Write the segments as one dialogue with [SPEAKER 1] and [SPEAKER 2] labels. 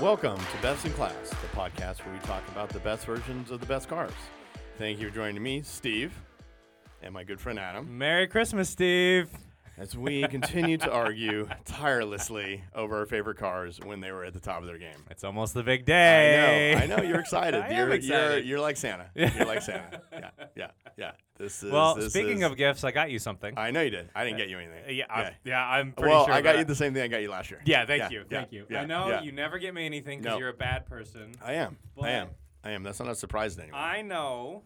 [SPEAKER 1] Welcome to Best in Class, the podcast where we talk about the best versions of the best cars. Thank you for joining me, Steve, and my good friend Adam,
[SPEAKER 2] Merry Christmas, Steve.
[SPEAKER 1] as we continue to argue tirelessly over our favorite cars when they were at the top of their game.
[SPEAKER 2] It's almost the big day.
[SPEAKER 1] I know, I know, you're excited.
[SPEAKER 2] I am
[SPEAKER 1] you're, You're,
[SPEAKER 2] excited.
[SPEAKER 1] you're like Santa. You're like Santa. Yeah, yeah, yeah. This is.
[SPEAKER 2] Well,
[SPEAKER 1] this
[SPEAKER 2] speaking
[SPEAKER 1] is-
[SPEAKER 2] of gifts, I got you something.
[SPEAKER 1] I know you did. I didn't get you anything.
[SPEAKER 2] Uh, yeah, I'm, yeah, I'm pretty
[SPEAKER 1] Well,
[SPEAKER 2] sure.
[SPEAKER 1] I got
[SPEAKER 2] about
[SPEAKER 1] you
[SPEAKER 2] it.
[SPEAKER 1] the same thing I got you last year.
[SPEAKER 2] Yeah, thank
[SPEAKER 1] Yeah,
[SPEAKER 2] you,
[SPEAKER 1] yeah,
[SPEAKER 2] thank you.
[SPEAKER 1] yeah,
[SPEAKER 2] I know
[SPEAKER 1] yeah.
[SPEAKER 2] you never get me anything because
[SPEAKER 1] No. Uh,
[SPEAKER 2] you're a bad person.
[SPEAKER 1] I am. I
[SPEAKER 2] But-
[SPEAKER 1] am. I am. That's not a surprise to anyone.
[SPEAKER 2] I know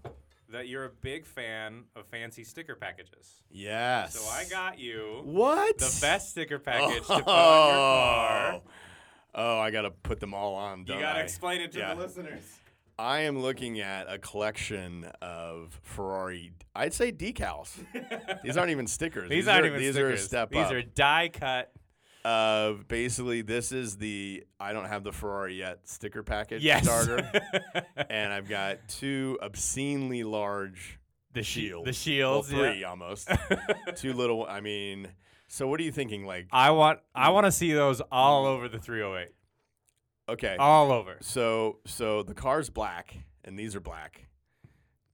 [SPEAKER 2] that you're a big fan of fancy sticker packages,
[SPEAKER 1] Yes.
[SPEAKER 2] so I got you
[SPEAKER 1] what
[SPEAKER 2] the best sticker package to put on your car.
[SPEAKER 1] Oh, I gotta put them all on.
[SPEAKER 2] You
[SPEAKER 1] Don't
[SPEAKER 2] gotta
[SPEAKER 1] I?
[SPEAKER 2] explain it to
[SPEAKER 1] Yeah.
[SPEAKER 2] the listeners.
[SPEAKER 1] I am looking at a collection of Ferrari. I'd say decals. these aren't even stickers.
[SPEAKER 2] These, aren't
[SPEAKER 1] are,
[SPEAKER 2] even
[SPEAKER 1] these
[SPEAKER 2] stickers.
[SPEAKER 1] are a step
[SPEAKER 2] these
[SPEAKER 1] up.
[SPEAKER 2] are die cut.
[SPEAKER 1] Uh, basically, this is the I don't have the Ferrari yet sticker package
[SPEAKER 2] Yes.
[SPEAKER 1] starter, and I've got two obscenely large,
[SPEAKER 2] the shi-
[SPEAKER 1] Shield.
[SPEAKER 2] The
[SPEAKER 1] well,
[SPEAKER 2] shields. yeah.
[SPEAKER 1] three almost, two little. I mean, so what are you thinking? Like,
[SPEAKER 2] I want I want to see those all over the 308.
[SPEAKER 1] okay,
[SPEAKER 2] All over.
[SPEAKER 1] so so the car's black, and these are black.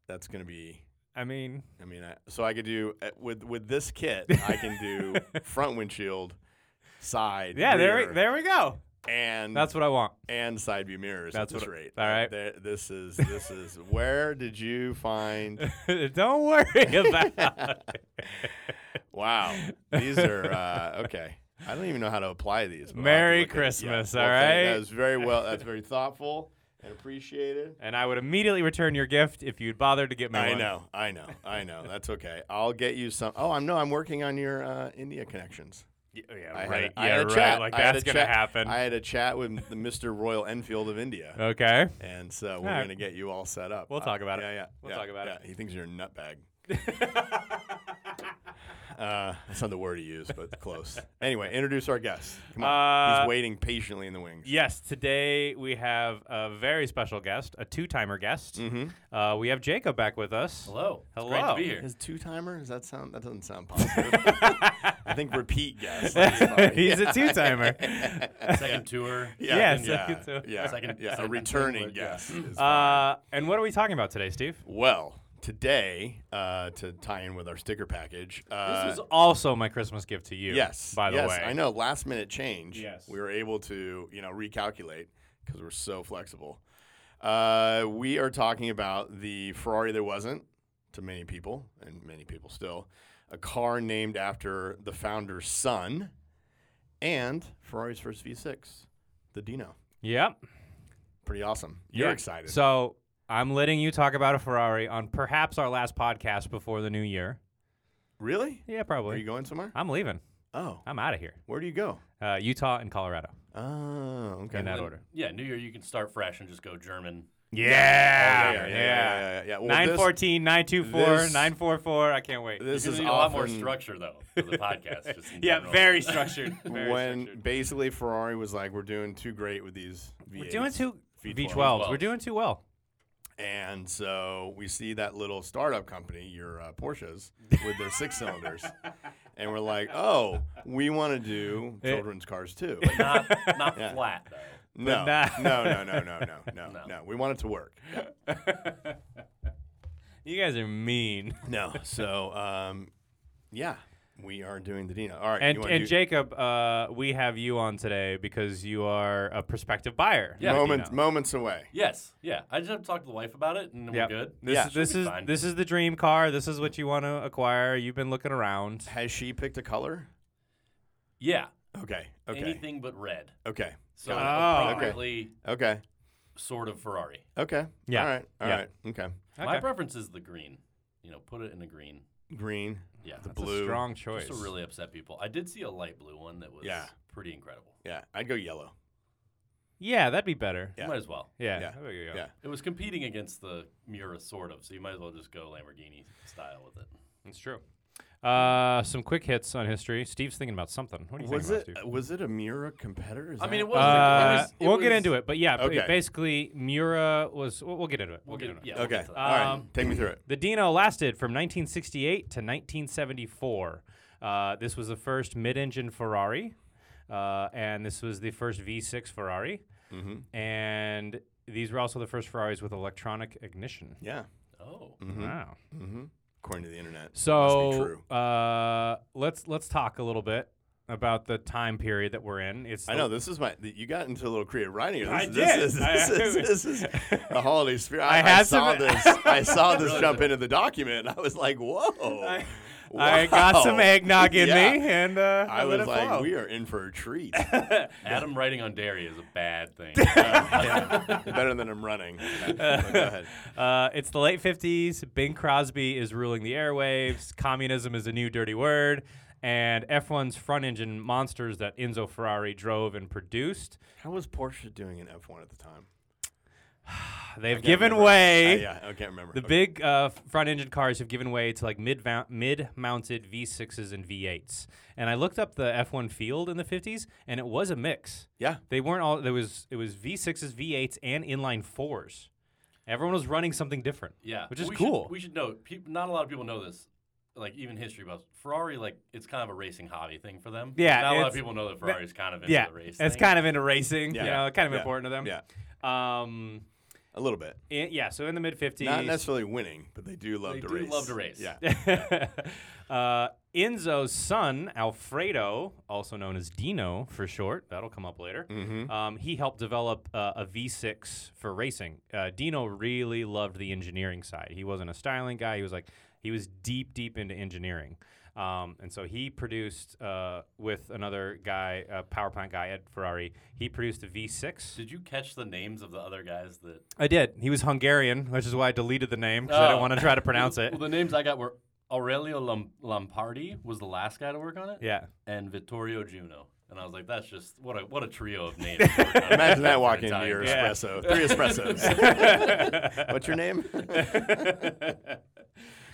[SPEAKER 1] That's gonna be.
[SPEAKER 2] I mean,
[SPEAKER 1] I mean, I, so I could do uh, with with this kit. I can do front windshield, side,
[SPEAKER 2] yeah, there
[SPEAKER 1] rear,
[SPEAKER 2] we, there we go.
[SPEAKER 1] and
[SPEAKER 2] That's what I want.
[SPEAKER 1] and side view mirrors
[SPEAKER 2] That's
[SPEAKER 1] at this
[SPEAKER 2] what-
[SPEAKER 1] rate.
[SPEAKER 2] all right.
[SPEAKER 1] There- this is this is where did you find?
[SPEAKER 2] Don't worry about it.
[SPEAKER 1] Wow, these are uh, okay. I don't even know how to apply these. but I'll have to
[SPEAKER 2] Merry
[SPEAKER 1] look at it.
[SPEAKER 2] Christmas,
[SPEAKER 1] well,
[SPEAKER 2] all
[SPEAKER 1] thank- That
[SPEAKER 2] right?
[SPEAKER 1] was very well. That's very thoughtful and appreciated.
[SPEAKER 2] And I would immediately return your gift if you'd bothered to get me
[SPEAKER 1] I
[SPEAKER 2] one.
[SPEAKER 1] know, I know, I know. That's okay. I'll get you some. Oh, I'm no. I'm working on your uh, India connections.
[SPEAKER 2] Y- Yeah,
[SPEAKER 1] I had a-
[SPEAKER 2] right.
[SPEAKER 1] I
[SPEAKER 2] yeah,
[SPEAKER 1] had a
[SPEAKER 2] right.
[SPEAKER 1] chat.
[SPEAKER 2] Like
[SPEAKER 1] I had
[SPEAKER 2] that's
[SPEAKER 1] a
[SPEAKER 2] gonna
[SPEAKER 1] chat.
[SPEAKER 2] happen.
[SPEAKER 1] I had a chat with the Mr. Royal Enfield of India.
[SPEAKER 2] okay.
[SPEAKER 1] And so we're
[SPEAKER 2] All right.
[SPEAKER 1] gonna get you all set up.
[SPEAKER 2] We'll talk about it.
[SPEAKER 1] yeah, Yeah,
[SPEAKER 2] We'll
[SPEAKER 1] yeah,
[SPEAKER 2] talk about
[SPEAKER 1] yeah.
[SPEAKER 2] it.
[SPEAKER 1] He thinks you're a nutbag. uh, that's not the word he used, but close. Anyway, introduce our guest. Come on,
[SPEAKER 2] Uh,
[SPEAKER 1] he's waiting patiently in the wings.
[SPEAKER 2] Yes, today we have a very special guest, a two-timer guest.
[SPEAKER 1] Mm-hmm.
[SPEAKER 2] Uh, we have Jacob back with us.
[SPEAKER 3] Hello.
[SPEAKER 2] Hello.
[SPEAKER 3] It's great to be here.
[SPEAKER 1] His two timer? Does that sound? That doesn't sound positive. I think repeat guest. That's fine.
[SPEAKER 2] He's a two-timer.
[SPEAKER 3] Second tour.
[SPEAKER 1] yeah,
[SPEAKER 2] Yes,
[SPEAKER 1] yeah,
[SPEAKER 2] second to-
[SPEAKER 1] yeah,
[SPEAKER 3] Second-
[SPEAKER 1] yeah, a
[SPEAKER 3] second
[SPEAKER 1] returning
[SPEAKER 3] word, yeah.
[SPEAKER 1] guest. is fine.
[SPEAKER 2] Uh, and what are we talking about today, Steve?
[SPEAKER 1] well, today uh, to tie in with our sticker package. Uh,
[SPEAKER 2] This is also my Christmas gift to you.
[SPEAKER 1] Yes.
[SPEAKER 2] By the
[SPEAKER 1] yes,
[SPEAKER 2] way,
[SPEAKER 1] I know last minute change.
[SPEAKER 2] Yes.
[SPEAKER 1] We were able to, you know, recalculate because we're so flexible. Uh, we are talking about the Ferrari that wasn't to many people and many people still, a car named after the founder's son and Ferrari's first V6, the Dino.
[SPEAKER 2] Yep.
[SPEAKER 1] Pretty awesome. You're
[SPEAKER 2] Yeah.
[SPEAKER 1] excited.
[SPEAKER 2] So I'm letting you talk about a Ferrari on perhaps our last podcast before the new year.
[SPEAKER 1] really?
[SPEAKER 2] Yeah,
[SPEAKER 1] Are
[SPEAKER 2] probably.
[SPEAKER 1] you going somewhere?
[SPEAKER 2] I'm leaving.
[SPEAKER 1] Oh,
[SPEAKER 2] I'm out of here.
[SPEAKER 1] where do you go?
[SPEAKER 2] Uh, Utah and Colorado
[SPEAKER 1] Oh, okay.
[SPEAKER 2] in that
[SPEAKER 3] Then-
[SPEAKER 2] order.
[SPEAKER 3] Yeah, New Year, you can start fresh and just go German.
[SPEAKER 2] Yeah.
[SPEAKER 1] Yeah,
[SPEAKER 2] Yeah.
[SPEAKER 1] yeah, yeah, yeah, yeah, yeah. Well,
[SPEAKER 2] Nine
[SPEAKER 1] this-
[SPEAKER 2] fourteen, nine two four,
[SPEAKER 1] this-
[SPEAKER 2] nine four four. I can't wait.
[SPEAKER 1] This
[SPEAKER 3] You're
[SPEAKER 1] is
[SPEAKER 3] gonna need a lot more
[SPEAKER 1] often-
[SPEAKER 3] structure though for the podcast. Just in
[SPEAKER 2] yeah,
[SPEAKER 3] general.
[SPEAKER 2] very structured. Very
[SPEAKER 1] when
[SPEAKER 2] structured.
[SPEAKER 1] basically Ferrari was like, "We're doing too great with these V8s,"
[SPEAKER 2] we're doing too
[SPEAKER 1] V12s.
[SPEAKER 2] V12s. We're doing too well.
[SPEAKER 1] and so we see that little startup company, your uh, Porsches, with their six cylinders, and we're like, "Oh, we want to do
[SPEAKER 2] Eh.
[SPEAKER 1] children's cars too."
[SPEAKER 3] not not
[SPEAKER 1] Yeah.
[SPEAKER 3] flat though.
[SPEAKER 1] No, no,
[SPEAKER 2] not-
[SPEAKER 1] no, no, no, no, no, no,
[SPEAKER 3] No.
[SPEAKER 1] no. We want it to work.
[SPEAKER 2] You guys are mean.
[SPEAKER 1] No, so um, yeah, we are doing the Dino. All right,
[SPEAKER 2] And,
[SPEAKER 1] you wanna
[SPEAKER 2] and
[SPEAKER 1] do-
[SPEAKER 2] Jacob, uh, we have you on today because you are a prospective buyer.
[SPEAKER 3] Yeah.
[SPEAKER 1] moments,
[SPEAKER 2] Dino.
[SPEAKER 1] moments away.
[SPEAKER 3] Yes. Yeah. I just have to talk to the wife about it and
[SPEAKER 2] Yep.
[SPEAKER 3] we're good.
[SPEAKER 2] This
[SPEAKER 1] Yeah.
[SPEAKER 2] is this
[SPEAKER 3] Should be
[SPEAKER 2] is
[SPEAKER 3] fine.
[SPEAKER 2] this is the dream car. This is what you want to acquire. You've been looking around.
[SPEAKER 1] Has she picked a color?
[SPEAKER 3] Yeah.
[SPEAKER 1] Okay, okay,
[SPEAKER 3] Anything but red.
[SPEAKER 1] okay,
[SPEAKER 3] So
[SPEAKER 2] Got it. Oh.
[SPEAKER 3] appropriately
[SPEAKER 1] okay,
[SPEAKER 3] sort of Ferrari.
[SPEAKER 1] okay.
[SPEAKER 2] Yeah,
[SPEAKER 1] All right, all
[SPEAKER 2] yeah.
[SPEAKER 1] right, okay.
[SPEAKER 3] My
[SPEAKER 2] Okay.
[SPEAKER 3] preference is the green. You know, put it in the green.
[SPEAKER 1] green,
[SPEAKER 3] Yeah.
[SPEAKER 1] the
[SPEAKER 2] That's
[SPEAKER 1] blue.
[SPEAKER 2] a strong choice.
[SPEAKER 3] Just to really upset people. I did see a light blue one that was
[SPEAKER 1] Yeah.
[SPEAKER 3] pretty incredible.
[SPEAKER 1] yeah, I'd go yellow.
[SPEAKER 2] yeah, that'd be better.
[SPEAKER 1] Yeah.
[SPEAKER 3] You might as well.
[SPEAKER 2] Yeah.
[SPEAKER 1] Yeah.
[SPEAKER 2] There you go.
[SPEAKER 1] Yeah.
[SPEAKER 3] It was competing against the Mura, sort of. So you might as well just go Lamborghini style with it.
[SPEAKER 2] That's true. Uh, some quick hits on history. Steve's thinking about something. What do you
[SPEAKER 1] Was
[SPEAKER 2] think
[SPEAKER 1] it
[SPEAKER 2] about, Steve?
[SPEAKER 1] was it a Mira competitor? Is
[SPEAKER 3] I mean,
[SPEAKER 1] that-
[SPEAKER 3] Oh, it was.
[SPEAKER 2] Uh,
[SPEAKER 3] it was
[SPEAKER 2] we'll get into it, but yeah, b-
[SPEAKER 1] Okay.
[SPEAKER 2] basically Mura was. We'll, we'll get into it. We'll, get, into it.
[SPEAKER 3] yeah,
[SPEAKER 1] Uh, okay.
[SPEAKER 3] We'll get to that.
[SPEAKER 1] All right,
[SPEAKER 2] Um,
[SPEAKER 1] take me through it.
[SPEAKER 2] The Dino lasted from 1968 to 1974. Uh, this was the first mid engine Ferrari, uh, and this was the first V6 Ferrari.
[SPEAKER 1] Mm-hmm.
[SPEAKER 2] and these were also the first Ferraris with electronic ignition.
[SPEAKER 1] Yeah.
[SPEAKER 2] Uh,
[SPEAKER 3] Oh,
[SPEAKER 1] Mm-hmm.
[SPEAKER 2] Wow.
[SPEAKER 1] Mm-hmm. According to the internet. Must be
[SPEAKER 2] So
[SPEAKER 1] true.
[SPEAKER 2] uh, let's let's talk a little bit about the time period that we're in. It's
[SPEAKER 1] I
[SPEAKER 2] the-
[SPEAKER 1] know this is my. th- You got into a little creative writing. here. This,
[SPEAKER 2] I
[SPEAKER 1] this
[SPEAKER 2] did.
[SPEAKER 1] Is,
[SPEAKER 2] I-
[SPEAKER 1] this, is, this is the holiday spirit.
[SPEAKER 2] I
[SPEAKER 1] I, I,
[SPEAKER 2] had
[SPEAKER 1] saw
[SPEAKER 2] some-
[SPEAKER 1] this. I saw this
[SPEAKER 3] Really?
[SPEAKER 1] jump into the document. I was like, whoa.
[SPEAKER 2] I, I got some
[SPEAKER 1] wow.
[SPEAKER 2] eggnog in
[SPEAKER 1] Yeah.
[SPEAKER 2] me, and uh, I,
[SPEAKER 1] I
[SPEAKER 2] let
[SPEAKER 1] was
[SPEAKER 2] it
[SPEAKER 1] like,
[SPEAKER 2] flow.
[SPEAKER 1] we are in for a treat.
[SPEAKER 3] Adam writing on dairy is a bad thing. Uh,
[SPEAKER 1] Yeah. Better than I'm running. But go ahead.
[SPEAKER 2] Uh, it's the late 50s. Bing Crosby is ruling the airwaves. Communism is a new dirty word. And F1's front engine monsters that Enzo Ferrari drove and produced.
[SPEAKER 1] How was Porsche doing in F1 at the time?
[SPEAKER 2] They've
[SPEAKER 1] Can't
[SPEAKER 2] given
[SPEAKER 1] remember.
[SPEAKER 2] way.
[SPEAKER 1] Uh, yeah, I can't remember.
[SPEAKER 2] The
[SPEAKER 1] Okay.
[SPEAKER 2] big uh, front engine cars have given way to like mid mid mounted V6s and V8s. And I looked up the F1 field in the 50s, and it was a mix.
[SPEAKER 1] Yeah.
[SPEAKER 2] They weren't all, there was, it was V6s, V8s, and inline fours. Everyone was running something different.
[SPEAKER 3] Yeah,
[SPEAKER 2] Which is
[SPEAKER 3] we
[SPEAKER 2] cool.
[SPEAKER 3] Should, we should note, peop not a lot of people know this. Like even history buffs, Ferrari like it's kind of a racing hobby thing for them.
[SPEAKER 2] Yeah,
[SPEAKER 3] not a lot
[SPEAKER 2] it's-
[SPEAKER 3] of people know that Ferrari's kind of into
[SPEAKER 2] yeah,
[SPEAKER 3] the race.
[SPEAKER 2] it's
[SPEAKER 3] thing.
[SPEAKER 2] kind of into racing. You
[SPEAKER 1] Yeah.
[SPEAKER 2] know, kind of
[SPEAKER 1] Yeah.
[SPEAKER 2] important to them.
[SPEAKER 1] Yeah,
[SPEAKER 2] Um,
[SPEAKER 1] a little bit.
[SPEAKER 2] i- yeah. So in the mid
[SPEAKER 1] Not
[SPEAKER 2] fifties,
[SPEAKER 1] necessarily winning, but they do love
[SPEAKER 3] They
[SPEAKER 1] to
[SPEAKER 3] do
[SPEAKER 1] race.
[SPEAKER 3] love to race.
[SPEAKER 1] Yeah.
[SPEAKER 2] uh, Enzo's son Alfredo, also known as Dino for short, that'll come up later.
[SPEAKER 1] Mm-hmm.
[SPEAKER 2] Um, he helped develop uh, a V6 for racing. Uh, Dino really loved the engineering side. He wasn't a styling guy. He was like he was deep, deep into engineering. Um, and so he produced uh, with another guy, a power plant guy at Ferrari. He produced a V6.
[SPEAKER 3] Did you catch the names of the other guys that?
[SPEAKER 2] I did. He was Hungarian, which is why I deleted the name because I didn't
[SPEAKER 3] Oh.
[SPEAKER 2] want to try to pronounce it.
[SPEAKER 3] Well, the names I got were Aurelio Lam- Lampardi was the last guy to work on it,
[SPEAKER 2] Yeah.
[SPEAKER 3] and Vittorio Juno. And I was like, that's just what a what a trio of names. to work on
[SPEAKER 1] Imagine
[SPEAKER 3] for
[SPEAKER 1] that
[SPEAKER 3] an
[SPEAKER 1] walking into
[SPEAKER 3] entire
[SPEAKER 1] your
[SPEAKER 3] game.
[SPEAKER 2] Yeah.
[SPEAKER 1] espresso. Three espressos. What's your name?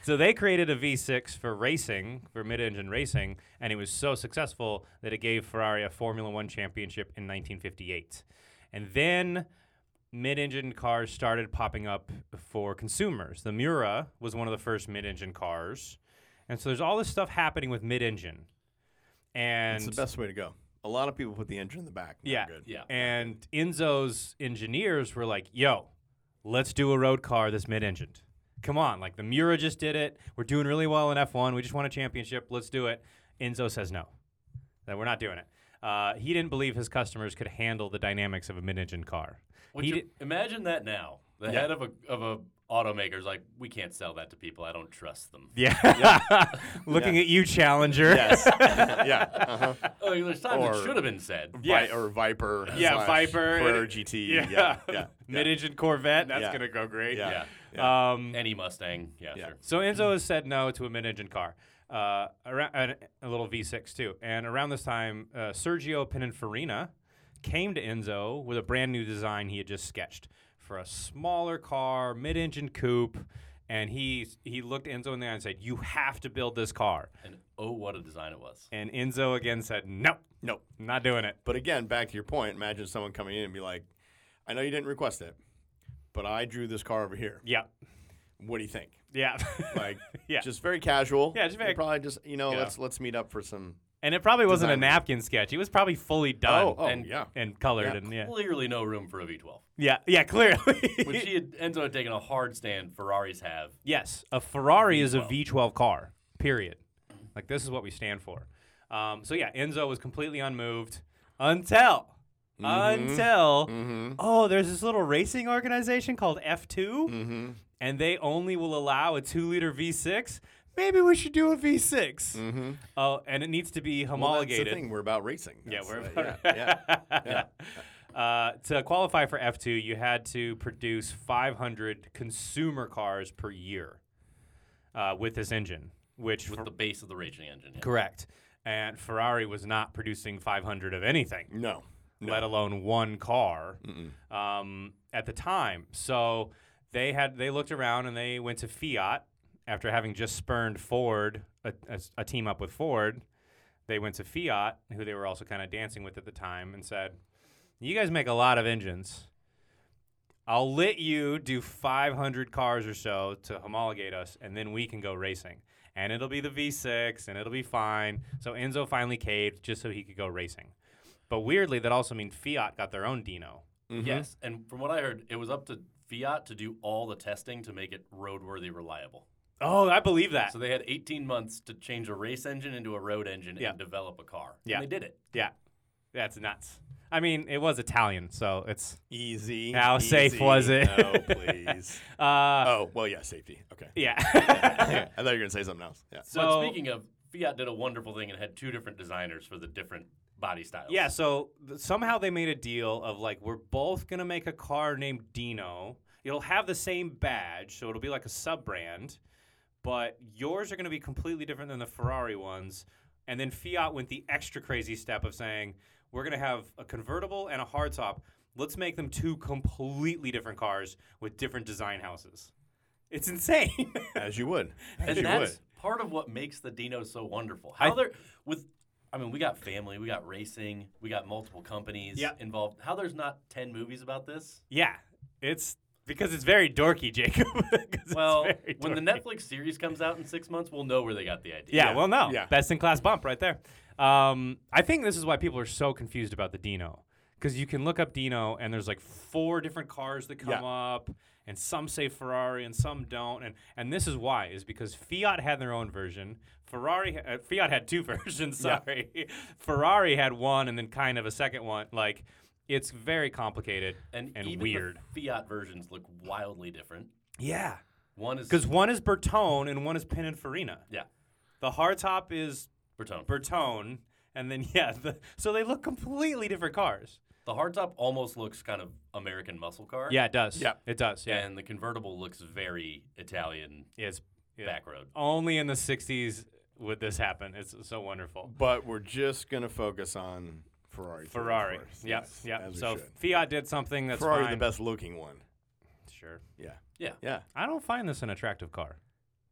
[SPEAKER 2] so they created a V6 for racing, for mid-engine racing, and it was so successful that it gave Ferrari a Formula One championship in 1958. And then mid-engine cars started popping up for consumers. The Mura was one of the first mid-engine cars, and so there's all this stuff happening with mid-engine. And
[SPEAKER 1] It's the best way to go. A lot of people put the engine in the back. Not
[SPEAKER 2] Yeah.
[SPEAKER 1] Good.
[SPEAKER 3] Yeah.
[SPEAKER 2] And Enzo's engineers were like, yo, let's do a road car that's mid engined. Come on. Like the Mura just did it. We're doing really well in F1. We just won a championship. Let's do it. Enzo says no, that we're not doing it. Uh, he didn't believe his customers could handle the dynamics of a mid engine car.
[SPEAKER 3] Would
[SPEAKER 2] He
[SPEAKER 3] you
[SPEAKER 2] di-
[SPEAKER 3] imagine that now? The head of a of a automaker's like, we can't sell that to people. I don't trust them.
[SPEAKER 2] Yeah. Looking at you, Challenger.
[SPEAKER 1] Yes. yeah. Uh-huh.
[SPEAKER 3] Oh, there's times
[SPEAKER 1] Or-
[SPEAKER 3] it should have been said.
[SPEAKER 2] Yes.
[SPEAKER 1] Vi- or Viper.
[SPEAKER 2] Yeah,
[SPEAKER 1] slash
[SPEAKER 2] Viper.
[SPEAKER 1] Ferrari GT. Yeah. Yeah. yeah.
[SPEAKER 2] Mid engine Corvette. That's
[SPEAKER 1] Yeah.
[SPEAKER 2] going to go great.
[SPEAKER 1] Yeah.
[SPEAKER 3] Yeah.
[SPEAKER 2] Um,
[SPEAKER 3] Any Mustang. Yeah,
[SPEAKER 1] Yeah.
[SPEAKER 3] sure.
[SPEAKER 2] So Enzo has said no to a mid-engine car, uh, around, and a little V6 too. And around this time, uh, Sergio Pininfarina came to Enzo with a brand new design he had just sketched for a smaller car, mid-engine coupe. And he he looked Enzo in the eye and said, "You have to build this car."
[SPEAKER 3] And oh, what a design it was.
[SPEAKER 2] And Enzo again said, "No,
[SPEAKER 1] No.
[SPEAKER 2] not doing it."
[SPEAKER 1] But again, back to your point, imagine someone coming in and be like, I know you didn't request it, but I drew this car over here.
[SPEAKER 2] Yeah,
[SPEAKER 1] What do you think?
[SPEAKER 2] yeah.
[SPEAKER 1] Like,
[SPEAKER 2] Yeah.
[SPEAKER 1] just very casual.
[SPEAKER 2] Yeah, just very-
[SPEAKER 1] They probably just, you know,
[SPEAKER 2] Yeah.
[SPEAKER 1] let's let's meet up for some.
[SPEAKER 2] and it probably wasn't a
[SPEAKER 1] Design.
[SPEAKER 2] napkin sketch. It was probably fully done
[SPEAKER 1] Oh, oh,
[SPEAKER 2] and
[SPEAKER 1] yeah.
[SPEAKER 2] and colored
[SPEAKER 1] Yeah.
[SPEAKER 2] and yeah,
[SPEAKER 3] Clearly, no room for a V12,
[SPEAKER 2] yeah, yeah. Clearly,
[SPEAKER 3] which he had, Enzo had taken a hard stand. Ferraris have.
[SPEAKER 2] Yes, a Ferrari is a
[SPEAKER 3] V12.
[SPEAKER 2] V12 car. Period. Like this is what we stand for. Um, so yeah, Enzo was completely unmoved until until
[SPEAKER 1] Mm-hmm.
[SPEAKER 2] oh, there's this little racing organization called F2,
[SPEAKER 1] Mm-hmm.
[SPEAKER 2] and they only will allow a two-liter V6. Maybe we should do a V6.
[SPEAKER 1] Mm-hmm.
[SPEAKER 2] Oh, and it needs to be
[SPEAKER 1] Well, that's
[SPEAKER 2] homologated.
[SPEAKER 1] the thing. We're about racing.
[SPEAKER 2] Yeah,
[SPEAKER 1] That's,
[SPEAKER 2] we're
[SPEAKER 1] uh,
[SPEAKER 2] about
[SPEAKER 1] yeah, yeah.
[SPEAKER 2] Uh, to qualify for F2, you had to produce 500 consumer cars per year uh, with this engine, which
[SPEAKER 3] With
[SPEAKER 2] Fer-
[SPEAKER 3] the base of the racing engine. yeah.
[SPEAKER 2] correct. And Ferrari was not producing 500 of anything,
[SPEAKER 1] No.
[SPEAKER 2] let alone one car um, at the time. So they had they looked around and they went to Fiat after having just spurned Ford a, a s- a team up with Ford. They went to Fiat, who they were also kind of dancing with at the time, and said, "You guys make a lot of engines. I'll let you do 500 cars or so to homologate us, and then we can go racing." And it'll be the V6, and it'll be fine. So Enzo finally caved just so he could go racing. But weirdly, that also means Fiat got their own Dino.
[SPEAKER 1] Mhm.
[SPEAKER 3] Yes, and from what I heard, it was up to Fiat to do all the testing to make it roadworthy reliable.
[SPEAKER 2] Oh, I believe that.
[SPEAKER 3] So they had 18 months to change a race engine into a road engine
[SPEAKER 2] Yeah.
[SPEAKER 3] and develop a car.
[SPEAKER 2] Yeah.
[SPEAKER 3] And they did it.
[SPEAKER 2] yeah, that's nuts. I mean, it was Italian, so it's
[SPEAKER 1] Easy.
[SPEAKER 2] How safe
[SPEAKER 1] easy.
[SPEAKER 2] was it?
[SPEAKER 1] No, please.
[SPEAKER 2] uh,
[SPEAKER 1] oh, well, yeah, safety. Okay.
[SPEAKER 2] yeah.
[SPEAKER 1] I thought you were gonna say something else. Yeah.
[SPEAKER 3] but
[SPEAKER 2] So-
[SPEAKER 3] speaking of, Fiat did a wonderful thing and had two different designers for the different body styles.
[SPEAKER 2] Yeah, so th- somehow they made a deal of like we're both gonna make a car named Dino. It'll have the same badge, so it'll be like a sub brand, but yours are gonna be completely different than the Ferrari ones. And then Fiat went the extra crazy step of saying we're gonna have a convertible and a hardtop. Let's make them two completely different cars with different design houses. It's insane.
[SPEAKER 1] As you would. As
[SPEAKER 3] And
[SPEAKER 1] you
[SPEAKER 3] that's
[SPEAKER 1] would.
[SPEAKER 3] part of what makes the Dinos so wonderful. How
[SPEAKER 2] I-
[SPEAKER 3] they're with I mean, we got family, we got racing, we got multiple companies
[SPEAKER 2] Yeah.
[SPEAKER 3] involved. How there's not 10 movies about this?
[SPEAKER 2] yeah, it's because it's very dorky, Jacob. 'Cause it's
[SPEAKER 3] Well,
[SPEAKER 2] very
[SPEAKER 3] when the
[SPEAKER 2] dorky.
[SPEAKER 3] Netflix series comes out in 6 months, we'll know where they got the idea.
[SPEAKER 2] Yeah, well, no.
[SPEAKER 1] Yeah.
[SPEAKER 2] Best in class bump right there. Um, I think this is why people are so confused about the Dino. Because you can look up Dino, and there's like four different cars that come
[SPEAKER 1] Yeah.
[SPEAKER 2] up, and some say Ferrari and some don't. And, and this is why, is because Fiat had their own version. Ferrari, uh, Fiat had two versions,
[SPEAKER 1] Yeah.
[SPEAKER 2] sorry. Ferrari had one and then kind of a second one. Like, it's very complicated
[SPEAKER 3] and,
[SPEAKER 2] and,
[SPEAKER 3] even
[SPEAKER 2] weird.
[SPEAKER 3] The Fiat versions look wildly different.
[SPEAKER 2] yeah.
[SPEAKER 3] One is
[SPEAKER 2] Because one is Bertone and one is Pininfarina.
[SPEAKER 3] yeah,
[SPEAKER 2] The hardtop is
[SPEAKER 3] Bertone.
[SPEAKER 2] Bertone, and then yeah, the, so they look completely different cars.
[SPEAKER 3] The hardtop almost looks kind of American muscle car.
[SPEAKER 2] Yeah, it does.
[SPEAKER 1] Yeah.
[SPEAKER 2] it does. Yeah,
[SPEAKER 3] and the convertible looks very Italian
[SPEAKER 2] it's yeah.
[SPEAKER 3] back road.
[SPEAKER 2] only in the '60s would this happen. It's so wonderful.
[SPEAKER 1] But we're just gonna focus on Ferrari. for
[SPEAKER 2] Ferrari.
[SPEAKER 1] first.
[SPEAKER 2] Yeah,
[SPEAKER 1] Yes,
[SPEAKER 2] yeah.
[SPEAKER 1] as we
[SPEAKER 2] So
[SPEAKER 1] should.
[SPEAKER 2] Fiat did something that's
[SPEAKER 1] Ferrari,
[SPEAKER 2] fine.
[SPEAKER 1] the best looking one.
[SPEAKER 2] Sure.
[SPEAKER 1] Yeah.
[SPEAKER 3] Yeah.
[SPEAKER 1] Yeah.
[SPEAKER 2] I don't find this an attractive car.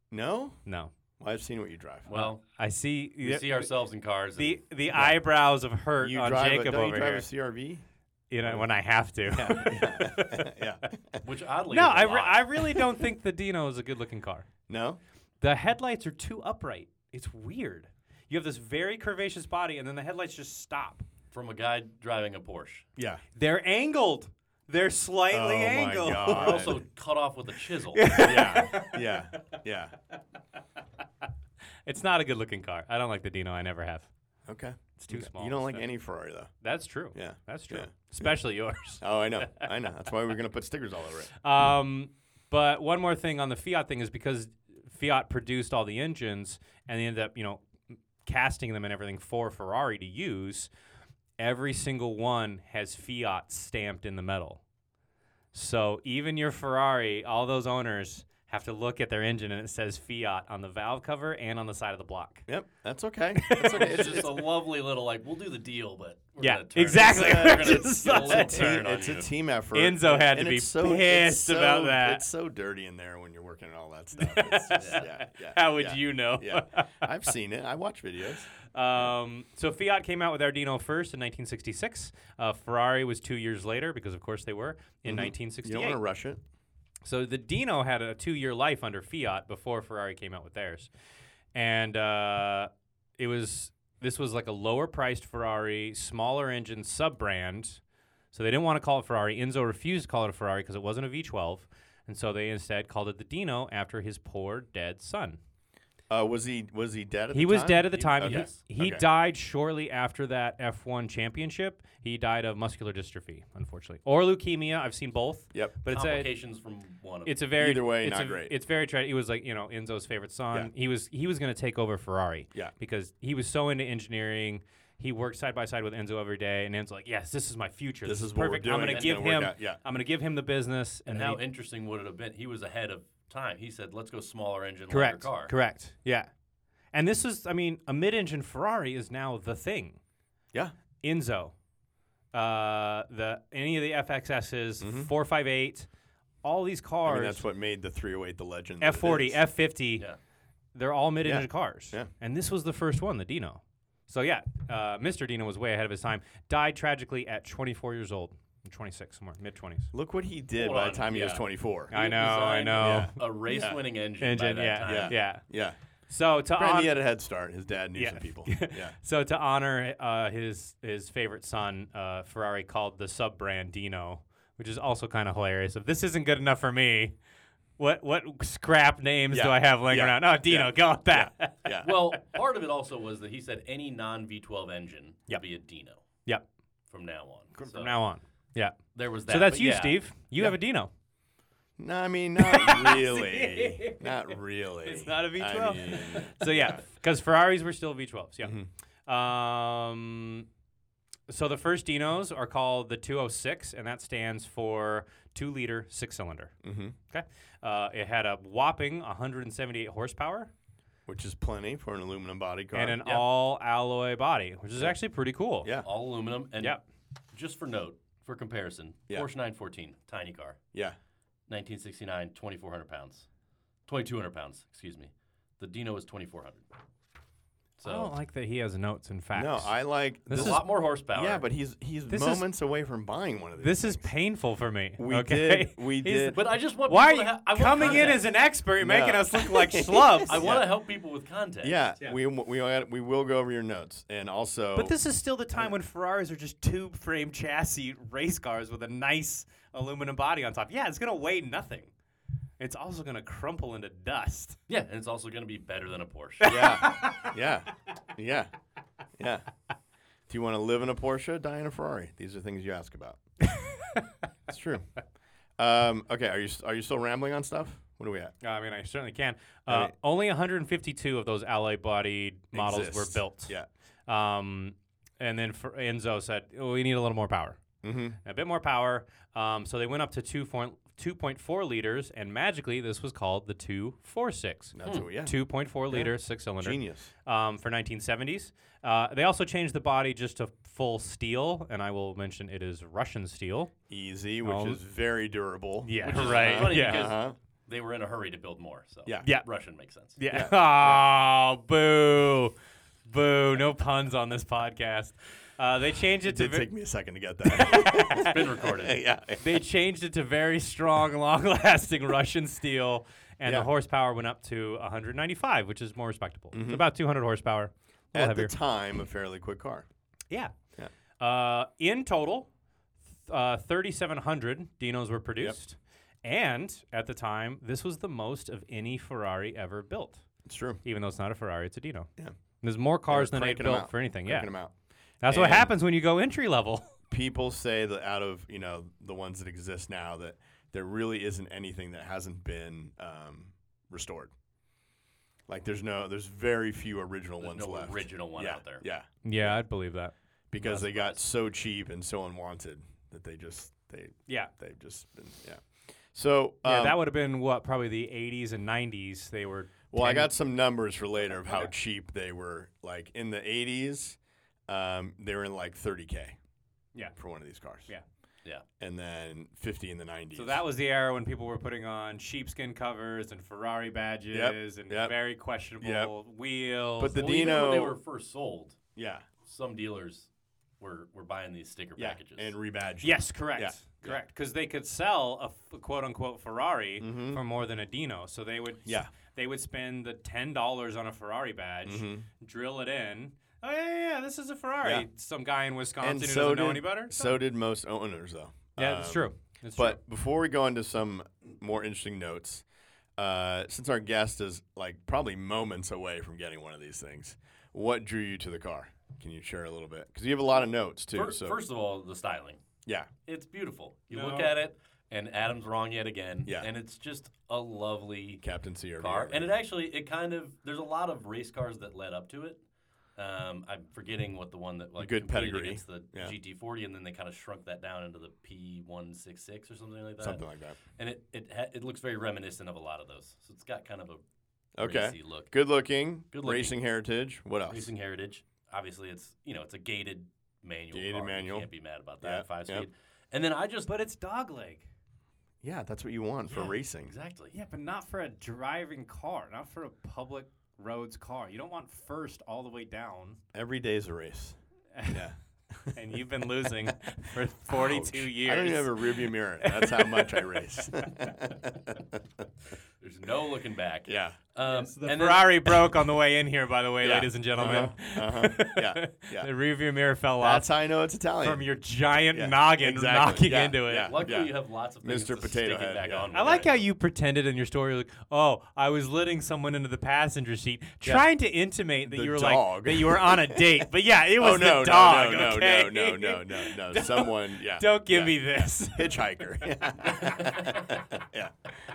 [SPEAKER 1] No.
[SPEAKER 2] No.
[SPEAKER 1] Well, I've seen what you drive.
[SPEAKER 3] Well,
[SPEAKER 2] I see.
[SPEAKER 3] we
[SPEAKER 2] the,
[SPEAKER 3] see ourselves in cars.
[SPEAKER 2] the the eyebrows of hurt
[SPEAKER 1] you
[SPEAKER 2] on
[SPEAKER 1] drive a,
[SPEAKER 2] Jacob
[SPEAKER 1] don't
[SPEAKER 2] over
[SPEAKER 1] you drive
[SPEAKER 2] here.
[SPEAKER 1] a CRV?
[SPEAKER 2] you know, when I have to.
[SPEAKER 1] yeah.
[SPEAKER 3] and- which oddly,
[SPEAKER 2] no,
[SPEAKER 3] is a
[SPEAKER 2] I, re-
[SPEAKER 3] lot.
[SPEAKER 2] I really don't think the Dino is a good looking car.
[SPEAKER 1] No.
[SPEAKER 2] The headlights are too upright. It's weird. You have this very curvaceous body, and then the headlights just stop.
[SPEAKER 3] from a guy driving a Porsche.
[SPEAKER 1] Yeah.
[SPEAKER 2] They're angled. They're slightly
[SPEAKER 1] Oh my
[SPEAKER 2] angled.
[SPEAKER 1] God.
[SPEAKER 3] They're also cut off with a chisel.
[SPEAKER 1] yeah. Yeah. Yeah.
[SPEAKER 2] It's not a good looking car. I don't like the Dino. I never have.
[SPEAKER 1] Okay.
[SPEAKER 2] It's too small.
[SPEAKER 1] You don't like
[SPEAKER 2] So-
[SPEAKER 1] any Ferrari though.
[SPEAKER 2] That's true.
[SPEAKER 1] Yeah.
[SPEAKER 2] That's true.
[SPEAKER 1] Yeah.
[SPEAKER 2] Especially yours.
[SPEAKER 1] Oh, I know. I know. That's why we're gonna put stickers all over it.
[SPEAKER 2] Um, but one more thing on the Fiat thing is because Fiat produced all the engines and they ended up, you know, casting them and everything for Ferrari to use. Every single one has Fiat stamped in the metal. So even your Ferrari, all those owners have to look at their engine and it says Fiat on the valve cover and on the side of the block.
[SPEAKER 1] Yep. That's okay. That's okay.
[SPEAKER 3] It's just a lovely little like we'll do the deal, but we're
[SPEAKER 2] Yeah,
[SPEAKER 3] gonna turn.
[SPEAKER 2] exactly.
[SPEAKER 3] We're gonna
[SPEAKER 2] Just
[SPEAKER 3] get a little
[SPEAKER 2] like-
[SPEAKER 1] It's a
[SPEAKER 3] turn
[SPEAKER 1] team-
[SPEAKER 3] on
[SPEAKER 1] it's
[SPEAKER 3] you.
[SPEAKER 1] a team effort.
[SPEAKER 2] Enzo had to
[SPEAKER 1] And
[SPEAKER 2] be
[SPEAKER 1] it's so, it's
[SPEAKER 2] pissed
[SPEAKER 1] so-
[SPEAKER 2] about that.
[SPEAKER 1] It's so dirty in there when you're working on all that stuff. It's just, yeah, yeah,
[SPEAKER 2] How would
[SPEAKER 1] yeah,
[SPEAKER 2] you know?
[SPEAKER 1] Yeah, I've seen it. I watch videos.
[SPEAKER 2] Um, so Fiat came out with Ardino first in 1966. Uh, Ferrari was two years later because, of course, they were in
[SPEAKER 1] Mm-hmm. You
[SPEAKER 2] 1968.
[SPEAKER 1] don't want to rush it.
[SPEAKER 2] So the Dino had a two-year life under Fiat before Ferrari came out with theirs, and uh, it was this was like a lower-priced Ferrari, smaller engine sub-brand. So they didn't want to call it Ferrari. Enzo refused to call it a Ferrari because it wasn't a V12, and so they instead called it the Dino after his poor dead son.
[SPEAKER 1] Uh, was he was he dead at
[SPEAKER 2] He
[SPEAKER 1] the
[SPEAKER 2] was
[SPEAKER 1] time?
[SPEAKER 2] dead at the time.
[SPEAKER 1] okay.
[SPEAKER 2] He-
[SPEAKER 1] Yes.
[SPEAKER 2] He,
[SPEAKER 1] Okay.
[SPEAKER 2] died shortly after that F1 championship. He died of muscular dystrophy, unfortunately, or leukemia. I've seen both.
[SPEAKER 1] Yep.
[SPEAKER 2] But it's a
[SPEAKER 3] Complications from one of
[SPEAKER 2] it's a very
[SPEAKER 1] Either way,
[SPEAKER 2] it's
[SPEAKER 1] not
[SPEAKER 2] a-
[SPEAKER 1] great.
[SPEAKER 2] It's very tragic. It was like you know Enzo's favorite son. He was he was going to take over Ferrari.
[SPEAKER 1] Yeah.
[SPEAKER 2] Because he was so into engineering. He worked side by side with Enzo every day, and Enzo's like, "Yes, this is my future.
[SPEAKER 1] This
[SPEAKER 2] This,
[SPEAKER 1] is what we're
[SPEAKER 2] perfect.
[SPEAKER 1] doing.
[SPEAKER 2] I'm going to
[SPEAKER 1] It's
[SPEAKER 2] give
[SPEAKER 1] gonna work
[SPEAKER 2] him.
[SPEAKER 1] out." Yeah.
[SPEAKER 2] I'm going to give him the business."
[SPEAKER 3] And
[SPEAKER 2] And, then
[SPEAKER 3] how
[SPEAKER 2] he-
[SPEAKER 3] interesting would it have been? He was ahead of time. He said, "Let's go smaller engine,
[SPEAKER 2] Correct.
[SPEAKER 3] lighter car."
[SPEAKER 2] Correct. Yeah. And this is, I mean, a mid-engine Ferrari is now the thing.
[SPEAKER 1] Yeah.
[SPEAKER 2] Enzo, uh, the any of the FXSs, four five eight, all these
[SPEAKER 1] Mm-hmm. I
[SPEAKER 2] cars,
[SPEAKER 1] mean, that's what made the 308 the legend. that it
[SPEAKER 2] F forty,
[SPEAKER 1] is.
[SPEAKER 2] F fifty,
[SPEAKER 3] Yeah.
[SPEAKER 2] they're all mid engine cars.
[SPEAKER 1] Yeah.
[SPEAKER 2] And this was the first one, the Dino. So yeah, uh, Mr. Dino was way ahead of his time. Died tragically at 24 years old, 26 somewhere, mid 20s.
[SPEAKER 1] Look what he did
[SPEAKER 3] Hold
[SPEAKER 1] by
[SPEAKER 3] on,
[SPEAKER 1] the time he was
[SPEAKER 3] yeah.
[SPEAKER 1] 24.
[SPEAKER 2] I
[SPEAKER 3] He
[SPEAKER 2] know, I
[SPEAKER 3] designed
[SPEAKER 2] know.
[SPEAKER 3] A race-winning engine. by
[SPEAKER 2] Engine,
[SPEAKER 3] that
[SPEAKER 2] yeah,
[SPEAKER 3] time.
[SPEAKER 2] yeah, yeah.
[SPEAKER 1] Yeah.
[SPEAKER 2] So to
[SPEAKER 1] Granted, he
[SPEAKER 2] honor,
[SPEAKER 1] had a head start. His dad knew
[SPEAKER 2] Yeah.
[SPEAKER 1] some people. Yeah.
[SPEAKER 2] so to honor uh, his his favorite son, uh, Ferrari called the sub brand Dino which is also kind of hilarious. If this isn't good enough for me, what what scrap names do
[SPEAKER 1] Yeah,
[SPEAKER 2] I have laying
[SPEAKER 1] yeah,
[SPEAKER 2] around? Oh, Dino,
[SPEAKER 1] yeah,
[SPEAKER 2] go with that.
[SPEAKER 1] Yeah.
[SPEAKER 3] Well, part of it also was that he said any non V12 engine
[SPEAKER 2] Yep.
[SPEAKER 3] will be a Dino
[SPEAKER 2] yep.
[SPEAKER 3] from now on.
[SPEAKER 2] From
[SPEAKER 3] So
[SPEAKER 2] now on. Yeah.
[SPEAKER 3] there was that.
[SPEAKER 2] so that's
[SPEAKER 3] but
[SPEAKER 2] you,
[SPEAKER 3] yeah.
[SPEAKER 2] Steve. You have a Dino.
[SPEAKER 1] No, I mean not really. not really.
[SPEAKER 2] It's not a
[SPEAKER 1] I
[SPEAKER 2] V12.
[SPEAKER 1] mean,
[SPEAKER 2] so yeah, because Ferraris were still V12s. Yeah.
[SPEAKER 1] Mm-hmm.
[SPEAKER 2] Um, so the first Dinos are called the 206, and that stands for two liter six cylinder.
[SPEAKER 1] mhm.
[SPEAKER 2] Okay. Uh, it had a whopping 178 horsepower
[SPEAKER 1] Which is plenty for an aluminum body car.
[SPEAKER 2] and an
[SPEAKER 3] yeah.
[SPEAKER 2] all alloy body, which is actually pretty cool.
[SPEAKER 1] yeah,
[SPEAKER 3] All aluminum. And
[SPEAKER 2] Yep.
[SPEAKER 3] just for note, for comparison,
[SPEAKER 1] Yeah.
[SPEAKER 3] Porsche 914, tiny car,
[SPEAKER 1] yeah.
[SPEAKER 3] 1969, 2,400 pounds. 2,200 pounds, excuse me. The Dino is 2,400. So
[SPEAKER 2] Oh, I don't like that he has notes and facts.
[SPEAKER 1] No, I like
[SPEAKER 2] This
[SPEAKER 3] there's
[SPEAKER 2] is-
[SPEAKER 3] a lot more horsepower.
[SPEAKER 1] Yeah, but he's he's
[SPEAKER 2] This is-
[SPEAKER 1] moments away from buying one of these.
[SPEAKER 2] This is painful for me.
[SPEAKER 1] We
[SPEAKER 2] okay?
[SPEAKER 1] did- we
[SPEAKER 2] He's-
[SPEAKER 1] did.
[SPEAKER 3] But I just want
[SPEAKER 2] Why are
[SPEAKER 3] people
[SPEAKER 2] you
[SPEAKER 3] to ha- I want
[SPEAKER 2] coming in
[SPEAKER 3] context.
[SPEAKER 2] as an expert, and making
[SPEAKER 1] No.
[SPEAKER 2] us look like schlubs?
[SPEAKER 3] I want to help people with context.
[SPEAKER 1] yeah,
[SPEAKER 2] Yeah.
[SPEAKER 1] we we we will go over your notes and also.
[SPEAKER 2] But this is still the time when Ferraris are just tube frame chassis race cars with a nice aluminum body on top. Yeah, it's gonna weigh nothing. It's also gonna crumple into dust.
[SPEAKER 3] Yeah, and it's also going to be better than a Porsche.
[SPEAKER 1] Yeah, yeah, yeah, yeah. Do you want to live in a Porsche, die in a Ferrari? These are things you ask about. it's true. Um, okay, are you s- are you still rambling on stuff? What are we at?
[SPEAKER 2] I mean, I certainly can.
[SPEAKER 1] I
[SPEAKER 2] Uh,
[SPEAKER 1] mean-
[SPEAKER 2] only 152 of those alloy bodied models were
[SPEAKER 1] Exists.
[SPEAKER 2] built. Hmm.
[SPEAKER 1] Yeah.
[SPEAKER 2] Um, and then for Enzo said, oh, we need a little more power.
[SPEAKER 1] Mm-hmm.
[SPEAKER 2] a bit more power. Um, so they went up to 2.4 2.4 liters, and magically, this was called the 246.
[SPEAKER 1] That's what, yeah.
[SPEAKER 2] 2.4 liter six cylinder
[SPEAKER 1] Genius.
[SPEAKER 2] um, for 1970s. Uh, they also changed the body just to full steel, and I will mention it is Russian steel.
[SPEAKER 1] Easy, which
[SPEAKER 2] Um,
[SPEAKER 1] is very durable.
[SPEAKER 2] Yeah,
[SPEAKER 3] Which is
[SPEAKER 2] right.
[SPEAKER 3] funny
[SPEAKER 2] yeah.
[SPEAKER 3] because-
[SPEAKER 1] Uh-huh.
[SPEAKER 3] They were in a hurry to build more. So
[SPEAKER 1] Yeah.
[SPEAKER 2] Yeah.
[SPEAKER 3] Russian makes sense.
[SPEAKER 2] Yeah. Oh, boo. Boo. No puns on this podcast. Uh, they changed it
[SPEAKER 1] It
[SPEAKER 2] to.
[SPEAKER 1] did
[SPEAKER 2] ve-
[SPEAKER 1] take me a second to get that.
[SPEAKER 3] It's been recorded.
[SPEAKER 1] yeah.
[SPEAKER 2] they changed it to very strong, long-lasting Russian steel, and
[SPEAKER 1] Yeah.
[SPEAKER 2] the horsepower went up to 195, which is more respectable. It's about 200 horsepower, a little
[SPEAKER 1] At the
[SPEAKER 2] heavier.
[SPEAKER 1] time, a fairly quick car.
[SPEAKER 2] yeah. Uh, in total, th- uh, 3,700 Dinos were produced, and at the time, this was the most of any Ferrari ever built.
[SPEAKER 1] It's true.
[SPEAKER 2] Even though it's not a Ferrari, it's a Dino.
[SPEAKER 1] Yeah.
[SPEAKER 2] There's more cars
[SPEAKER 1] They're
[SPEAKER 2] than they
[SPEAKER 1] cranking 'em
[SPEAKER 2] built
[SPEAKER 1] out,
[SPEAKER 2] for anything.
[SPEAKER 1] Checking
[SPEAKER 2] Yeah,
[SPEAKER 1] 'em out.
[SPEAKER 2] that's what
[SPEAKER 1] And-
[SPEAKER 2] happens when you go entry level.
[SPEAKER 1] people say that out of you know the ones that exist now that there really isn't anything that hasn't been um, restored. Like there's no there's very few original
[SPEAKER 3] There's
[SPEAKER 1] ones
[SPEAKER 3] no
[SPEAKER 1] left.
[SPEAKER 3] original one
[SPEAKER 1] yeah,
[SPEAKER 3] out there.
[SPEAKER 1] Yeah,
[SPEAKER 2] yeah, I'd believe that.
[SPEAKER 1] because they got so cheap and so unwanted that they just they
[SPEAKER 2] Yeah.
[SPEAKER 1] they've just been yeah. So um,
[SPEAKER 2] Yeah, that would have been what probably the 80s and 90s. They were
[SPEAKER 1] well, I
[SPEAKER 2] 10
[SPEAKER 1] got some numbers for later of how cheap they were. Like in the 80s, um, they were in like 30k.
[SPEAKER 2] Yeah.
[SPEAKER 1] for one of these cars.
[SPEAKER 2] Yeah.
[SPEAKER 3] Yeah.
[SPEAKER 1] and then 50 in the 90s.
[SPEAKER 2] So that was the era when people were putting on sheepskin covers and Ferrari badges and
[SPEAKER 1] yep.
[SPEAKER 2] very questionable
[SPEAKER 1] Yep.
[SPEAKER 2] wheels.
[SPEAKER 1] But the
[SPEAKER 2] and-
[SPEAKER 3] Well, even when they
[SPEAKER 1] Dino-
[SPEAKER 3] were first sold,
[SPEAKER 1] yeah.
[SPEAKER 3] some dealers were, were buying these sticker
[SPEAKER 1] Yeah,
[SPEAKER 3] packages.
[SPEAKER 1] and rebadged.
[SPEAKER 2] yes, correct,
[SPEAKER 1] Yeah. Mm-hmm.
[SPEAKER 2] correct, because they could sell a f- quote unquote Ferrari for more than a Dino. So they would
[SPEAKER 1] Yeah.
[SPEAKER 2] they would spend the ten dollars on a Ferrari badge, drill it in. Oh yeah, yeah, yeah, this is a Ferrari.
[SPEAKER 1] Mm-hmm. Yeah.
[SPEAKER 2] Some guy in Wisconsin
[SPEAKER 1] And
[SPEAKER 2] who
[SPEAKER 1] so
[SPEAKER 2] doesn't
[SPEAKER 1] did,
[SPEAKER 2] know any better.
[SPEAKER 1] So did most owners, though.
[SPEAKER 2] yeah, it's
[SPEAKER 1] Um,
[SPEAKER 2] true. It's true.
[SPEAKER 1] But before we go into some more interesting notes, uh, since our guest is like probably moments away from getting one of these things, what drew you to the car? Can you share a little bit? Because you have a lot of notes too.
[SPEAKER 3] Fir-
[SPEAKER 1] so
[SPEAKER 3] First of all, the styling.
[SPEAKER 1] yeah,
[SPEAKER 3] It's beautiful. You
[SPEAKER 2] No.
[SPEAKER 3] look at it, and Adam's wrong yet again.
[SPEAKER 1] Yeah.
[SPEAKER 3] And it's just a lovely
[SPEAKER 1] Captain C or
[SPEAKER 3] car. And it actually, it kind of, there's a lot of race cars that led up to it. Um, I'm forgetting what the one that like
[SPEAKER 1] good
[SPEAKER 3] competed
[SPEAKER 1] pedigree.
[SPEAKER 3] against the
[SPEAKER 1] Yeah.
[SPEAKER 3] GT40, and then they kind of shrunk that down into the P166 or something like that.
[SPEAKER 1] something like that.
[SPEAKER 3] and it it ha- it looks very reminiscent of a lot of those. So it's got kind of a
[SPEAKER 1] Okay.
[SPEAKER 3] racy look.
[SPEAKER 1] Good looking,
[SPEAKER 3] Good looking.
[SPEAKER 1] racing heritage. What else?
[SPEAKER 3] Racing heritage. Obviously, it's you know it's a gated manual.
[SPEAKER 1] Gated
[SPEAKER 3] car.
[SPEAKER 1] manual.
[SPEAKER 3] You can't be mad about that.
[SPEAKER 1] Yeah,
[SPEAKER 3] Five
[SPEAKER 1] yeah.
[SPEAKER 3] speed. And then I just
[SPEAKER 2] but it's dogleg.
[SPEAKER 1] Yeah, that's what you want for
[SPEAKER 3] Yeah,
[SPEAKER 1] racing.
[SPEAKER 3] exactly.
[SPEAKER 2] Yeah, but not for a driving car, not for a public roads car. You don't want first all the way down.
[SPEAKER 1] Every day is a race. Yeah.
[SPEAKER 2] And you've been losing for 42
[SPEAKER 1] Ouch.
[SPEAKER 2] years.
[SPEAKER 1] I don't even have a rearview mirror. That's how much I race.
[SPEAKER 3] There's no looking back.
[SPEAKER 1] Yeah.
[SPEAKER 3] Um,
[SPEAKER 2] The
[SPEAKER 3] and then-
[SPEAKER 2] Ferrari broke on the way in here, by the way,
[SPEAKER 1] Yeah.
[SPEAKER 2] ladies and gentlemen.
[SPEAKER 1] Uh-huh. Uh-huh. Yeah. Yeah.
[SPEAKER 2] the rearview mirror fell
[SPEAKER 1] That's
[SPEAKER 2] off
[SPEAKER 1] how I know it's Italian.
[SPEAKER 2] from your giant
[SPEAKER 1] Yeah,
[SPEAKER 2] noggin
[SPEAKER 1] exactly.
[SPEAKER 2] knocking
[SPEAKER 1] Yeah,
[SPEAKER 2] into it.
[SPEAKER 1] yeah.
[SPEAKER 3] Luckily, you have lots of things
[SPEAKER 1] Mr.
[SPEAKER 3] to
[SPEAKER 1] Potato
[SPEAKER 3] stick
[SPEAKER 1] Head,
[SPEAKER 3] it back
[SPEAKER 1] yeah.
[SPEAKER 3] on.
[SPEAKER 1] I
[SPEAKER 2] I
[SPEAKER 3] with.
[SPEAKER 2] like how you pretended in your story, like, "Oh, I was letting someone into the passenger seat," trying to intimate that
[SPEAKER 1] The
[SPEAKER 2] you were
[SPEAKER 1] dog.
[SPEAKER 2] like that you were on a date. But yeah, it was
[SPEAKER 1] oh no,
[SPEAKER 2] the dog.
[SPEAKER 1] no, no,
[SPEAKER 2] okay?
[SPEAKER 1] no, no, no, no, no. Someone, yeah.
[SPEAKER 2] Don't give
[SPEAKER 1] yeah.
[SPEAKER 2] me this.
[SPEAKER 1] hitchhiker. yeah,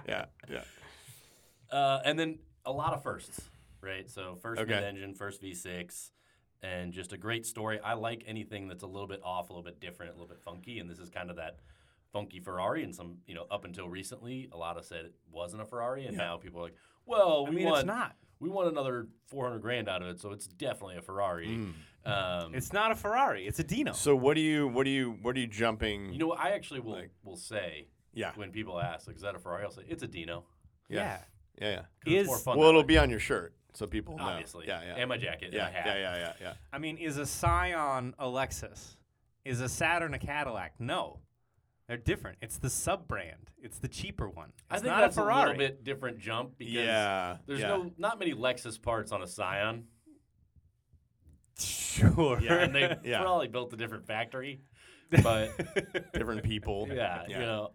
[SPEAKER 1] yeah, yeah.
[SPEAKER 3] Uh, and then a lot of firsts, right? So first
[SPEAKER 1] Okay.
[SPEAKER 3] mid-engine, first V6, and just a great story. I like anything that's a little bit off, a little bit different, a little bit funky, and this is kind of that funky Ferrari. And some, you know, up until recently, a lot of said it wasn't a Ferrari, and now people are like, "Well,
[SPEAKER 2] I
[SPEAKER 3] we
[SPEAKER 2] mean,
[SPEAKER 3] want
[SPEAKER 2] it's not.
[SPEAKER 3] we want another 400 grand out of it, so it's definitely a Ferrari."
[SPEAKER 1] Mm.
[SPEAKER 3] Um,
[SPEAKER 2] It's not a Ferrari. It's a Dino.
[SPEAKER 1] So what do you, what do you, what are you jumping?
[SPEAKER 3] you know, what? I actually will
[SPEAKER 1] Like-
[SPEAKER 3] will say
[SPEAKER 1] yeah,
[SPEAKER 3] when people ask, like, "Is that a Ferrari?" I'll say, "It's a Dino."
[SPEAKER 1] yeah, yeah, yeah.
[SPEAKER 3] 'cause it's
[SPEAKER 2] Is-
[SPEAKER 3] more fun
[SPEAKER 1] Well,
[SPEAKER 3] that
[SPEAKER 1] it'll
[SPEAKER 3] way,
[SPEAKER 1] be on your shirt, so people know.
[SPEAKER 3] obviously,
[SPEAKER 1] Yeah, yeah,
[SPEAKER 3] and my jacket,
[SPEAKER 1] yeah,
[SPEAKER 3] and my hat.
[SPEAKER 1] yeah, yeah, yeah, yeah.
[SPEAKER 2] I mean, is a Scion a Lexus? Is a Saturn a Cadillac? No, they're different. It's the sub brand. It's the cheaper one. It's
[SPEAKER 3] I think
[SPEAKER 2] not
[SPEAKER 3] that's
[SPEAKER 2] a Ferrari.
[SPEAKER 3] little bit different jump because
[SPEAKER 1] Yeah,
[SPEAKER 3] there's
[SPEAKER 1] yeah.
[SPEAKER 3] no not many Lexus parts on a Scion.
[SPEAKER 2] sure.
[SPEAKER 3] Yeah, and they
[SPEAKER 1] Yeah.
[SPEAKER 3] probably built a different factory, but
[SPEAKER 1] different people.
[SPEAKER 3] yeah, you know,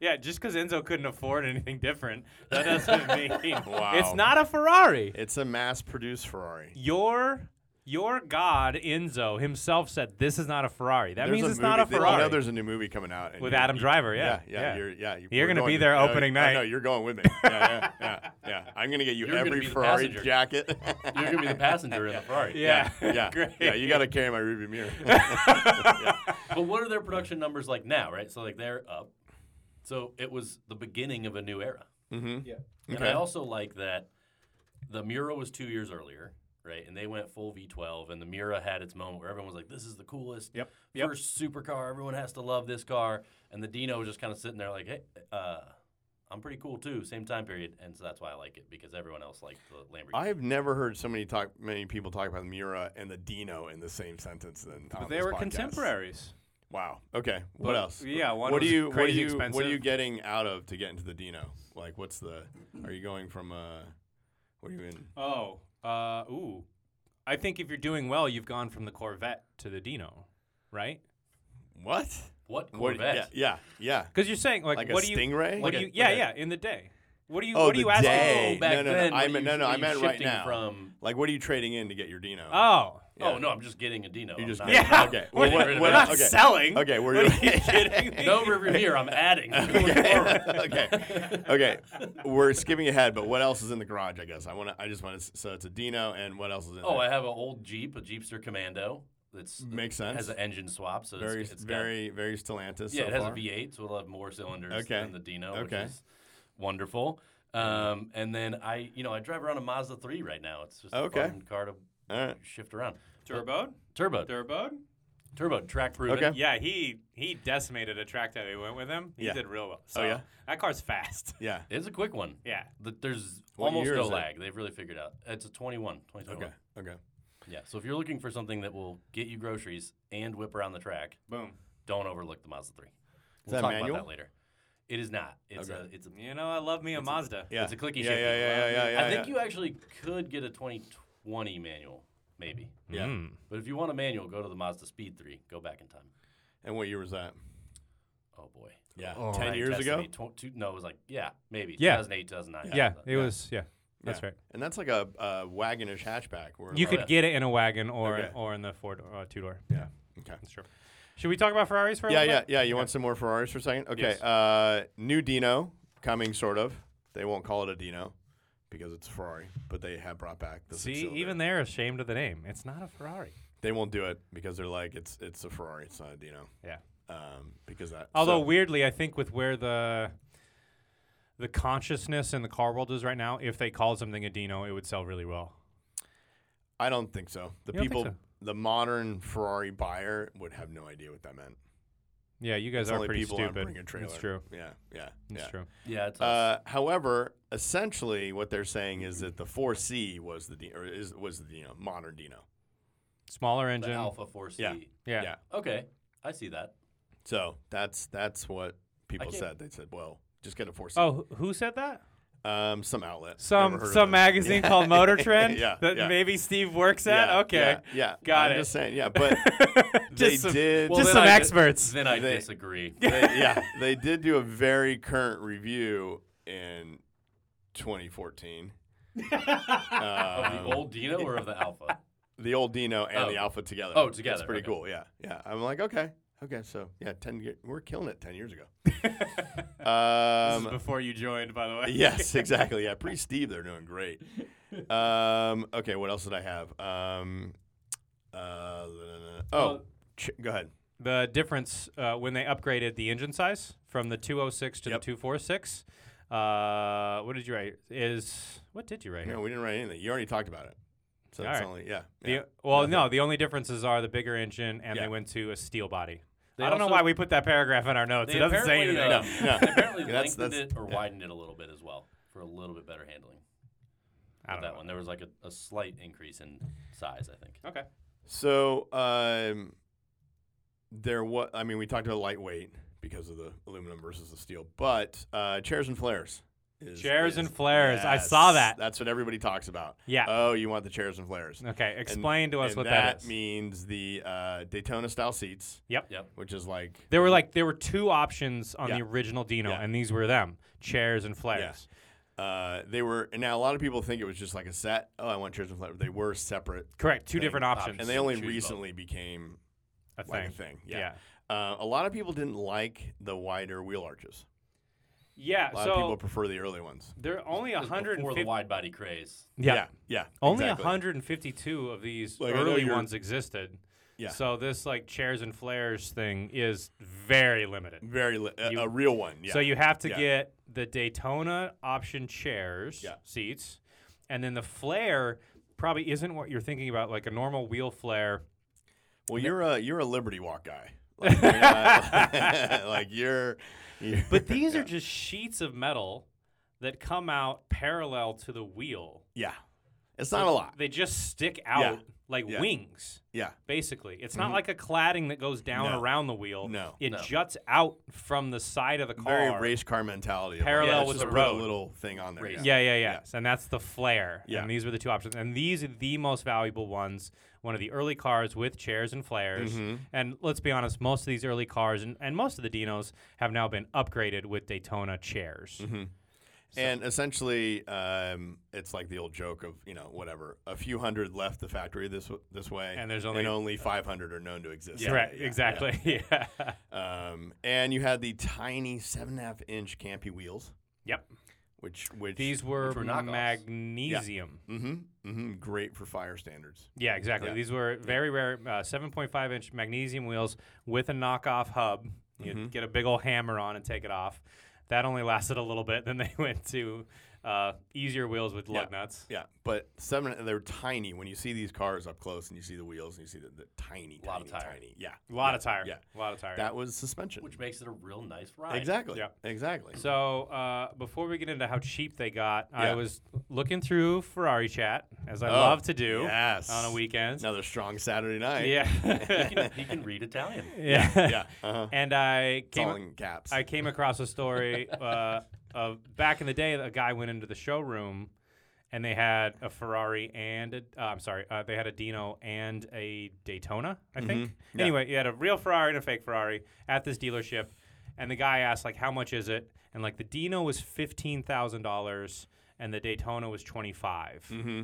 [SPEAKER 2] Yeah, just because Enzo couldn't afford anything different, that doesn't mean
[SPEAKER 1] Wow.
[SPEAKER 2] it's not a Ferrari.
[SPEAKER 1] It's a mass-produced Ferrari.
[SPEAKER 2] Your your god Enzo himself said this is not a Ferrari. That
[SPEAKER 1] There's
[SPEAKER 2] means
[SPEAKER 1] a
[SPEAKER 2] it's not a
[SPEAKER 1] movie that-
[SPEAKER 2] Ferrari.
[SPEAKER 1] You know, there's a new movie coming out and
[SPEAKER 2] with
[SPEAKER 1] you-
[SPEAKER 2] Adam Driver,
[SPEAKER 1] Yeah,
[SPEAKER 2] yeah,
[SPEAKER 1] yeah, you're, yeah. You,
[SPEAKER 2] You're
[SPEAKER 1] we're
[SPEAKER 2] gonna
[SPEAKER 1] going
[SPEAKER 2] be
[SPEAKER 1] to-
[SPEAKER 2] there
[SPEAKER 1] no,
[SPEAKER 2] opening
[SPEAKER 1] no,
[SPEAKER 2] night.
[SPEAKER 1] No, you're going with me. Yeah, yeah, yeah. yeah. I'm gonna get you
[SPEAKER 3] You're gonna
[SPEAKER 1] every
[SPEAKER 3] be the
[SPEAKER 1] Ferrari
[SPEAKER 3] passenger.
[SPEAKER 1] jacket.
[SPEAKER 3] you're gonna be the passenger in the Ferrari.
[SPEAKER 2] yeah,
[SPEAKER 1] yeah,
[SPEAKER 2] great.
[SPEAKER 1] yeah. You got to carry my rearview mirror.
[SPEAKER 3] But what are their production numbers like now? Right, so like they're up. So it was the beginning of a new era,
[SPEAKER 1] mm-hmm.
[SPEAKER 4] Yeah.
[SPEAKER 3] and I also like that the Mura was two years earlier. Right, and they went full V12, and the Mura had its moment where everyone was like, "This is the coolest
[SPEAKER 2] Yep, yep.
[SPEAKER 3] first supercar. Everyone has to love this car. And the Dino was just kind of sitting there like, hey, uh, I'm pretty cool too. Same time period, and so that's why I like it because everyone else liked the Lamborghini.
[SPEAKER 1] I've never heard so many talk, many people talk about Mura and the Dino in the same sentence. Than on
[SPEAKER 2] But they
[SPEAKER 1] this
[SPEAKER 2] were
[SPEAKER 1] podcast.
[SPEAKER 2] contemporaries.
[SPEAKER 1] Wow. Okay. What
[SPEAKER 2] But,
[SPEAKER 1] else?
[SPEAKER 2] yeah, one
[SPEAKER 1] what do
[SPEAKER 2] was
[SPEAKER 1] you? what are
[SPEAKER 2] crazy
[SPEAKER 1] you? What are
[SPEAKER 2] expensive.
[SPEAKER 1] you getting out of to get into the Dino? Like, what's the? Are you going from? Uh, what are you in?
[SPEAKER 2] Oh, uh, ooh. I think if you're doing well, you've gone from the Corvette to the Dino, right?
[SPEAKER 1] What? What?
[SPEAKER 3] what Corvette?
[SPEAKER 1] Yeah. Yeah. yeah.
[SPEAKER 2] Because you're saying like,
[SPEAKER 1] Like
[SPEAKER 2] what
[SPEAKER 1] a
[SPEAKER 2] do you?
[SPEAKER 1] stingray.
[SPEAKER 2] What
[SPEAKER 3] Like
[SPEAKER 2] do
[SPEAKER 3] a-
[SPEAKER 2] you? Yeah,
[SPEAKER 3] like a-
[SPEAKER 2] yeah. In the day, what do you?
[SPEAKER 1] Oh,
[SPEAKER 2] what do
[SPEAKER 1] the
[SPEAKER 2] you ask?
[SPEAKER 1] day.
[SPEAKER 3] Oh, back
[SPEAKER 1] No, no, no,
[SPEAKER 3] then. what
[SPEAKER 1] I meant-
[SPEAKER 3] you-
[SPEAKER 1] no, no,
[SPEAKER 3] what
[SPEAKER 1] I
[SPEAKER 3] you
[SPEAKER 1] meant right
[SPEAKER 3] shifting
[SPEAKER 1] now.
[SPEAKER 3] From
[SPEAKER 1] like, what are you trading in to get your Dino?
[SPEAKER 2] Oh,
[SPEAKER 3] oh no, I'm just getting a Dino.
[SPEAKER 1] You
[SPEAKER 3] I'm
[SPEAKER 1] just
[SPEAKER 3] not-
[SPEAKER 1] get-
[SPEAKER 2] yeah.
[SPEAKER 1] Okay.
[SPEAKER 2] We're,
[SPEAKER 1] Well, what-
[SPEAKER 2] we're
[SPEAKER 1] what-
[SPEAKER 2] not
[SPEAKER 1] okay.
[SPEAKER 2] selling.
[SPEAKER 1] okay. We're
[SPEAKER 2] What are you kidding me?
[SPEAKER 3] no Riviera. I'm adding.
[SPEAKER 1] okay. okay. Okay. We're skipping ahead, but what else is in the garage? I guess I want to. I just want to. So it's a Dino, and what else is in?
[SPEAKER 3] Oh,
[SPEAKER 1] there?
[SPEAKER 3] I have an old Jeep, a Jeepster Commando. That's
[SPEAKER 1] makes sense.
[SPEAKER 3] has an engine swap, so
[SPEAKER 1] very,
[SPEAKER 3] it's, it's got-
[SPEAKER 1] very, very Stellantis.
[SPEAKER 3] Yeah,
[SPEAKER 1] so
[SPEAKER 3] it has
[SPEAKER 1] far.
[SPEAKER 3] a V8, so it'll have more cylinders
[SPEAKER 1] Okay.
[SPEAKER 3] than the Dino,
[SPEAKER 1] Okay.
[SPEAKER 3] which is wonderful. Um, and then I, you know, I drive around a Mazda 3 right now. It's just
[SPEAKER 1] Okay.
[SPEAKER 3] a fun car to
[SPEAKER 1] All right.
[SPEAKER 3] shift around.
[SPEAKER 2] Turbo.
[SPEAKER 3] Turbo,
[SPEAKER 2] Turbo.
[SPEAKER 3] turbo, track proven.
[SPEAKER 1] Okay.
[SPEAKER 2] Yeah, he he decimated a track that he went with him. He
[SPEAKER 1] Yeah. Oh,
[SPEAKER 2] did real well. So
[SPEAKER 1] yeah?
[SPEAKER 2] that car's fast.
[SPEAKER 1] Yeah.
[SPEAKER 3] It's a quick one.
[SPEAKER 2] Yeah.
[SPEAKER 3] The- There's
[SPEAKER 1] What
[SPEAKER 3] almost
[SPEAKER 1] year
[SPEAKER 3] no
[SPEAKER 1] is it?
[SPEAKER 3] lag. They've really figured out. It's a 21, 2021.
[SPEAKER 1] Okay. Okay.
[SPEAKER 3] Yeah. So if you're looking for something that will get you groceries and whip around the track,
[SPEAKER 2] Boom.
[SPEAKER 3] don't overlook the Mazda 3. We'll
[SPEAKER 1] that
[SPEAKER 3] talk
[SPEAKER 1] manual?
[SPEAKER 3] about that later. It is not. It's
[SPEAKER 1] Okay.
[SPEAKER 3] a it's a
[SPEAKER 2] You know, I love me a Mazda.
[SPEAKER 1] Yeah.
[SPEAKER 3] it's a clicky
[SPEAKER 1] yeah,
[SPEAKER 3] shifty.
[SPEAKER 1] yeah, yeah, yeah, yeah,
[SPEAKER 3] I think
[SPEAKER 1] yeah.
[SPEAKER 3] you actually could get a 2020 manual, maybe.
[SPEAKER 1] Yeah.
[SPEAKER 2] Mm.
[SPEAKER 3] But if you Mm. want a manual, go to the Mazda Speed 3. Go back in time.
[SPEAKER 1] And what year was that?
[SPEAKER 3] Oh, boy.
[SPEAKER 1] Yeah.
[SPEAKER 2] Oh.
[SPEAKER 1] Ten
[SPEAKER 3] Brian
[SPEAKER 1] years
[SPEAKER 3] tested
[SPEAKER 1] ago.
[SPEAKER 3] me. Tw- two- no, it was like, yeah, maybe.
[SPEAKER 2] Yeah.
[SPEAKER 3] 2008, 2009.
[SPEAKER 2] Yeah,
[SPEAKER 3] something like
[SPEAKER 2] it
[SPEAKER 3] that.
[SPEAKER 2] was. Yeah, that's
[SPEAKER 1] Yeah.
[SPEAKER 2] right.
[SPEAKER 1] And that's like a, a wagonish hatchback. Where
[SPEAKER 2] You
[SPEAKER 1] like-
[SPEAKER 2] could get it in a wagon or
[SPEAKER 1] Okay.
[SPEAKER 2] or in the four door, uh, two door.
[SPEAKER 1] Yeah. Okay.
[SPEAKER 2] That's true. Should we talk about Ferraris for a
[SPEAKER 1] Yeah,
[SPEAKER 2] little
[SPEAKER 1] yeah,
[SPEAKER 2] bit?
[SPEAKER 1] yeah. You want some more Ferraris for a second? Okay.
[SPEAKER 2] Yes.
[SPEAKER 1] Uh, new Dino coming, sort of. They won't call it a Dino because it's Ferrari, but they have brought back the.
[SPEAKER 2] See,
[SPEAKER 1] six-cylinder.
[SPEAKER 2] even they're ashamed of the name. It's not a Ferrari.
[SPEAKER 1] they won't do it because they're like it's it's a Ferrari, it's not a Dino.
[SPEAKER 2] Yeah.
[SPEAKER 1] Um, because that.
[SPEAKER 2] Although
[SPEAKER 1] so-
[SPEAKER 2] weirdly, I think with where the the consciousness in the car world is right now, if they called something a Dino, it would sell really well.
[SPEAKER 1] I don't think so. The
[SPEAKER 2] You don't think
[SPEAKER 1] people,
[SPEAKER 2] so?
[SPEAKER 1] the modern Ferrari buyer would have no idea what that meant.
[SPEAKER 2] Yeah, you guys
[SPEAKER 1] It's
[SPEAKER 2] are
[SPEAKER 1] only
[SPEAKER 2] pretty
[SPEAKER 1] people on
[SPEAKER 2] stupid.
[SPEAKER 1] Bring a trailer.
[SPEAKER 2] It's true.
[SPEAKER 1] Yeah, yeah,
[SPEAKER 2] It's
[SPEAKER 1] yeah.
[SPEAKER 2] true.
[SPEAKER 3] Yeah, it's us.
[SPEAKER 1] Uh, however, essentially, what they're saying is that the 4C was the Dino, or is was the Dino, modern Dino.
[SPEAKER 2] Smaller
[SPEAKER 3] the
[SPEAKER 2] engine.
[SPEAKER 3] Alpha 4C.
[SPEAKER 1] Yeah.
[SPEAKER 2] Yeah.
[SPEAKER 1] yeah.
[SPEAKER 3] Okay. I see that.
[SPEAKER 1] So that's that's what people
[SPEAKER 3] can't-
[SPEAKER 1] said. They said, "Well, just get a four seat."
[SPEAKER 2] Oh, wh- who said that?
[SPEAKER 1] Um, some outlet. Never
[SPEAKER 2] Oh. Some
[SPEAKER 1] heard of
[SPEAKER 2] some
[SPEAKER 1] it.
[SPEAKER 2] magazine
[SPEAKER 1] Yeah.
[SPEAKER 2] called Motor Trend
[SPEAKER 1] Yeah,
[SPEAKER 2] that
[SPEAKER 1] yeah.
[SPEAKER 2] maybe Steve works at.
[SPEAKER 1] Yeah,
[SPEAKER 2] okay,
[SPEAKER 1] Yeah. yeah.
[SPEAKER 2] Got
[SPEAKER 1] I'm
[SPEAKER 2] it.
[SPEAKER 1] Just saying. Yeah, but they
[SPEAKER 2] just some,
[SPEAKER 1] did.
[SPEAKER 2] just
[SPEAKER 3] then
[SPEAKER 2] some
[SPEAKER 3] I di-
[SPEAKER 2] experts.
[SPEAKER 3] Then I
[SPEAKER 1] They-
[SPEAKER 3] disagree.
[SPEAKER 1] they, yeah, they did do a very current review in 2014.
[SPEAKER 3] Of
[SPEAKER 1] Um,
[SPEAKER 3] the old Dino or of the Alpha?
[SPEAKER 1] the old Dino and
[SPEAKER 3] Oh.
[SPEAKER 1] the Alpha together.
[SPEAKER 3] Oh, together,
[SPEAKER 1] That's pretty
[SPEAKER 3] okay.
[SPEAKER 1] cool. Yeah, yeah. I'm like, okay, okay. So yeah, ten. Year, we're killing it. Ten years ago. um,
[SPEAKER 2] this is before you joined, by the way.
[SPEAKER 1] yes, exactly. Yeah, pre Steve, they're doing great. Um, okay, what else did I have? Um, uh, oh, ch- go ahead.
[SPEAKER 2] the difference uh, when they upgraded the engine size from the 206 to
[SPEAKER 1] Yep.
[SPEAKER 2] the 246. Uh, what did you write? Is what did you write? here?
[SPEAKER 1] No, we didn't write anything. You already talked about it. So
[SPEAKER 2] All
[SPEAKER 1] it's
[SPEAKER 2] right.
[SPEAKER 1] only yeah.
[SPEAKER 2] The,
[SPEAKER 1] yeah.
[SPEAKER 2] Well,
[SPEAKER 1] Nothing.
[SPEAKER 2] no. The only differences are the bigger engine, and
[SPEAKER 1] Yeah.
[SPEAKER 2] they went to a steel body.
[SPEAKER 3] They
[SPEAKER 2] I don't know
[SPEAKER 3] also-
[SPEAKER 2] why we put that paragraph in our notes.
[SPEAKER 3] They
[SPEAKER 2] It doesn't say
[SPEAKER 3] apparently,
[SPEAKER 2] anything.
[SPEAKER 3] uh,
[SPEAKER 1] No, no.
[SPEAKER 3] they apparently
[SPEAKER 1] Yeah, that's-
[SPEAKER 3] lengthened
[SPEAKER 1] that's-
[SPEAKER 3] it or
[SPEAKER 1] yeah.
[SPEAKER 3] widened it a little bit as well for a little bit better handling.
[SPEAKER 2] I don't
[SPEAKER 3] with that
[SPEAKER 2] know.
[SPEAKER 3] one. There was like a, a slight increase in size, I think.
[SPEAKER 2] Okay.
[SPEAKER 1] So um, there was. I mean, we talked about lightweight because of the aluminum versus the steel, but uh, chairs and flares. Is,
[SPEAKER 2] Chairs
[SPEAKER 1] is-
[SPEAKER 2] and flares. I saw that.
[SPEAKER 1] That's what everybody talks about.
[SPEAKER 2] Yeah.
[SPEAKER 1] Oh, you want the chairs and flares?
[SPEAKER 2] okay.
[SPEAKER 1] And-
[SPEAKER 2] Explain to us
[SPEAKER 1] and
[SPEAKER 2] what that is.
[SPEAKER 1] means. The uh, Daytona style seats,
[SPEAKER 2] Yep.
[SPEAKER 3] Yep.
[SPEAKER 1] which is like
[SPEAKER 2] There were like there were two options on
[SPEAKER 1] Yeah.
[SPEAKER 2] the original Dino,
[SPEAKER 1] Yeah.
[SPEAKER 2] and these were them: chairs and flares.
[SPEAKER 1] uh, they were. And now a lot of people think it was just like a set. Oh, I want chairs and flares. They were separate,
[SPEAKER 2] Correct. Two
[SPEAKER 1] Thing.
[SPEAKER 2] different options.
[SPEAKER 1] and
[SPEAKER 3] Options.
[SPEAKER 1] they only
[SPEAKER 3] Choose both.
[SPEAKER 1] recently became
[SPEAKER 2] I think.
[SPEAKER 1] like a thing. Yeah.
[SPEAKER 2] yeah.
[SPEAKER 1] Uh, a lot of people didn't like the wider wheel arches.
[SPEAKER 2] Yeah,
[SPEAKER 1] A lot
[SPEAKER 2] so
[SPEAKER 1] of people prefer the early ones.
[SPEAKER 2] there are only
[SPEAKER 3] It was Before
[SPEAKER 2] 150.
[SPEAKER 3] the wide body craze.
[SPEAKER 2] yeah.
[SPEAKER 1] yeah.
[SPEAKER 2] Only
[SPEAKER 1] exactly.
[SPEAKER 2] 152 of these
[SPEAKER 1] Like, I know
[SPEAKER 2] early
[SPEAKER 1] you're-
[SPEAKER 2] ones existed.
[SPEAKER 1] Yeah.
[SPEAKER 2] So this like chairs and flares thing is very limited.
[SPEAKER 1] Very li- a,
[SPEAKER 2] You-
[SPEAKER 1] a real one. Yeah.
[SPEAKER 2] So you have to
[SPEAKER 1] Yeah.
[SPEAKER 2] get the Daytona option chairs
[SPEAKER 1] Yeah.
[SPEAKER 2] seats, and then the flare probably isn't what you're thinking about, like a normal wheel flare.
[SPEAKER 1] well, you're a you're a Liberty Walk guy. Like, you're not- like, you're, you're-
[SPEAKER 2] But these
[SPEAKER 1] yeah.
[SPEAKER 2] are just sheets of metal that come out parallel to the wheel.
[SPEAKER 1] yeah. It's not a lot.
[SPEAKER 2] They just stick out like
[SPEAKER 1] Yeah.
[SPEAKER 2] wings.
[SPEAKER 1] Yeah.
[SPEAKER 2] basically. It's not like a cladding that goes down
[SPEAKER 1] Mm-hmm. No.
[SPEAKER 2] around the wheel.
[SPEAKER 1] No.
[SPEAKER 2] It
[SPEAKER 3] No.
[SPEAKER 2] juts out from the side of the
[SPEAKER 1] Very
[SPEAKER 2] car.
[SPEAKER 1] race car mentality. of, like,
[SPEAKER 2] Parallel
[SPEAKER 1] let's
[SPEAKER 2] with
[SPEAKER 1] just
[SPEAKER 2] the
[SPEAKER 1] put a
[SPEAKER 2] road.
[SPEAKER 1] little thing on there.
[SPEAKER 3] Race.
[SPEAKER 2] yeah, yeah, yeah.
[SPEAKER 1] Yeah.
[SPEAKER 2] And that's the flare.
[SPEAKER 1] Yeah.
[SPEAKER 2] And these were the two options. And these are the most valuable ones. One of the early cars with chairs and flares.
[SPEAKER 1] Mm-hmm.
[SPEAKER 2] And let's be honest, most of these early cars and, and most of the Dinos have now been upgraded with Daytona chairs.
[SPEAKER 1] Mm-hmm. And essentially, um, it's like the old joke of you know whatever. A few hundred left the factory this w- this way,
[SPEAKER 2] And there's only-
[SPEAKER 1] 500 are known to exist.
[SPEAKER 2] Right, exactly. Yeah.
[SPEAKER 1] Um, and you had the tiny seven and a half inch campy wheels,
[SPEAKER 2] yep.
[SPEAKER 1] which which
[SPEAKER 2] These were,
[SPEAKER 3] Which were knockoffs.
[SPEAKER 2] magnesium.
[SPEAKER 1] mm-hmm, mm-hmm, great for fire standards.
[SPEAKER 2] Yeah, exactly.
[SPEAKER 1] Yeah.
[SPEAKER 2] These were very rare, uh, 7.5 inch magnesium wheels with a knockoff hub. You
[SPEAKER 1] Mm-hmm.
[SPEAKER 2] would get a big old hammer on and take it off. That only lasted a little bit. Then they went to uh, easier wheels with lug nuts.
[SPEAKER 1] Yeah, but seven they're tiny. When you see these cars up close and you see the wheels and you see the, the tiny,
[SPEAKER 3] Lot
[SPEAKER 1] tiny,
[SPEAKER 3] of tire.
[SPEAKER 1] tiny, yeah,
[SPEAKER 2] A lot
[SPEAKER 1] yeah,
[SPEAKER 2] of tire.
[SPEAKER 1] Yeah,
[SPEAKER 2] A lot of tire.
[SPEAKER 1] that was suspension.
[SPEAKER 3] Which makes it a real nice ride.
[SPEAKER 1] exactly.
[SPEAKER 2] Yeah.
[SPEAKER 1] Exactly.
[SPEAKER 2] so uh, before we get into how cheap they got, I
[SPEAKER 1] Yeah.
[SPEAKER 2] was looking through Ferrari chat, as I
[SPEAKER 1] Oh,
[SPEAKER 2] love to do
[SPEAKER 1] yes.
[SPEAKER 2] on a weekend.
[SPEAKER 1] Another strong Saturday night.
[SPEAKER 2] Yeah.
[SPEAKER 3] He can, he can read Italian.
[SPEAKER 2] yeah.
[SPEAKER 1] yeah. Uh-huh.
[SPEAKER 2] And I
[SPEAKER 1] It's all
[SPEAKER 2] came,
[SPEAKER 1] in caps.
[SPEAKER 2] I came across a story uh, of back in the day, a guy went into the showroom and they had a Ferrari and a, uh, I'm sorry, uh, they had a Dino and a Daytona, I think.
[SPEAKER 1] Mm-hmm. Yeah.
[SPEAKER 2] Anyway, you had a real Ferrari and a fake Ferrari at this dealership. And the guy asked, like, how much is it? And like the Dino was $15,000 and the Daytona was 25.
[SPEAKER 1] mm-hmm.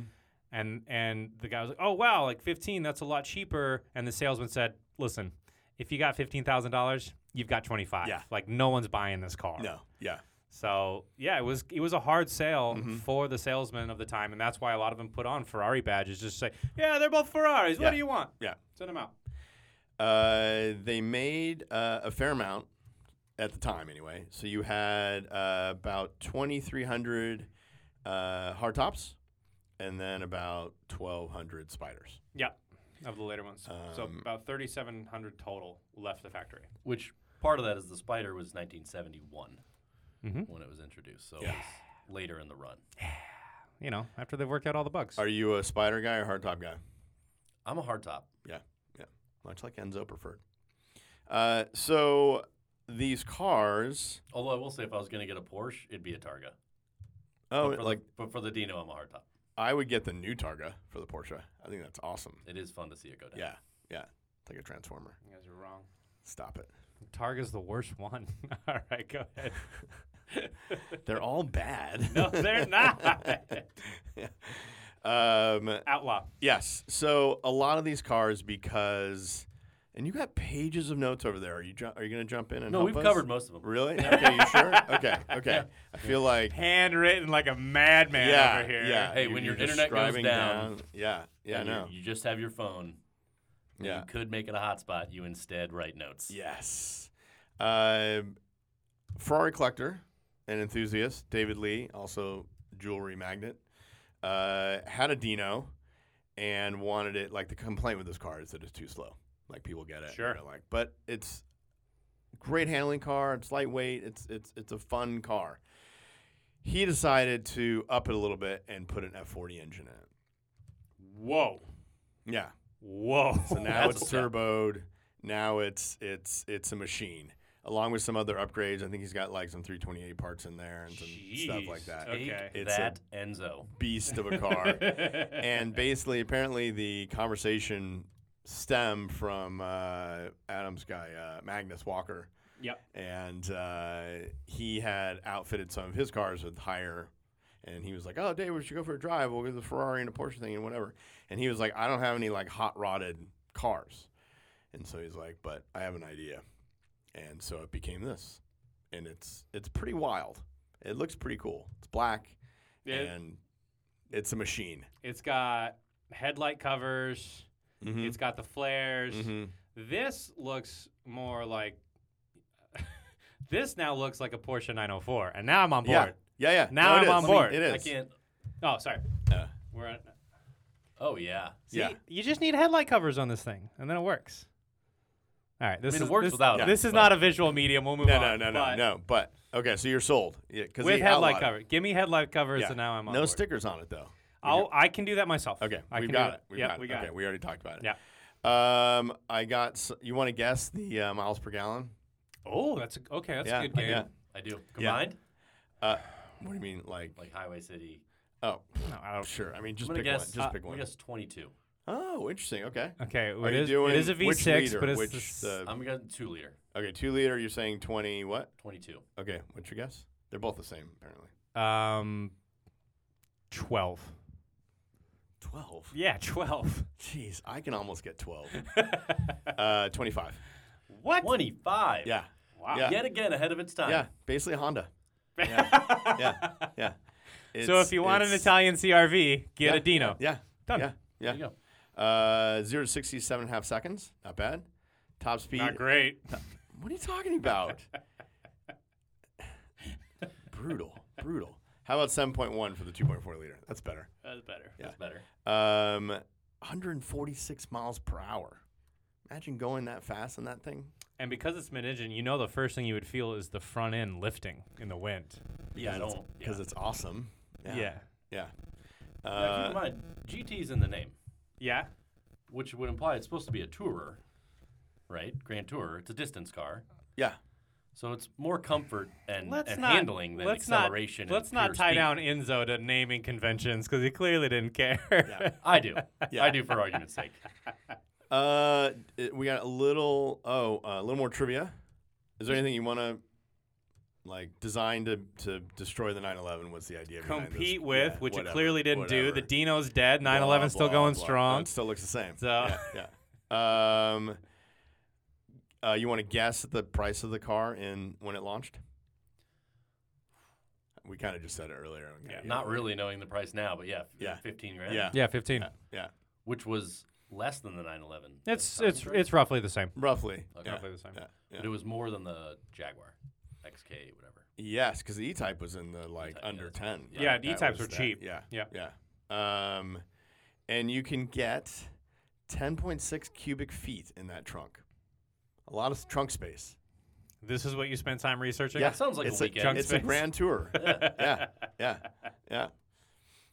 [SPEAKER 2] And and the guy was like, "Oh wow, like 15, that's a lot cheaper." And the salesman said, "Listen, if you got $15,000, you've got 25.
[SPEAKER 1] Yeah.
[SPEAKER 2] Like no one's buying this car."
[SPEAKER 1] No. Yeah.
[SPEAKER 2] So, yeah, it was it was a hard sale for the salesman of the time, and that's why a lot of them put on Ferrari badges just to say, "Yeah, they're both Ferraris.
[SPEAKER 1] Yeah.
[SPEAKER 2] What do you want?"
[SPEAKER 1] Yeah.
[SPEAKER 2] Send them out.
[SPEAKER 1] Uh, they made uh, a fair amount at the time, anyway. So you had uh, about 2,300 uh, hard tops and then about 1,200 spiders.
[SPEAKER 2] Yeah. Of the later ones. so
[SPEAKER 1] Um,
[SPEAKER 2] about 3700 total left the factory.
[SPEAKER 3] Which part of that is the Spider was 1971
[SPEAKER 2] Mhm.
[SPEAKER 1] Mm-hmm.
[SPEAKER 3] when it was introduced. So it was later in the run.
[SPEAKER 2] You know, after they've worked out all the bugs.
[SPEAKER 1] Are you a spider guy or hard top guy?
[SPEAKER 3] I'm a hard top.
[SPEAKER 1] Much like Enzo preferred. Uh, so these cars.
[SPEAKER 3] Although I will say, if I was going to get a Porsche, it'd be a Targa.
[SPEAKER 1] Oh,
[SPEAKER 3] but for
[SPEAKER 1] like
[SPEAKER 3] the, but for the Dino, I'm a hard top.
[SPEAKER 1] I would get the new Targa for the Porsche. I think that's awesome.
[SPEAKER 3] It is fun to see it go down.
[SPEAKER 1] Yeah, yeah, it's like a transformer.
[SPEAKER 2] You guys are wrong.
[SPEAKER 1] Stop it.
[SPEAKER 2] Targa's the worst one. All right, go ahead.
[SPEAKER 1] They're all bad.
[SPEAKER 2] No, they're not.
[SPEAKER 1] um,
[SPEAKER 2] Outlaw.
[SPEAKER 1] yes. So a lot of these cars because, and you got pages of notes over there. Are you ju- are you going to jump in and
[SPEAKER 3] No,
[SPEAKER 1] help
[SPEAKER 3] we've
[SPEAKER 1] us?
[SPEAKER 3] covered most of them.
[SPEAKER 1] Really? Okay, you sure? Okay, okay. I feel like
[SPEAKER 2] Handwritten like a madman
[SPEAKER 1] yeah,
[SPEAKER 2] over here.
[SPEAKER 1] yeah.
[SPEAKER 3] Hey,
[SPEAKER 1] you-
[SPEAKER 3] when
[SPEAKER 1] you're
[SPEAKER 3] your internet goes
[SPEAKER 1] describing
[SPEAKER 3] down-
[SPEAKER 1] yeah, yeah, I
[SPEAKER 3] And you-
[SPEAKER 1] know.
[SPEAKER 3] You just have your phone. and
[SPEAKER 1] Yeah.
[SPEAKER 3] You could make it a hotspot. You instead write notes.
[SPEAKER 1] Yes. Uh, Ferrari collector and enthusiast, David Lee, also jewelry magnet, uh, had a Dino and wanted it. Like, the complaint with this car is that it's too slow. Like, people get it. and
[SPEAKER 2] Sure.
[SPEAKER 1] they're Like, but it's great handling car. It's lightweight. It's, it's, it's a fun car. He decided to up it a little bit and put an F40 engine in
[SPEAKER 2] Whoa.
[SPEAKER 1] it. Yeah.
[SPEAKER 2] Whoa.
[SPEAKER 1] So now
[SPEAKER 3] That's
[SPEAKER 1] it's
[SPEAKER 3] a step.
[SPEAKER 1] turboed. Now it's it's it's a machine, along with some other upgrades. I think he's got like some 328 parts in there and some stuff like
[SPEAKER 2] Jeez.
[SPEAKER 1] that.
[SPEAKER 2] Okay.
[SPEAKER 3] Take
[SPEAKER 1] It's a-
[SPEAKER 3] that, Enzo.
[SPEAKER 1] Beast of a car. and basically, apparently, the conversation stemmed from uh, Adam's guy uh, Magnus Walker,
[SPEAKER 2] Yep.
[SPEAKER 1] and uh, he had outfitted some of his cars with higher. And he was like, "Oh, Dave, we should go for a drive. We'll get the Ferrari and a Porsche thing and whatever." And he was like, "I don't have any like hot rodded cars," and so he's like, "But I have an idea," and so it became this, and it's it's pretty wild. It looks pretty cool. It's black,
[SPEAKER 2] It-
[SPEAKER 1] and it's a machine.
[SPEAKER 2] it's got headlight covers.
[SPEAKER 1] Mm-hmm.
[SPEAKER 2] It's got the flares.
[SPEAKER 1] mm-hmm.
[SPEAKER 2] This looks more like. this now looks like a Porsche 904, and now I'm on
[SPEAKER 1] yeah,
[SPEAKER 2] board.
[SPEAKER 1] yeah, yeah. No,
[SPEAKER 2] Now
[SPEAKER 1] it
[SPEAKER 2] I'm
[SPEAKER 1] is.
[SPEAKER 2] on board.
[SPEAKER 1] It is.
[SPEAKER 3] I can't.
[SPEAKER 2] Oh, sorry.
[SPEAKER 1] Yeah.
[SPEAKER 2] We're on,
[SPEAKER 3] Oh yeah.
[SPEAKER 2] see,
[SPEAKER 1] Yeah.
[SPEAKER 2] You just need headlight covers on this thing, and then it works. All right. This
[SPEAKER 3] mean, it
[SPEAKER 2] is,
[SPEAKER 3] works
[SPEAKER 2] this,
[SPEAKER 3] without it,
[SPEAKER 2] This is
[SPEAKER 3] but-
[SPEAKER 2] not a visual medium. We'll move
[SPEAKER 1] No,
[SPEAKER 2] on.
[SPEAKER 1] no, no, no,
[SPEAKER 2] But
[SPEAKER 1] no. But okay, so you're sold. Yeah, 'cause
[SPEAKER 2] With
[SPEAKER 1] he outlawed
[SPEAKER 2] headlight
[SPEAKER 1] it.
[SPEAKER 2] cover. Give me headlight covers,
[SPEAKER 1] Yeah.
[SPEAKER 2] and now I'm on
[SPEAKER 1] no
[SPEAKER 2] board.
[SPEAKER 1] stickers on it though.
[SPEAKER 2] I'll, I can do that myself.
[SPEAKER 1] Okay,
[SPEAKER 2] I
[SPEAKER 1] we've
[SPEAKER 2] can
[SPEAKER 1] got
[SPEAKER 2] do
[SPEAKER 1] it. We've
[SPEAKER 2] yeah,
[SPEAKER 1] got it.
[SPEAKER 2] we got
[SPEAKER 1] okay,
[SPEAKER 2] it.
[SPEAKER 1] we already talked about it. Yeah. Um, I got. s- You want to guess the uh, miles per gallon?
[SPEAKER 2] Oh, that's a, okay. That's
[SPEAKER 1] Yeah,
[SPEAKER 2] a good
[SPEAKER 1] I
[SPEAKER 2] game.
[SPEAKER 1] got-
[SPEAKER 3] I do. Combined,
[SPEAKER 1] Uh, what do you mean, like?
[SPEAKER 3] like Highway City.
[SPEAKER 1] Oh,
[SPEAKER 2] No, I don't-
[SPEAKER 1] sure. I mean, just
[SPEAKER 3] I'm gonna
[SPEAKER 1] pick one.
[SPEAKER 3] guess.
[SPEAKER 1] Just
[SPEAKER 3] uh,
[SPEAKER 1] pick
[SPEAKER 3] I'm
[SPEAKER 1] one.
[SPEAKER 3] gonna guess 22.
[SPEAKER 1] Oh, interesting. Okay.
[SPEAKER 2] Okay,
[SPEAKER 1] Are
[SPEAKER 2] it
[SPEAKER 1] you
[SPEAKER 2] is,
[SPEAKER 1] doing
[SPEAKER 2] it is a
[SPEAKER 1] which
[SPEAKER 2] V6,
[SPEAKER 1] liter?
[SPEAKER 2] but it's
[SPEAKER 1] which
[SPEAKER 2] the um,
[SPEAKER 1] the-
[SPEAKER 3] I'm gonna two liter.
[SPEAKER 1] okay, two liter. You're saying twenty. What?
[SPEAKER 3] 22.
[SPEAKER 1] Okay, what's your guess? They're both the same, apparently.
[SPEAKER 2] s- um, 12.
[SPEAKER 1] Twelve.
[SPEAKER 2] Yeah, 12.
[SPEAKER 1] Jeez, I can almost get twelve. uh, twenty-five.
[SPEAKER 2] What?
[SPEAKER 3] 25.
[SPEAKER 1] Yeah.
[SPEAKER 2] Wow.
[SPEAKER 1] Yeah.
[SPEAKER 3] Yet again ahead of its time.
[SPEAKER 1] Yeah. Basically a Honda. Yeah. yeah. Yeah.
[SPEAKER 2] so
[SPEAKER 1] It's-
[SPEAKER 2] if you want an
[SPEAKER 1] it's-
[SPEAKER 2] Italian CRV, get
[SPEAKER 1] Yeah.
[SPEAKER 2] a Dino.
[SPEAKER 1] Yeah.
[SPEAKER 2] Done.
[SPEAKER 1] Yeah. Yeah.
[SPEAKER 3] There you go.
[SPEAKER 1] Uh, zero to 67 and a half seconds. Not bad. Top speed.
[SPEAKER 2] Not great.
[SPEAKER 1] What are you talking about? brutal. Brutal. How about 7.1 for the 2.4 liter? That's better.
[SPEAKER 2] That's better.
[SPEAKER 3] That's better.
[SPEAKER 1] Um, 146 miles per hour. Imagine going that fast in that thing.
[SPEAKER 2] And because it's mid-engine, you know the first thing you would feel is the front end lifting in the wind.
[SPEAKER 3] Yeah, I
[SPEAKER 1] Because
[SPEAKER 3] don't.
[SPEAKER 1] Because it's awesome. Yeah.
[SPEAKER 2] Yeah.
[SPEAKER 1] Yeah.
[SPEAKER 3] Now, keep in
[SPEAKER 1] Uh,
[SPEAKER 3] mind, GT's in the name,
[SPEAKER 2] Yeah.
[SPEAKER 3] which would imply it's supposed to be a tourer, right? Grand Tourer. It's a distance car.
[SPEAKER 1] yeah.
[SPEAKER 3] So it's more comfort and,
[SPEAKER 2] Let's
[SPEAKER 3] and
[SPEAKER 2] not
[SPEAKER 3] handling than
[SPEAKER 2] let's
[SPEAKER 3] acceleration.
[SPEAKER 2] Not,
[SPEAKER 3] and
[SPEAKER 2] let's not
[SPEAKER 3] pure
[SPEAKER 2] tie
[SPEAKER 3] speed.
[SPEAKER 2] down Enzo to naming conventions because he clearly didn't care. Yeah.
[SPEAKER 3] I do.
[SPEAKER 1] Yeah.
[SPEAKER 3] I do for argument's sake.
[SPEAKER 1] Uh, it- we got a little. Oh, uh, a little more trivia. Is there anything you want to like design to to destroy the 911? Was the idea behind this?
[SPEAKER 2] Compete with,
[SPEAKER 1] Yeah,
[SPEAKER 2] which
[SPEAKER 1] whatever,
[SPEAKER 2] it clearly didn't do. The
[SPEAKER 1] whatever.
[SPEAKER 2] Dino's dead.
[SPEAKER 1] Blah,
[SPEAKER 2] 911
[SPEAKER 1] blah,
[SPEAKER 2] still going
[SPEAKER 1] blah.
[SPEAKER 2] strong.
[SPEAKER 1] It still looks the same.
[SPEAKER 2] So-
[SPEAKER 1] yeah. yeah. Um. Uh, you want to guess the price of the car in when it launched? We kind of just said it earlier.
[SPEAKER 2] Yeah.
[SPEAKER 3] Not really knowing the price now, but yeah, f-
[SPEAKER 1] Yeah.
[SPEAKER 3] 15 grand.
[SPEAKER 1] Yeah.
[SPEAKER 2] Yeah, 15.
[SPEAKER 1] Yeah.
[SPEAKER 3] Which was less than the 911. at
[SPEAKER 2] It's
[SPEAKER 3] the time,
[SPEAKER 2] it's
[SPEAKER 3] right?
[SPEAKER 2] it's roughly the same.
[SPEAKER 1] Roughly.
[SPEAKER 3] Okay.
[SPEAKER 1] Yeah.
[SPEAKER 2] Roughly the same.
[SPEAKER 1] Yeah. yeah.
[SPEAKER 3] But it was more than the Jaguar XK, whatever.
[SPEAKER 1] Yes, because the E Type was in the like
[SPEAKER 3] E-Type, yeah,
[SPEAKER 1] under
[SPEAKER 3] that's
[SPEAKER 1] ten.
[SPEAKER 3] Yeah, E
[SPEAKER 1] right?
[SPEAKER 2] the
[SPEAKER 1] That
[SPEAKER 2] E-Types
[SPEAKER 1] was
[SPEAKER 2] were cheap.
[SPEAKER 1] Yeah,
[SPEAKER 2] Yeah.
[SPEAKER 1] yeah. Um, and you can get ten point six cubic feet in that trunk. A lot of s- trunk space.
[SPEAKER 2] This is what you spent time researching.
[SPEAKER 1] yeah,
[SPEAKER 3] that sounds like a
[SPEAKER 1] it's
[SPEAKER 3] weekend.
[SPEAKER 2] Trunk
[SPEAKER 1] it's
[SPEAKER 2] space.
[SPEAKER 1] a grand tour.
[SPEAKER 3] Yeah.
[SPEAKER 1] yeah, yeah, yeah.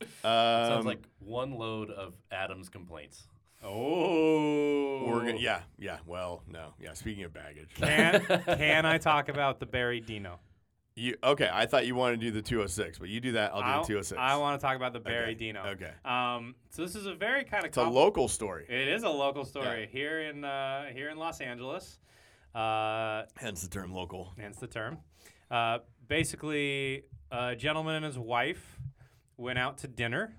[SPEAKER 3] It
[SPEAKER 1] Um,
[SPEAKER 3] sounds like one load of Adam's complaints.
[SPEAKER 2] Oh.
[SPEAKER 1] we're gonna, yeah, yeah. Well, no, yeah. Speaking of baggage,
[SPEAKER 2] Can, can I talk about the Barry Dino?
[SPEAKER 1] You okay? I thought you wanted to do the 206, but you do that. I'll do
[SPEAKER 2] I-
[SPEAKER 1] the 206.
[SPEAKER 2] I want to talk about the Barry
[SPEAKER 1] Okay.
[SPEAKER 2] Dino.
[SPEAKER 1] Okay.
[SPEAKER 2] Um, so this is a very kind of
[SPEAKER 1] It's a local story,
[SPEAKER 2] It is a local story here in uh, here in Los Angeles. Uh,
[SPEAKER 1] hence the term local.
[SPEAKER 2] hence the term. Uh, basically, a gentleman and his wife went out to dinner.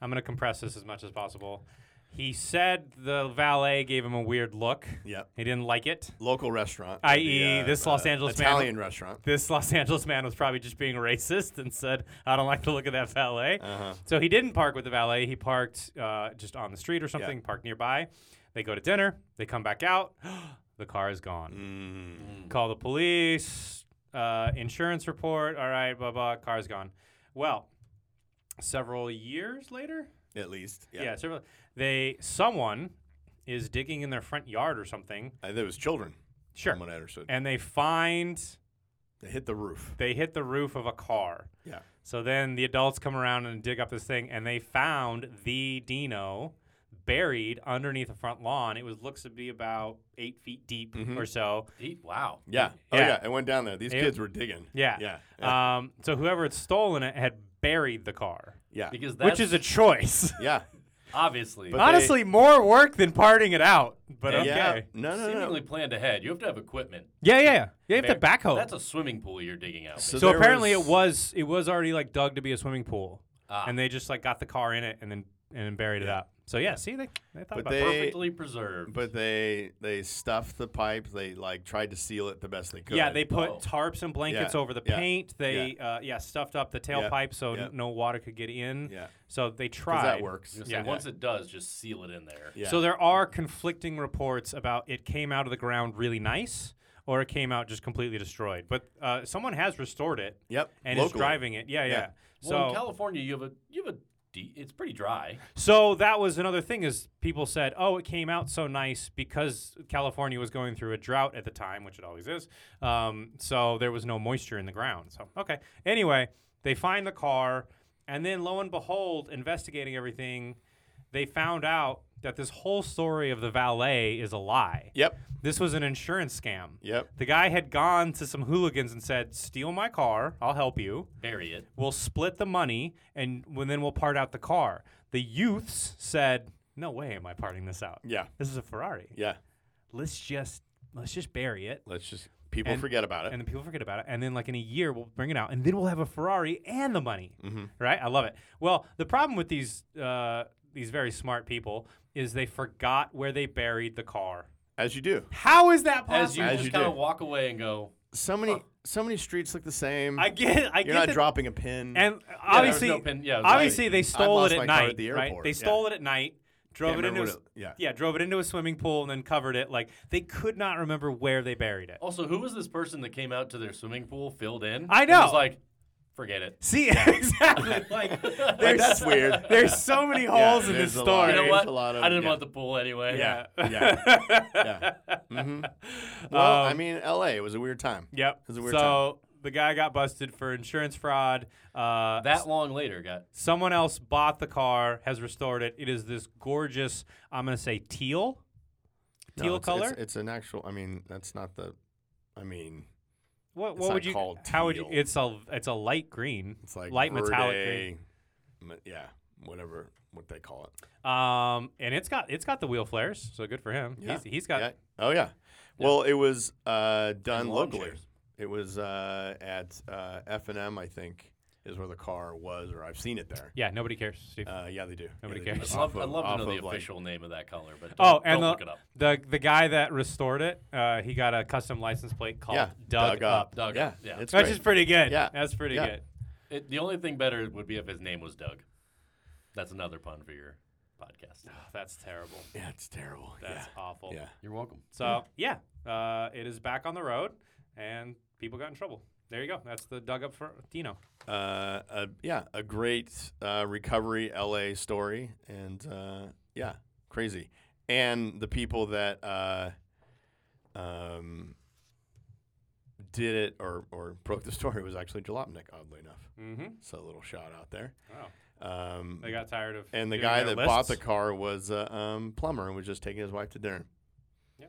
[SPEAKER 2] I'm going to compress this as much as possible. He said the valet gave him a weird look.
[SPEAKER 1] Yep.
[SPEAKER 2] He didn't like it.
[SPEAKER 1] Local restaurant, uh,
[SPEAKER 2] I.e., E, this Los Angeles man-
[SPEAKER 1] Italian restaurant.
[SPEAKER 2] This Los Angeles man was probably just being racist and said, I don't like the look of that valet.
[SPEAKER 1] Uh-huh.
[SPEAKER 2] So he didn't park with the valet. He parked uh, just on the street or something, parked nearby. They go to dinner. They come back out. the car is gone.
[SPEAKER 1] Mm,
[SPEAKER 2] Call the police, uh, insurance report. All right, blah, blah. Car's gone. Well, several years later,
[SPEAKER 1] At least, yeah.
[SPEAKER 2] yeah, several, they, someone is digging in their front yard or something.
[SPEAKER 1] I think it was children.
[SPEAKER 2] Sure.
[SPEAKER 1] From what I understood,
[SPEAKER 2] And they find,
[SPEAKER 1] they hit the roof.
[SPEAKER 2] they hit the roof of a car.
[SPEAKER 1] Yeah.
[SPEAKER 2] So then the adults come around and dig up this thing, and they found the dino buried underneath the front lawn. It was looks to be about eight feet deep
[SPEAKER 1] Mhm.
[SPEAKER 2] or so.
[SPEAKER 3] He- wow.
[SPEAKER 1] Yeah. Oh
[SPEAKER 2] Yeah.
[SPEAKER 1] yeah. It went down there. These
[SPEAKER 2] It-
[SPEAKER 1] kids were digging.
[SPEAKER 2] Yeah.
[SPEAKER 1] Yeah. Yeah.
[SPEAKER 2] Um, so whoever had stolen it had buried the car,
[SPEAKER 1] yeah.
[SPEAKER 3] Because that's
[SPEAKER 2] which is a choice.
[SPEAKER 1] Yeah.
[SPEAKER 3] obviously
[SPEAKER 1] But-
[SPEAKER 2] Honestly, more work than parting it out. But
[SPEAKER 3] Yeah.
[SPEAKER 2] okay. Yeah,
[SPEAKER 1] Yeah. No, no, no.
[SPEAKER 3] seemingly planned ahead. You have to have equipment.
[SPEAKER 2] yeah, yeah. You have to
[SPEAKER 3] Bar-
[SPEAKER 2] backhoe.
[SPEAKER 3] That's a swimming pool you're digging out.
[SPEAKER 1] Oh. So-
[SPEAKER 2] so
[SPEAKER 1] there
[SPEAKER 2] apparently
[SPEAKER 1] was-
[SPEAKER 2] it was it was already like dug to be a swimming pool,
[SPEAKER 3] Ah.
[SPEAKER 2] and they just like got the car in it and then and then buried it up. So yeah, see they, they thought
[SPEAKER 1] But
[SPEAKER 2] about
[SPEAKER 1] they-
[SPEAKER 2] that.
[SPEAKER 3] Perfectly preserved.
[SPEAKER 1] But they they stuffed the pipe. They like tried to seal it the best they could.
[SPEAKER 2] Yeah, they put
[SPEAKER 3] Oh.
[SPEAKER 2] tarps and blankets
[SPEAKER 1] Yeah,
[SPEAKER 2] over the
[SPEAKER 1] yeah,
[SPEAKER 2] paint. They yeah. Uh, yeah stuffed up the tailpipe so n-
[SPEAKER 1] yeah.
[SPEAKER 2] no water could get in.
[SPEAKER 1] Yeah.
[SPEAKER 2] So they
[SPEAKER 1] 'Cause
[SPEAKER 2] tried.
[SPEAKER 1] that works.
[SPEAKER 3] You know, so
[SPEAKER 2] yeah.
[SPEAKER 3] Once it does, just seal it in there.
[SPEAKER 1] Yeah.
[SPEAKER 2] So there are conflicting reports about it came out of the ground really nice or it came out just completely destroyed. But uh, someone has restored it
[SPEAKER 1] Yep.
[SPEAKER 2] and is
[SPEAKER 1] Locally.
[SPEAKER 2] driving it. Yeah, yeah.
[SPEAKER 1] Yeah.
[SPEAKER 2] So
[SPEAKER 3] Well, in California, you have a you have a de- it's pretty dry.
[SPEAKER 2] so that was another thing is people said, "Oh, it came out so nice because California was going through a drought at the time, which it always is. Um, so there was no moisture in the ground." So, okay. Anyway, they find the car and then lo and behold, investigating everything, they found out that this whole story of the valet is a lie.
[SPEAKER 1] Yep.
[SPEAKER 2] This was an insurance scam.
[SPEAKER 1] Yep.
[SPEAKER 2] The guy had gone to some hooligans and said, "Steal my car, I'll help you."
[SPEAKER 3] Bury it.
[SPEAKER 2] we'll split the money and w- then we'll part out the car. The youths said, "No way am I parting this out.
[SPEAKER 1] Yeah.
[SPEAKER 2] This is a Ferrari.
[SPEAKER 1] Yeah.
[SPEAKER 2] Let's just let's just bury it."
[SPEAKER 1] Let's just people
[SPEAKER 2] And-
[SPEAKER 1] forget about it.
[SPEAKER 2] And then people forget about it. And then, like in a year, we'll bring it out, and then we'll have a Ferrari and the money, right? I love it. Well, the problem with these uh, these very smart people is they forgot where they buried the car.
[SPEAKER 1] As you do.
[SPEAKER 2] How is that possible?
[SPEAKER 3] As you
[SPEAKER 1] As
[SPEAKER 3] just
[SPEAKER 1] you
[SPEAKER 3] kind of
[SPEAKER 1] do.
[SPEAKER 3] walk away and go,
[SPEAKER 1] So many so many streets look the same.
[SPEAKER 2] I get, I
[SPEAKER 1] You're
[SPEAKER 2] get
[SPEAKER 1] not
[SPEAKER 2] that-
[SPEAKER 1] dropping a pin.
[SPEAKER 2] And
[SPEAKER 3] Yeah, there was
[SPEAKER 2] obviously,
[SPEAKER 3] no pin- yeah, it was
[SPEAKER 2] obviously they stole
[SPEAKER 1] I
[SPEAKER 2] it
[SPEAKER 1] lost
[SPEAKER 2] at
[SPEAKER 1] my car
[SPEAKER 2] night.
[SPEAKER 1] at the
[SPEAKER 2] Right?
[SPEAKER 1] airport,
[SPEAKER 2] They
[SPEAKER 1] yeah.
[SPEAKER 2] stole it at night, drove it
[SPEAKER 1] remember
[SPEAKER 2] into a,
[SPEAKER 1] what
[SPEAKER 2] s-
[SPEAKER 1] it- yeah.
[SPEAKER 2] drove it into a swimming pool and then covered it. Like they could not remember where they buried it.
[SPEAKER 3] Also, who was this person that came out to their swimming pool, filled in?
[SPEAKER 2] I
[SPEAKER 3] and
[SPEAKER 2] know.
[SPEAKER 3] was like, forget it.
[SPEAKER 2] See, exactly. Like
[SPEAKER 1] Like,
[SPEAKER 2] there's
[SPEAKER 1] that's weird.
[SPEAKER 2] there's so many holes in
[SPEAKER 1] there's
[SPEAKER 2] this
[SPEAKER 1] a lot.
[SPEAKER 2] story.
[SPEAKER 3] You know
[SPEAKER 1] There's
[SPEAKER 3] what?
[SPEAKER 1] a lot of-
[SPEAKER 3] I didn't
[SPEAKER 1] yeah.
[SPEAKER 3] want the pool anyway.
[SPEAKER 2] Yeah.
[SPEAKER 1] yeah. yeah. hmm Well, I
[SPEAKER 2] Um,
[SPEAKER 1] mean, L.A. was a weird time.
[SPEAKER 2] Yep.
[SPEAKER 1] It was a weird
[SPEAKER 2] so the guy got busted for insurance fraud. Uh,
[SPEAKER 3] That long later got
[SPEAKER 2] someone else bought the car, has restored it. It is this gorgeous. I'm gonna say teal.
[SPEAKER 1] No,
[SPEAKER 2] Teal
[SPEAKER 1] it's-
[SPEAKER 2] color.
[SPEAKER 1] It's, it's an actual. I mean, that's not the. I mean,
[SPEAKER 2] What,
[SPEAKER 1] not
[SPEAKER 2] what would you
[SPEAKER 1] called
[SPEAKER 2] how would you
[SPEAKER 1] teal.
[SPEAKER 2] it's a it's a light green.
[SPEAKER 1] it's like
[SPEAKER 2] light metallic green.
[SPEAKER 1] verde, me- Yeah, whatever what they call it.
[SPEAKER 2] Um and it's got it's got the wheel flares, so good for him.
[SPEAKER 1] Yeah.
[SPEAKER 2] He's, he's got
[SPEAKER 1] yeah. Oh yeah. Well, it was uh, done
[SPEAKER 3] And lawn
[SPEAKER 1] locally.
[SPEAKER 3] chairs.
[SPEAKER 1] It was uh, at uh, F and M, I think, is where the car was, or I've seen it there.
[SPEAKER 2] yeah, nobody cares, Steve.
[SPEAKER 1] Uh, yeah, they do. Yeah,
[SPEAKER 2] Nobody
[SPEAKER 1] they do.
[SPEAKER 2] cares.
[SPEAKER 3] I'd
[SPEAKER 1] Off
[SPEAKER 3] love, I'd
[SPEAKER 1] of-
[SPEAKER 3] love
[SPEAKER 1] off
[SPEAKER 3] to know the
[SPEAKER 1] of, like-
[SPEAKER 3] official name of that color, but
[SPEAKER 2] Oh,
[SPEAKER 3] don't-
[SPEAKER 2] and
[SPEAKER 3] don't
[SPEAKER 2] the,
[SPEAKER 3] look it up.
[SPEAKER 2] the the guy that restored it, uh, he got a custom license plate called
[SPEAKER 1] yeah,
[SPEAKER 2] Dug, Up,
[SPEAKER 3] Dug
[SPEAKER 1] yeah,
[SPEAKER 3] Up, yeah.
[SPEAKER 1] It's
[SPEAKER 2] which
[SPEAKER 1] great.
[SPEAKER 2] is pretty good.
[SPEAKER 1] Yeah.
[SPEAKER 2] that's pretty
[SPEAKER 1] Yeah.
[SPEAKER 2] good.
[SPEAKER 3] It, the only thing better would be if his name was Doug. That's another pun for your podcast.
[SPEAKER 2] Oh, that's terrible.
[SPEAKER 1] yeah, it's terrible.
[SPEAKER 2] That's awful.
[SPEAKER 1] yeah. yeah.
[SPEAKER 3] You're welcome.
[SPEAKER 2] So yeah, uh, it is back on the road, and people got in trouble. There you go. That's the Dug Up for Dino.
[SPEAKER 1] uh, a, yeah, a great uh, recovery LA story, and uh, yeah, crazy. And the people that uh, um, did it or, or broke the story was actually Jalopnik, oddly enough.
[SPEAKER 2] Mm-hmm.
[SPEAKER 1] So a little shout out there.
[SPEAKER 2] Wow.
[SPEAKER 1] Um,
[SPEAKER 2] They got tired of
[SPEAKER 1] and the
[SPEAKER 2] doing
[SPEAKER 1] guy
[SPEAKER 2] their
[SPEAKER 1] that bought the
[SPEAKER 2] lists,
[SPEAKER 1] car was a um, plumber and was just taking his wife to dinner.
[SPEAKER 2] Yeah.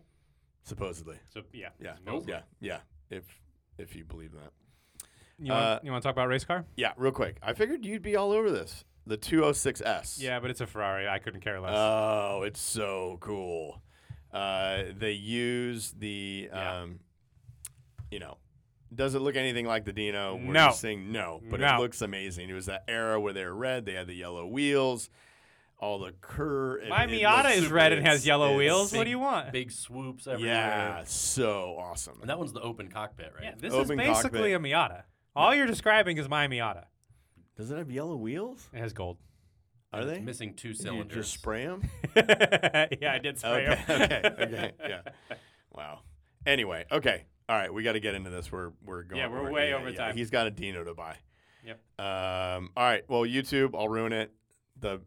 [SPEAKER 1] Supposedly.
[SPEAKER 2] So yeah,
[SPEAKER 1] Yeah.
[SPEAKER 2] supposedly.
[SPEAKER 1] Yeah. Yeah. If if you believe that.
[SPEAKER 2] You want,
[SPEAKER 1] Uh,
[SPEAKER 2] you want to talk about race car?
[SPEAKER 1] Yeah, real quick. I figured you'd be all over this. The 206S.
[SPEAKER 2] Yeah, but it's a Ferrari. I couldn't care less.
[SPEAKER 1] Oh, it's so cool. Uh, they use the,
[SPEAKER 2] Yeah.
[SPEAKER 1] um, you know, does it look anything like the Dino? We're
[SPEAKER 2] No.
[SPEAKER 1] just saying no, but
[SPEAKER 2] No.
[SPEAKER 1] it looks amazing. It was that era where they were red. They had the yellow wheels, all the curve.
[SPEAKER 2] My Miata is red and has yellow wheels. what
[SPEAKER 3] big-
[SPEAKER 2] do you want?
[SPEAKER 3] Big swoops everywhere.
[SPEAKER 1] Yeah, so awesome.
[SPEAKER 3] And that one's the open cockpit, right?
[SPEAKER 2] yeah, this is
[SPEAKER 1] Open
[SPEAKER 2] basically
[SPEAKER 1] cockpit.
[SPEAKER 2] a Miata. All you're describing is my Miata.
[SPEAKER 1] Does it have yellow wheels?
[SPEAKER 2] It has gold.
[SPEAKER 1] Are
[SPEAKER 3] And
[SPEAKER 1] they?
[SPEAKER 3] It's missing
[SPEAKER 1] Do
[SPEAKER 3] two
[SPEAKER 1] you
[SPEAKER 3] cylinders.
[SPEAKER 1] just spray them?
[SPEAKER 2] yeah, I did spray
[SPEAKER 1] okay,
[SPEAKER 2] 'em.
[SPEAKER 1] okay, okay, yeah. Wow. Anyway, okay, all right. We got to get into this. We're we're going.
[SPEAKER 2] Yeah, we're way over time.
[SPEAKER 1] He's got a Dino to buy.
[SPEAKER 2] Yep.
[SPEAKER 1] Um. All right. Well, YouTube. I'll ruin it. The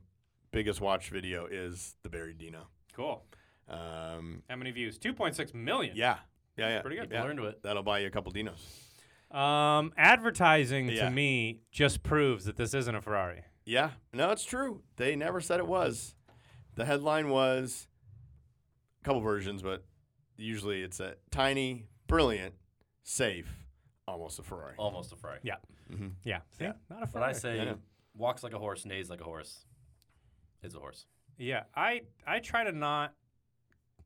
[SPEAKER 1] biggest watch video is the buried Dino.
[SPEAKER 2] Cool.
[SPEAKER 1] Um.
[SPEAKER 2] How many views? 2.6 million.
[SPEAKER 1] Yeah. Yeah. Yeah.
[SPEAKER 2] Pretty good.
[SPEAKER 1] Yeah.
[SPEAKER 3] People are into it.
[SPEAKER 1] That'll buy you a couple Dinos.
[SPEAKER 2] Um, advertising
[SPEAKER 1] Yeah.
[SPEAKER 2] to me just proves that this isn't a Ferrari.
[SPEAKER 1] Yeah. No, it's true. They never said it was. The headline was a couple versions, but usually it's a tiny, brilliant, safe, almost a Ferrari.
[SPEAKER 3] Almost a Ferrari.
[SPEAKER 2] Yeah.
[SPEAKER 1] Mhm.
[SPEAKER 2] Yeah. See?
[SPEAKER 1] Yeah.
[SPEAKER 2] Not a
[SPEAKER 3] When
[SPEAKER 2] Ferrari.
[SPEAKER 3] I say
[SPEAKER 1] I know.
[SPEAKER 3] walks like a horse, neighs like a horse, is a horse.
[SPEAKER 2] yeah, I I try to not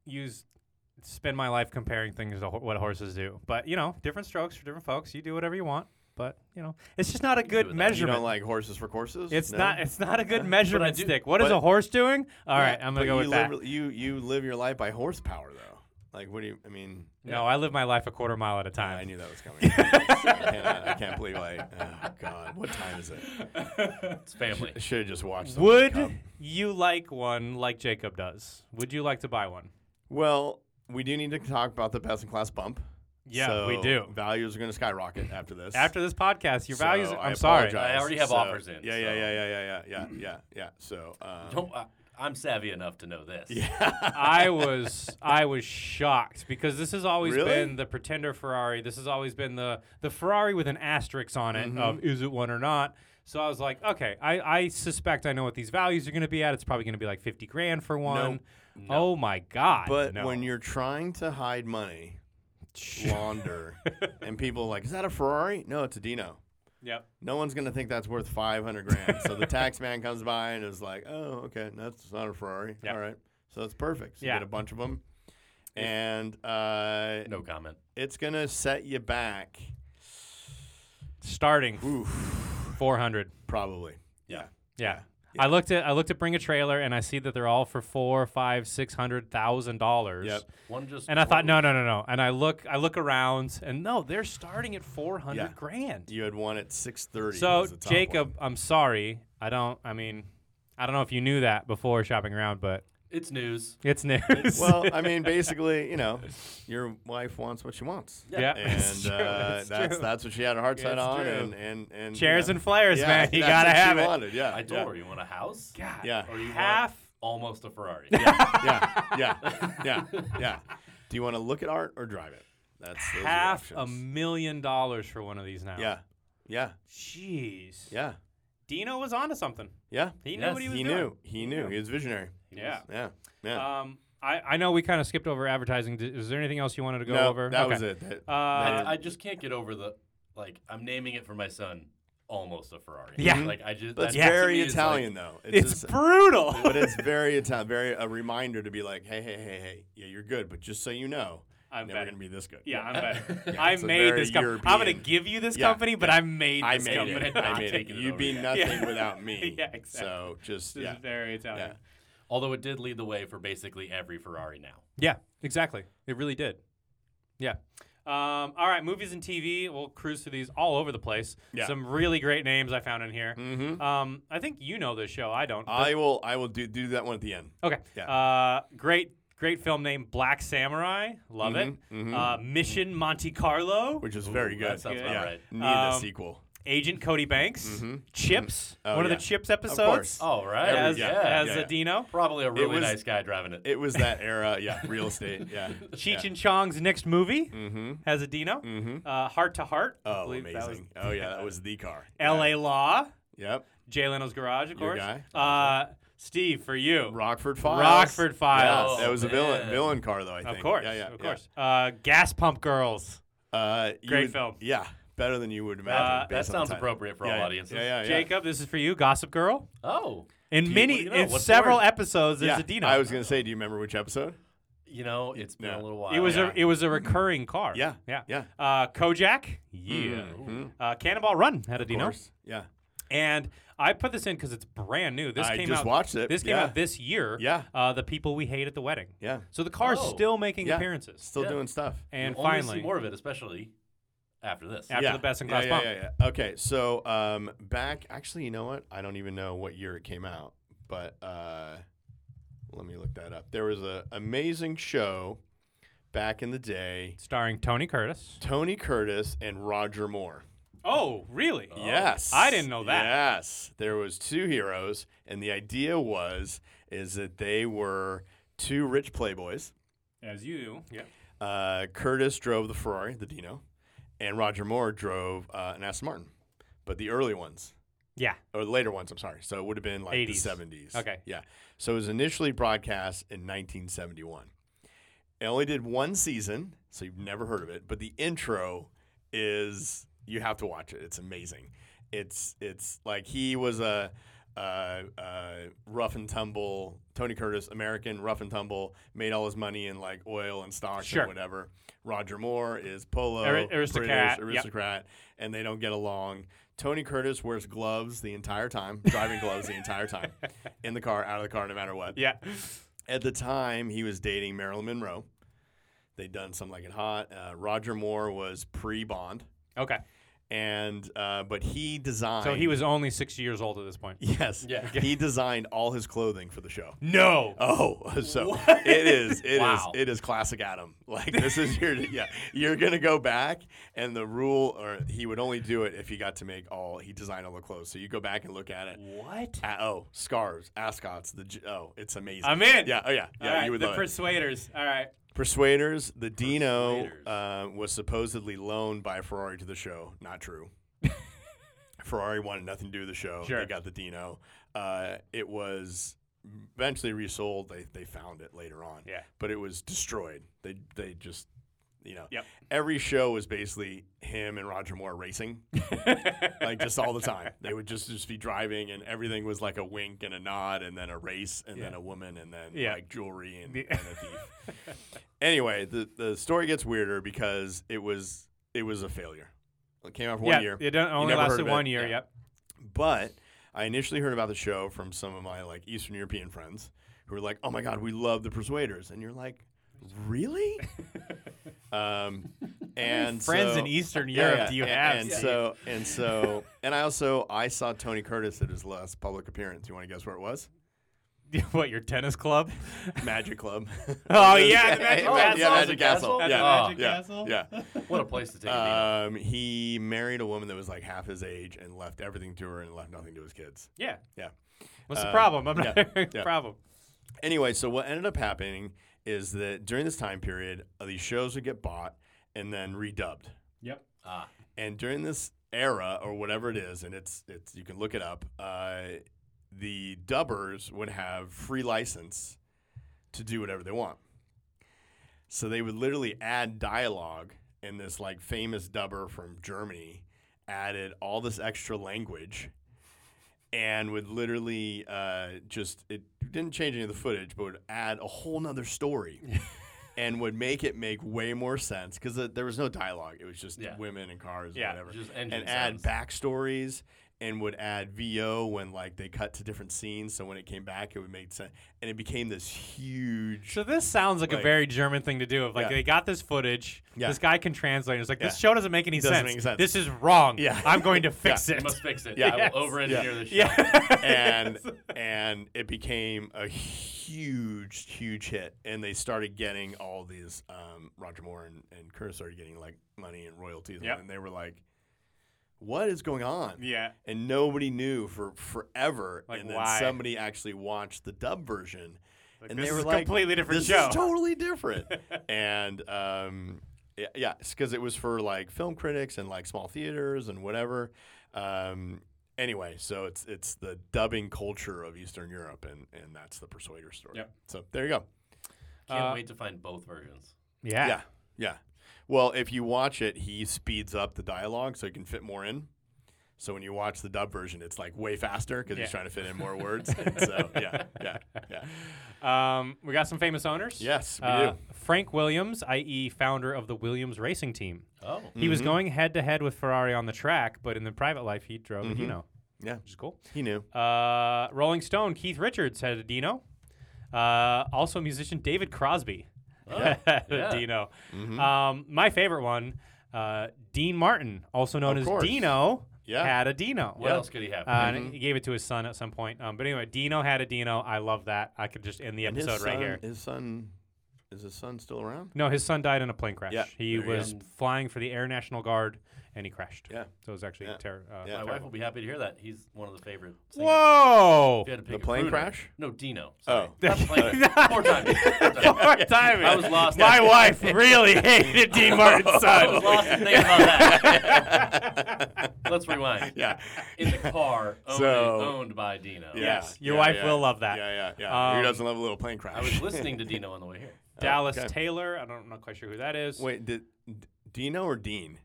[SPEAKER 2] use spend my life comparing things to ho- what horses do. But, you know, different strokes for different folks. You do whatever you want, but, you know, it's just not a
[SPEAKER 3] do
[SPEAKER 2] good
[SPEAKER 3] it that way. You
[SPEAKER 1] You
[SPEAKER 2] measurement.
[SPEAKER 1] don't like horses for courses?
[SPEAKER 2] it's
[SPEAKER 1] No?
[SPEAKER 2] not it's not a good measurement
[SPEAKER 3] do-
[SPEAKER 2] stick. What is
[SPEAKER 1] but-
[SPEAKER 2] a horse doing? All
[SPEAKER 1] Yeah,
[SPEAKER 2] right, I'm going
[SPEAKER 1] but
[SPEAKER 2] to go with
[SPEAKER 1] you
[SPEAKER 2] that.
[SPEAKER 1] live, You you live your life by horsepower though. Like what do you? I mean,
[SPEAKER 2] No, I live my life a quarter mile at a
[SPEAKER 1] I
[SPEAKER 2] time.
[SPEAKER 1] knew that was coming. I, can't, I can't believe I. Oh God, what time is it?
[SPEAKER 3] It's family.
[SPEAKER 1] I should have just watched. something
[SPEAKER 2] Would
[SPEAKER 1] come.
[SPEAKER 2] you like one like Jacob does? Would you like to buy one?
[SPEAKER 1] Well, we do need to talk about the best in class bump.
[SPEAKER 2] Yeah,
[SPEAKER 1] So
[SPEAKER 2] we do.
[SPEAKER 1] Values are going to skyrocket after this.
[SPEAKER 2] After this podcast, your values.
[SPEAKER 1] So
[SPEAKER 2] I'm
[SPEAKER 1] I
[SPEAKER 2] sorry.
[SPEAKER 1] apologize.
[SPEAKER 3] I already have
[SPEAKER 1] So-
[SPEAKER 3] offers in,
[SPEAKER 1] Yeah, yeah,
[SPEAKER 3] so-
[SPEAKER 1] yeah, yeah, yeah, yeah, yeah, yeah, yeah. So. Um,
[SPEAKER 3] Don't, I, I'm savvy enough to know this.
[SPEAKER 1] yeah.
[SPEAKER 2] I was I was shocked because this has always
[SPEAKER 1] Really?
[SPEAKER 2] been the pretender Ferrari. This has always been the the Ferrari with an asterisk on it
[SPEAKER 1] Mm-hmm.
[SPEAKER 2] of is it one or not. So I was like, okay, I, I suspect I know what these values are going to be at. It's probably going to be like fifty grand for one. Oh my god!
[SPEAKER 1] But
[SPEAKER 2] no.
[SPEAKER 1] when you're trying to hide money, launder, and people are like, is that a Ferrari? No, it's a Dino.
[SPEAKER 2] yep,
[SPEAKER 1] No one's gonna think that's worth five hundred grand. so the tax man comes by and is like, "Oh, okay, that's not a Ferrari.
[SPEAKER 2] Yeah.
[SPEAKER 1] All right, so it's perfect. So
[SPEAKER 2] Yeah.
[SPEAKER 1] You get a bunch of them, and uh,
[SPEAKER 3] No comment.
[SPEAKER 1] it's gonna set you back.
[SPEAKER 2] starting
[SPEAKER 1] Oof,
[SPEAKER 2] four hundred.
[SPEAKER 1] probably.
[SPEAKER 3] Yeah.
[SPEAKER 2] Yeah. I looked at I looked at bring a trailer and I see that they're all for four, five, six hundred thousand dollars.
[SPEAKER 1] Yep.
[SPEAKER 3] One just.
[SPEAKER 2] And I thought,
[SPEAKER 3] closed.
[SPEAKER 2] no, no, no, no. And I look I look around and no, they're starting at four hundred
[SPEAKER 1] Yeah.
[SPEAKER 2] grand.
[SPEAKER 1] You had one at six thirty.
[SPEAKER 2] So Jacob, I'm sorry. I don't I mean I don't know if you knew that before shopping around, but
[SPEAKER 3] It's news.
[SPEAKER 2] it's news.
[SPEAKER 1] Well, I mean, basically, you know, your wife wants what she wants.
[SPEAKER 2] yeah.
[SPEAKER 1] And
[SPEAKER 2] it's true,
[SPEAKER 1] uh,
[SPEAKER 2] it's
[SPEAKER 1] that's
[SPEAKER 2] true.
[SPEAKER 1] that's what she had her heart set
[SPEAKER 2] It's
[SPEAKER 1] on,
[SPEAKER 2] true.
[SPEAKER 1] and and and
[SPEAKER 2] chairs and flares,
[SPEAKER 1] yeah,
[SPEAKER 2] man. You
[SPEAKER 1] that's
[SPEAKER 2] gotta
[SPEAKER 1] what
[SPEAKER 2] have
[SPEAKER 1] she
[SPEAKER 2] it.
[SPEAKER 1] Wanted. Yeah,
[SPEAKER 3] I
[SPEAKER 1] yeah.
[SPEAKER 3] told her, you want a house?
[SPEAKER 2] God.
[SPEAKER 1] Yeah.
[SPEAKER 3] Or you want
[SPEAKER 2] Half
[SPEAKER 3] almost a Ferrari?
[SPEAKER 1] yeah, yeah, yeah, yeah. Do you want to look at art or drive it? That's those are your
[SPEAKER 2] half a
[SPEAKER 1] options.
[SPEAKER 2] million dollars for one of these now.
[SPEAKER 1] Yeah, yeah,
[SPEAKER 2] Jeez.
[SPEAKER 1] yeah,
[SPEAKER 2] Dino was onto something.
[SPEAKER 1] yeah.
[SPEAKER 2] He knew
[SPEAKER 3] Yes,
[SPEAKER 2] what he was
[SPEAKER 1] He
[SPEAKER 2] doing.
[SPEAKER 1] knew. He knew. He was visionary.
[SPEAKER 2] Yeah.
[SPEAKER 1] Yeah, yeah.
[SPEAKER 2] Um, I, I know we kind of skipped over advertising. Did, is there anything else you wanted to go
[SPEAKER 1] no,
[SPEAKER 2] over?
[SPEAKER 1] that
[SPEAKER 2] Okay.
[SPEAKER 1] was it. That-
[SPEAKER 2] Uh,
[SPEAKER 1] that-
[SPEAKER 3] I, I just can't get over the like. I'm naming it for my son. Almost a Ferrari.
[SPEAKER 2] Yeah.
[SPEAKER 3] Like I just.
[SPEAKER 1] that's
[SPEAKER 3] that to
[SPEAKER 1] very
[SPEAKER 3] me is like-
[SPEAKER 1] Italian, though.
[SPEAKER 2] It's,
[SPEAKER 1] just-
[SPEAKER 2] brutal.
[SPEAKER 1] but it's very Italian. Very a reminder to be like, hey, hey, hey, hey. Yeah, you're good, but just so you know,
[SPEAKER 2] I'm
[SPEAKER 1] never
[SPEAKER 2] better.
[SPEAKER 1] gonna be this good.
[SPEAKER 2] Yeah, I'm better.
[SPEAKER 1] Yeah,
[SPEAKER 2] I
[SPEAKER 1] it's a
[SPEAKER 2] made
[SPEAKER 1] very
[SPEAKER 2] this company. I'm going
[SPEAKER 1] European-
[SPEAKER 2] to give you this
[SPEAKER 1] Yeah,
[SPEAKER 2] company, but I made
[SPEAKER 1] I
[SPEAKER 2] this
[SPEAKER 1] made
[SPEAKER 2] company.
[SPEAKER 1] it. I made it.
[SPEAKER 3] taking it
[SPEAKER 1] You'd
[SPEAKER 3] over
[SPEAKER 1] be
[SPEAKER 3] yet.
[SPEAKER 1] nothing
[SPEAKER 2] Yeah.
[SPEAKER 1] without me.
[SPEAKER 2] Yeah, exactly.
[SPEAKER 1] So just
[SPEAKER 2] This
[SPEAKER 1] yeah,
[SPEAKER 2] is very Italian.
[SPEAKER 3] Although it did lead the way for basically every Ferrari now.
[SPEAKER 2] Yeah. exactly. It really did. Yeah. Um, all right, movies and TV. We'll cruise through these all over the place.
[SPEAKER 1] Yeah.
[SPEAKER 2] Some really great names I found in here.
[SPEAKER 1] Mm-hmm.
[SPEAKER 2] Um, I think you know this show. I don't. but-
[SPEAKER 1] I will. I will do do that one at the end.
[SPEAKER 2] Okay.
[SPEAKER 1] Yeah.
[SPEAKER 2] Uh, great, great film name, Black Samurai. Love it.
[SPEAKER 1] Mhm, mhm.
[SPEAKER 2] Uh, Mission Monte Carlo.
[SPEAKER 1] which is very
[SPEAKER 3] Ooh,
[SPEAKER 1] good.
[SPEAKER 3] that sounds
[SPEAKER 2] about
[SPEAKER 1] yeah.
[SPEAKER 3] right.
[SPEAKER 1] Need the
[SPEAKER 2] Um,
[SPEAKER 1] sequel.
[SPEAKER 2] Agent Cody Banks. Chips.
[SPEAKER 1] Oh,
[SPEAKER 2] One of
[SPEAKER 1] yeah.
[SPEAKER 2] the Chips episodes.
[SPEAKER 1] course.
[SPEAKER 3] All right.
[SPEAKER 2] As,
[SPEAKER 1] yeah,
[SPEAKER 2] as
[SPEAKER 1] yeah, yeah.
[SPEAKER 2] a Dino.
[SPEAKER 3] Probably a really
[SPEAKER 1] was-
[SPEAKER 3] nice guy driving it.
[SPEAKER 1] It was that era. Yeah, real estate. Yeah.
[SPEAKER 2] Cheech and Chong's next movie has a Dino.
[SPEAKER 1] Mhm.
[SPEAKER 2] Uh, Heart to Heart. I
[SPEAKER 1] Oh,
[SPEAKER 2] believe
[SPEAKER 1] amazing.
[SPEAKER 2] that was
[SPEAKER 1] oh yeah, that was the car.
[SPEAKER 2] L.A. Law.
[SPEAKER 1] Yep.
[SPEAKER 2] Jay Leno's Garage, of
[SPEAKER 1] Your
[SPEAKER 2] course.
[SPEAKER 1] guy.
[SPEAKER 2] Uh, Steve, for you.
[SPEAKER 1] Rockford Files.
[SPEAKER 2] Rockford Files.
[SPEAKER 1] Yeah, that was a
[SPEAKER 3] Oh,
[SPEAKER 1] villain
[SPEAKER 3] man.
[SPEAKER 1] villain car though. I think.
[SPEAKER 2] Of course.
[SPEAKER 1] Yeah, yeah,
[SPEAKER 2] of
[SPEAKER 1] yeah.
[SPEAKER 2] course. Uh, Gas Pump Girls.
[SPEAKER 1] Uh, you
[SPEAKER 2] Great film. Uh,
[SPEAKER 1] Yeah. better than you would
[SPEAKER 3] That-
[SPEAKER 1] imagine.
[SPEAKER 3] that
[SPEAKER 1] based on the
[SPEAKER 3] sounds
[SPEAKER 1] title.
[SPEAKER 3] appropriate for
[SPEAKER 1] yeah,
[SPEAKER 3] all
[SPEAKER 1] yeah,
[SPEAKER 3] audiences.
[SPEAKER 1] Uh, Yeah, yeah, yeah.
[SPEAKER 2] Jacob, this is for you. Gossip Girl.
[SPEAKER 3] Oh,
[SPEAKER 2] In
[SPEAKER 3] Do you-
[SPEAKER 2] many,
[SPEAKER 3] what do you know?
[SPEAKER 2] in
[SPEAKER 3] What's the
[SPEAKER 2] several
[SPEAKER 3] word?
[SPEAKER 2] episodes, there's
[SPEAKER 1] Yeah,
[SPEAKER 2] a Dino.
[SPEAKER 1] I was gonna say, do you remember which episode?
[SPEAKER 3] you know, it's been
[SPEAKER 1] Yeah. Mm-hmm.
[SPEAKER 3] a little while.
[SPEAKER 2] It was
[SPEAKER 3] yeah.
[SPEAKER 2] a it was a recurring car.
[SPEAKER 1] Yeah,
[SPEAKER 2] yeah,
[SPEAKER 1] yeah.
[SPEAKER 2] Uh, Kojak. Yeah.
[SPEAKER 1] Mhm.
[SPEAKER 2] Uh, Cannonball Run had a
[SPEAKER 1] Of
[SPEAKER 2] Dino.
[SPEAKER 1] course. Yeah.
[SPEAKER 2] And I put this in because it's brand new. This
[SPEAKER 1] I
[SPEAKER 2] came
[SPEAKER 1] just
[SPEAKER 2] out.
[SPEAKER 1] watched it.
[SPEAKER 2] This came
[SPEAKER 1] Yeah.
[SPEAKER 2] out this year.
[SPEAKER 1] Yeah.
[SPEAKER 2] Uh, the people we hate at the wedding.
[SPEAKER 1] Yeah.
[SPEAKER 2] So the car's
[SPEAKER 3] Oh.
[SPEAKER 2] still making
[SPEAKER 1] Yeah.
[SPEAKER 2] appearances.
[SPEAKER 1] Still
[SPEAKER 3] Yeah.
[SPEAKER 1] doing stuff.
[SPEAKER 2] And
[SPEAKER 3] You'll only
[SPEAKER 2] finally,
[SPEAKER 3] see more of it, especially after this.
[SPEAKER 2] After
[SPEAKER 1] yeah.
[SPEAKER 2] the best in
[SPEAKER 1] Yeah,
[SPEAKER 2] class
[SPEAKER 1] yeah,
[SPEAKER 2] bomb.
[SPEAKER 1] yeah, yeah. Okay, so um, back actually, you know what? I don't even know what year it came out, but uh, let me look that up. There was a amazing show back in the day.
[SPEAKER 2] starring Tony Curtis.
[SPEAKER 1] Tony Curtis and Roger Moore.
[SPEAKER 2] Oh, really?
[SPEAKER 1] Yes.
[SPEAKER 2] I didn't know that.
[SPEAKER 1] Yes. There was two heroes and the idea was is that they were two rich playboys.
[SPEAKER 2] As you. Yeah.
[SPEAKER 1] Uh, Curtis drove the Ferrari, the Dino, and Roger Moore drove uh, an Aston Martin. But the early ones
[SPEAKER 2] Yeah.
[SPEAKER 1] or the later ones, I'm sorry. So it would have been like
[SPEAKER 2] 80s.
[SPEAKER 1] the 70s.
[SPEAKER 2] Okay.
[SPEAKER 1] Yeah. So it was initially broadcast in 1971. It only did one season, so you've never heard of it, but the intro is you have to watch it. It's amazing. It's it's like he was a uh, uh, rough and tumble Tony Curtis, American rough and tumble, made all his money in like oil and stocks
[SPEAKER 2] Sure.
[SPEAKER 1] and whatever. Roger Moore is polo,
[SPEAKER 2] Ari-
[SPEAKER 1] British,
[SPEAKER 2] aristocrat, yep.
[SPEAKER 1] aristocrat, and they don't get along. Tony Curtis wears gloves the entire time, driving gloves the entire time, in the car, out of the car, no matter what.
[SPEAKER 2] Yeah.
[SPEAKER 1] At the time, he was dating Marilyn Monroe. They'd done something like it hot. Uh, Roger Moore was pre Bond,
[SPEAKER 2] Okay.
[SPEAKER 1] and uh, but he designed.
[SPEAKER 2] So he was only 60 years old at this point.
[SPEAKER 1] yes,
[SPEAKER 3] Yeah.
[SPEAKER 1] He designed all his clothing for the show.
[SPEAKER 2] No.
[SPEAKER 1] Oh, so it is. It is.
[SPEAKER 3] Wow.
[SPEAKER 1] It is classic Adam. Like this is your. Yeah, you're gonna go back, and the rule, or he would only do it if he got to make all. He designed all the clothes, so you go back and look at it.
[SPEAKER 3] What?
[SPEAKER 1] Uh, oh, scarves, ascots. The j- oh, it's amazing.
[SPEAKER 2] I'm in.
[SPEAKER 1] Yeah. Oh yeah. Yeah. you would
[SPEAKER 2] the
[SPEAKER 1] love it.
[SPEAKER 2] Persuaders. All right.
[SPEAKER 1] Persuaders. The Dino
[SPEAKER 3] Persuaders.
[SPEAKER 1] uh, was supposedly loaned by Ferrari to the show. Not true. Ferrari wanted nothing to do with the show.
[SPEAKER 2] Sure.
[SPEAKER 1] They got the Dino. Uh, it was eventually resold. They they found it later on.
[SPEAKER 2] Yeah.
[SPEAKER 1] But it was destroyed. They they just you know.
[SPEAKER 2] Yep.
[SPEAKER 1] Every show was basically him and Roger Moore racing, like just all the time. They would just just be driving, and everything was like a wink and a nod, and then a race, and then
[SPEAKER 2] Yeah.
[SPEAKER 1] a woman, and then
[SPEAKER 2] Yeah.
[SPEAKER 1] like jewelry and,
[SPEAKER 2] The-
[SPEAKER 1] and a thief. anyway, the the story gets weirder because it was it was a failure. It came out for one
[SPEAKER 2] yeah,
[SPEAKER 1] year.
[SPEAKER 2] It don't- only
[SPEAKER 1] never heard
[SPEAKER 2] lasted
[SPEAKER 1] of it.
[SPEAKER 2] one year.
[SPEAKER 1] Yeah.
[SPEAKER 2] Yep.
[SPEAKER 1] But I initially heard about the show from some of my like Eastern European friends who were like, "Oh my God, we love the Persuaders," and you're like, "Really?" um, and
[SPEAKER 2] Friends
[SPEAKER 1] so-
[SPEAKER 2] in Eastern
[SPEAKER 1] Yeah,
[SPEAKER 2] Europe,
[SPEAKER 1] yeah,
[SPEAKER 2] do you
[SPEAKER 1] and,
[SPEAKER 2] have?
[SPEAKER 1] And
[SPEAKER 2] Steve?
[SPEAKER 1] so and so and I also I saw Tony Curtis at his last public appearance. You want to guess where it was?
[SPEAKER 2] what your tennis club?
[SPEAKER 1] Magic Club.
[SPEAKER 2] Oh, yeah, the Magic
[SPEAKER 1] Yeah,
[SPEAKER 2] Castle.
[SPEAKER 1] Magic Castle.
[SPEAKER 3] At
[SPEAKER 2] the
[SPEAKER 1] yeah,
[SPEAKER 2] Magic
[SPEAKER 1] yeah,
[SPEAKER 2] Castle?
[SPEAKER 1] Yeah.
[SPEAKER 3] What a place to take a
[SPEAKER 1] Um, he married a woman that was like half his age and left everything to her and left nothing to his kids.
[SPEAKER 2] yeah.
[SPEAKER 1] Yeah.
[SPEAKER 2] What's the
[SPEAKER 1] Um,
[SPEAKER 2] problem? I'm not
[SPEAKER 1] yeah, yeah.
[SPEAKER 2] problem.
[SPEAKER 1] Anyway, so what ended up happening is that during this time period, uh, these shows would get bought and then redubbed.
[SPEAKER 2] Yep.
[SPEAKER 3] Ah,
[SPEAKER 1] And during this era or whatever it is, and it's it's you can look it up. Uh, the dubbers would have free license to do whatever they want. So they would literally add dialogue, and this like famous dubber from Germany added all this extra language, and would literally uh, just it didn't change any of the footage, but would add a whole nother story. And would make it make way more sense because there was no dialogue. It was just
[SPEAKER 3] Yeah.
[SPEAKER 1] women and cars
[SPEAKER 2] Yeah,
[SPEAKER 1] and whatever
[SPEAKER 3] just engine
[SPEAKER 1] and add
[SPEAKER 3] sounds.
[SPEAKER 1] backstories and would add VO when like they cut to different scenes. So when it came back, it would make sense, and it became this huge.
[SPEAKER 2] So this sounds like, a
[SPEAKER 1] Like-
[SPEAKER 2] very German thing to do. Of like
[SPEAKER 1] Yeah.
[SPEAKER 2] they got this footage.
[SPEAKER 1] Yeah.
[SPEAKER 2] This guy can translate. It's like this
[SPEAKER 1] Yeah.
[SPEAKER 2] show doesn't make any
[SPEAKER 1] Doesn't
[SPEAKER 2] sense.
[SPEAKER 1] make sense.
[SPEAKER 2] This is wrong.
[SPEAKER 1] Yeah.
[SPEAKER 2] I'm going to fix
[SPEAKER 3] I
[SPEAKER 2] it.
[SPEAKER 3] must fix it.
[SPEAKER 1] Yeah.
[SPEAKER 3] I will over-engineer this show.
[SPEAKER 2] yeah.
[SPEAKER 1] and and it became a huge, huge hit, and they started getting all these. Um, Roger Moore and, and Curtis started getting like money and royalties,
[SPEAKER 2] Yep.
[SPEAKER 1] and they were like, "What is going on?"
[SPEAKER 2] yeah.
[SPEAKER 1] and nobody knew for forever.
[SPEAKER 2] Like,
[SPEAKER 1] and then
[SPEAKER 2] why?
[SPEAKER 1] somebody actually watched the dub version,
[SPEAKER 2] Like,
[SPEAKER 1] and
[SPEAKER 2] this
[SPEAKER 1] they were
[SPEAKER 2] is a
[SPEAKER 1] like,
[SPEAKER 2] completely different
[SPEAKER 1] "This
[SPEAKER 2] show."
[SPEAKER 1] is totally different." and um, y- yeah, because it was for like film critics and like small theaters and whatever. Um, anyway, so it's it's the dubbing culture of Eastern Europe, and and that's the Persuader story.
[SPEAKER 2] Yep.
[SPEAKER 1] So there you go.
[SPEAKER 3] Can't
[SPEAKER 2] Uh,
[SPEAKER 3] wait to find both versions.
[SPEAKER 2] Yeah.
[SPEAKER 1] yeah. yeah. Well, if you watch it, he speeds up the dialogue so he can fit more in. So when you watch the dub version, it's like way faster because he's
[SPEAKER 2] Yeah.
[SPEAKER 1] trying to fit in more words. And so yeah, yeah, yeah.
[SPEAKER 2] Um, we got some famous owners.
[SPEAKER 1] Yes, we
[SPEAKER 2] Uh,
[SPEAKER 1] do.
[SPEAKER 2] Frank Williams, i.e., founder of the Williams Racing Team.
[SPEAKER 3] Oh,
[SPEAKER 1] Mm.
[SPEAKER 2] He
[SPEAKER 1] Mm-hmm.
[SPEAKER 2] was going head to head with Ferrari on the track, but in the private life, he drove a
[SPEAKER 1] Mhm.
[SPEAKER 2] Dino,
[SPEAKER 1] Yeah,
[SPEAKER 2] which is cool.
[SPEAKER 1] he knew.
[SPEAKER 2] Uh, Rolling Stone, Keith Richards had a Dino. Uh, also, musician David Crosby
[SPEAKER 3] Oh,
[SPEAKER 2] had a
[SPEAKER 3] yeah.
[SPEAKER 2] Dino.
[SPEAKER 1] Mhm.
[SPEAKER 2] Um, my favorite one, uh, Dean Martin, also known
[SPEAKER 1] Of
[SPEAKER 2] as
[SPEAKER 1] course.
[SPEAKER 2] Dino,
[SPEAKER 1] Yeah. Mm-hmm.
[SPEAKER 2] had a Dino.
[SPEAKER 3] what else could he have?
[SPEAKER 2] Uh, and he gave it to his son at some point. Um, but anyway, Dino had a Dino. I love that. I could just end the
[SPEAKER 1] And his
[SPEAKER 2] episode right
[SPEAKER 1] son-
[SPEAKER 2] here.
[SPEAKER 1] His son is his son still around?
[SPEAKER 2] No, his son died in a plane crash.
[SPEAKER 1] Yeah,
[SPEAKER 2] he
[SPEAKER 1] there you go.
[SPEAKER 2] was flying for the Air National Guard and he crashed.
[SPEAKER 1] Yeah.
[SPEAKER 2] So it was actually
[SPEAKER 1] Yeah.
[SPEAKER 2] terror. Uh,
[SPEAKER 1] Yeah.
[SPEAKER 3] My wife
[SPEAKER 2] terrible.
[SPEAKER 3] will be happy to hear that. He's one of the favorite. singers.
[SPEAKER 2] Whoa!
[SPEAKER 3] If you had to pick
[SPEAKER 1] The
[SPEAKER 3] a
[SPEAKER 1] plane
[SPEAKER 3] crooner-
[SPEAKER 1] crash?
[SPEAKER 3] No, Dino. Sorry.
[SPEAKER 1] Oh.
[SPEAKER 3] Not plane crash. Poor timing. Poor timing.
[SPEAKER 2] Poor timing.
[SPEAKER 3] I was lost.
[SPEAKER 2] My wife really hated Dean Martin's
[SPEAKER 3] I
[SPEAKER 2] son.
[SPEAKER 3] was lost in thinking about that. Let's rewind.
[SPEAKER 1] Yeah.
[SPEAKER 3] In the car, owned,
[SPEAKER 1] So-
[SPEAKER 3] owned by Dino.
[SPEAKER 1] Yeah,
[SPEAKER 2] Yes, your
[SPEAKER 1] yeah,
[SPEAKER 2] wife
[SPEAKER 1] yeah.
[SPEAKER 2] will love that.
[SPEAKER 1] Yeah, yeah, yeah. Who
[SPEAKER 2] Um,
[SPEAKER 1] doesn't love a little plane crash?
[SPEAKER 3] I was listening to Dino on the way here.
[SPEAKER 2] Dallas
[SPEAKER 1] okay.
[SPEAKER 2] Taylor. I don't, I'm not quite sure who that is.
[SPEAKER 1] Wait, did D- Dino or Dean?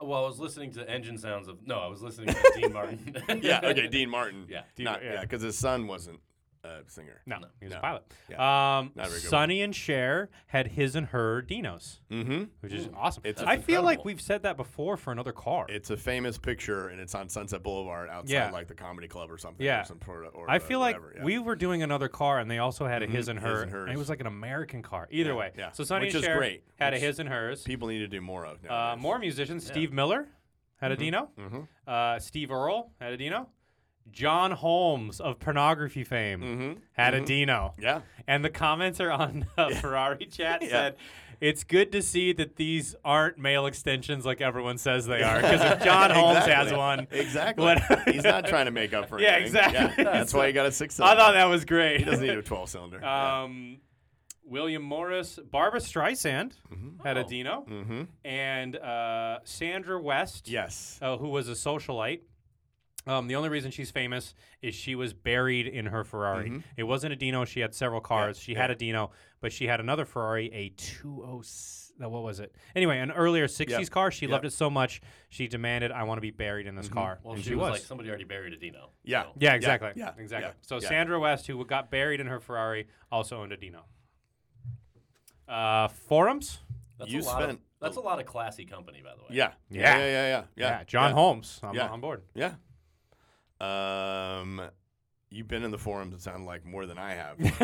[SPEAKER 3] Well, I was listening to engine sounds of. No, I was listening to Dean Martin.
[SPEAKER 1] Yeah. Okay, Dean Martin.
[SPEAKER 3] Yeah.
[SPEAKER 2] Dean-
[SPEAKER 1] Not,
[SPEAKER 2] yeah.
[SPEAKER 1] yeah, because his son wasn't a singer.
[SPEAKER 2] No, he was a
[SPEAKER 1] No.
[SPEAKER 2] pilot. Um,
[SPEAKER 1] Not a very good
[SPEAKER 2] Sonny and Cher had his and her Dinos,
[SPEAKER 1] Mm-hmm.
[SPEAKER 2] which is awesome.
[SPEAKER 1] It's
[SPEAKER 2] I feel like
[SPEAKER 3] incredible.
[SPEAKER 2] we've said that before for another car.
[SPEAKER 1] It's a famous picture, and it's on Sunset Boulevard outside,
[SPEAKER 2] Yeah.
[SPEAKER 1] like the comedy club or something.
[SPEAKER 2] Yeah.
[SPEAKER 1] Or some sort of, or
[SPEAKER 2] I
[SPEAKER 1] uh,
[SPEAKER 2] feel like
[SPEAKER 1] whatever. yeah. Mm-hmm.
[SPEAKER 2] we were doing another car, and they also had a his and
[SPEAKER 1] his
[SPEAKER 2] her.
[SPEAKER 1] and
[SPEAKER 2] and it
[SPEAKER 1] hers.
[SPEAKER 2] was like an American car. Either way,
[SPEAKER 1] yeah.
[SPEAKER 2] So Sonny
[SPEAKER 1] Which
[SPEAKER 2] and
[SPEAKER 1] is
[SPEAKER 2] Cher
[SPEAKER 1] great,
[SPEAKER 2] had
[SPEAKER 1] which
[SPEAKER 2] a his and hers.
[SPEAKER 1] people need to do more of.
[SPEAKER 2] Uh,
[SPEAKER 1] nowadays.
[SPEAKER 2] more musicians: Steve Miller had a Dino,
[SPEAKER 1] Mhm.
[SPEAKER 2] uh, Steve Earle had a Dino, John Holmes of pornography fame
[SPEAKER 1] Mhm.
[SPEAKER 2] had a Dino.
[SPEAKER 1] Yeah.
[SPEAKER 2] And the commenter on uh, Ferrari chat
[SPEAKER 1] Yeah.
[SPEAKER 2] said, "It's good to see that these aren't male extensions like everyone says they are. Because if John Holmes has
[SPEAKER 1] Exactly.
[SPEAKER 2] one,
[SPEAKER 1] Exactly.
[SPEAKER 2] What-
[SPEAKER 1] He's not trying to make up for
[SPEAKER 2] Yeah,
[SPEAKER 1] anything.
[SPEAKER 2] exactly.
[SPEAKER 1] That's why he got a six
[SPEAKER 2] I
[SPEAKER 1] cylinder.
[SPEAKER 2] thought that was great.
[SPEAKER 1] He doesn't need a 12 cylinder.
[SPEAKER 3] Uh,
[SPEAKER 2] Um, William Morris, Barbara Streisand had a
[SPEAKER 3] Oh.
[SPEAKER 2] Dino,
[SPEAKER 1] mm-hmm.
[SPEAKER 2] and uh, Sandra West,
[SPEAKER 1] Yes.
[SPEAKER 2] uh, who was a socialite. Um, the only reason she's famous is she was buried in her Ferrari.
[SPEAKER 1] Mm-hmm.
[SPEAKER 2] It wasn't a Dino. She had several cars. she had a Dino, but she had another Ferrari, a 206. no, What was it? Anyway, an earlier 60s car. She loved it so much, she demanded, I want to be buried in this
[SPEAKER 1] Mm-hmm.
[SPEAKER 2] car.
[SPEAKER 3] Well,
[SPEAKER 2] and
[SPEAKER 3] she, was, like somebody already buried a Dino.
[SPEAKER 1] Yeah.
[SPEAKER 3] So,
[SPEAKER 2] yeah, exactly.
[SPEAKER 1] yeah,
[SPEAKER 2] exactly.
[SPEAKER 1] yeah,
[SPEAKER 2] so
[SPEAKER 1] yeah.
[SPEAKER 2] Sandra West, who got buried in her Ferrari, also owned a Dino. Uh, forums?
[SPEAKER 3] that's
[SPEAKER 1] You
[SPEAKER 3] a lot Of,
[SPEAKER 1] spent-
[SPEAKER 3] that's a lot of classy company, by the way.
[SPEAKER 1] Yeah.
[SPEAKER 2] Yeah.
[SPEAKER 1] Yeah. Yeah. Yeah. Yeah.
[SPEAKER 2] John Holmes. I'm
[SPEAKER 1] Yeah.
[SPEAKER 2] on board.
[SPEAKER 1] Yeah. Um, you've been in the forums. It sounded like more than I have.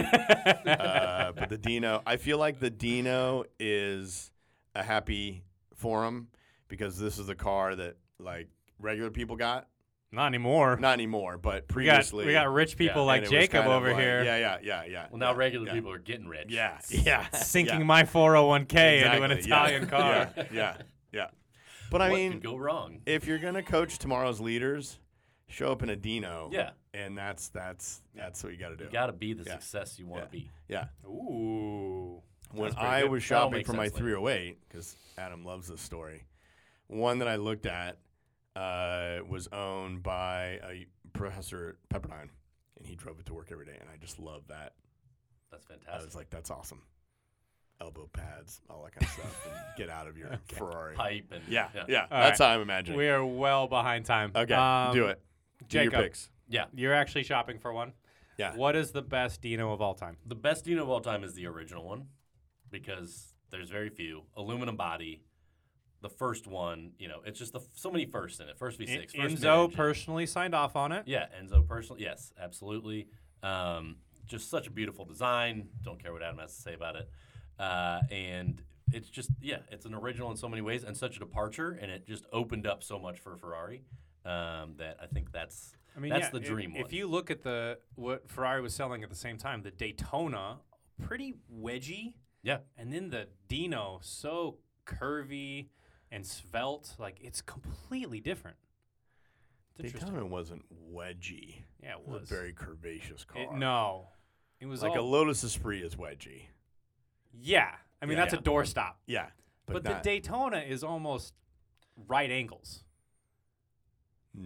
[SPEAKER 1] uh, but the Dino, I feel like the Dino is a happy forum because this is the car that like regular people got.
[SPEAKER 2] Not anymore.
[SPEAKER 1] Not anymore, but
[SPEAKER 2] we, got,
[SPEAKER 1] previously.
[SPEAKER 2] we got rich people
[SPEAKER 3] Yeah,
[SPEAKER 1] and
[SPEAKER 2] like
[SPEAKER 1] it was
[SPEAKER 2] Jacob
[SPEAKER 1] kind of
[SPEAKER 2] over
[SPEAKER 1] like-
[SPEAKER 2] here
[SPEAKER 1] Yeah. Yeah. Yeah. Yeah.
[SPEAKER 3] Well, now
[SPEAKER 1] yeah,
[SPEAKER 3] regular
[SPEAKER 1] yeah.
[SPEAKER 3] people are getting rich.
[SPEAKER 1] Yeah. Yeah.
[SPEAKER 2] sinking
[SPEAKER 1] yeah.
[SPEAKER 2] my 401k into
[SPEAKER 1] Exactly,
[SPEAKER 2] an
[SPEAKER 1] yeah,
[SPEAKER 2] Italian car.
[SPEAKER 1] Yeah. Yeah. Yeah. But I
[SPEAKER 3] what
[SPEAKER 1] mean,
[SPEAKER 3] could go wrong?
[SPEAKER 1] if you're gonna coach tomorrow's leaders, show up in a Dino.
[SPEAKER 3] Yeah.
[SPEAKER 1] And that's that's that's what you got to do.
[SPEAKER 3] You got to be the
[SPEAKER 1] Yeah.
[SPEAKER 3] success you want to be.
[SPEAKER 1] yeah.
[SPEAKER 2] Ooh.
[SPEAKER 1] When
[SPEAKER 3] pretty
[SPEAKER 1] I
[SPEAKER 3] good.
[SPEAKER 1] was
[SPEAKER 3] That all
[SPEAKER 1] shopping
[SPEAKER 3] makes
[SPEAKER 1] for my
[SPEAKER 3] sense later.
[SPEAKER 1] 308, because Adam loves this story, one that I looked at uh, was owned by a professor at Pepperdine, and he drove it to work every day, and I just loved that.
[SPEAKER 3] That's
[SPEAKER 1] I was
[SPEAKER 3] fantastic.
[SPEAKER 1] like, that's awesome. Elbow pads, all that kind of stuff. and get out of your Ferrari.
[SPEAKER 3] Pipe and
[SPEAKER 1] Yeah, yeah.
[SPEAKER 3] yeah,
[SPEAKER 1] that's how I'm imagining.
[SPEAKER 2] We are well behind time.
[SPEAKER 1] okay,
[SPEAKER 2] Um,
[SPEAKER 1] do it. Do
[SPEAKER 2] Jacob.
[SPEAKER 1] your picks.
[SPEAKER 3] Yeah.
[SPEAKER 2] You're actually shopping for one.
[SPEAKER 1] Yeah.
[SPEAKER 2] What is the best Dino of all time?
[SPEAKER 3] The best Dino of all time is the original one because there's very few. Aluminum body, the first one, you know, it's just the, so many firsts in it. First V6,
[SPEAKER 2] En-
[SPEAKER 3] first
[SPEAKER 2] Enzo
[SPEAKER 3] mid-engine.
[SPEAKER 2] personally signed off on it.
[SPEAKER 3] Yeah, Enzo personally. Yes, absolutely. Um, just such a beautiful design. Don't care what Adam has to say about it. Uh, and it's just, yeah, it's an original in so many ways and such a departure. And it just opened up so much for Ferrari um, that I think that's
[SPEAKER 2] I mean,
[SPEAKER 3] that's
[SPEAKER 2] yeah,
[SPEAKER 3] the
[SPEAKER 2] if-
[SPEAKER 3] dream
[SPEAKER 2] If,
[SPEAKER 3] one.
[SPEAKER 2] you look at the what Ferrari was selling at the same time, the Daytona, pretty wedgy,
[SPEAKER 3] yeah,
[SPEAKER 2] and then the Dino, so curvy and svelte, like it's completely different. It's interesting.
[SPEAKER 1] Daytona wasn't wedgy.
[SPEAKER 2] yeah, it
[SPEAKER 1] It was
[SPEAKER 2] was.
[SPEAKER 1] a very curvacious car.
[SPEAKER 2] It- no, it was
[SPEAKER 1] like a
[SPEAKER 2] all-
[SPEAKER 1] Lotus Esprit is wedgy.
[SPEAKER 2] Oh, yeah. I mean,
[SPEAKER 1] Yeah.
[SPEAKER 2] that's a doorstop,
[SPEAKER 1] Yeah,
[SPEAKER 2] but,
[SPEAKER 1] but,
[SPEAKER 2] the
[SPEAKER 1] not,
[SPEAKER 2] Daytona is almost right angles.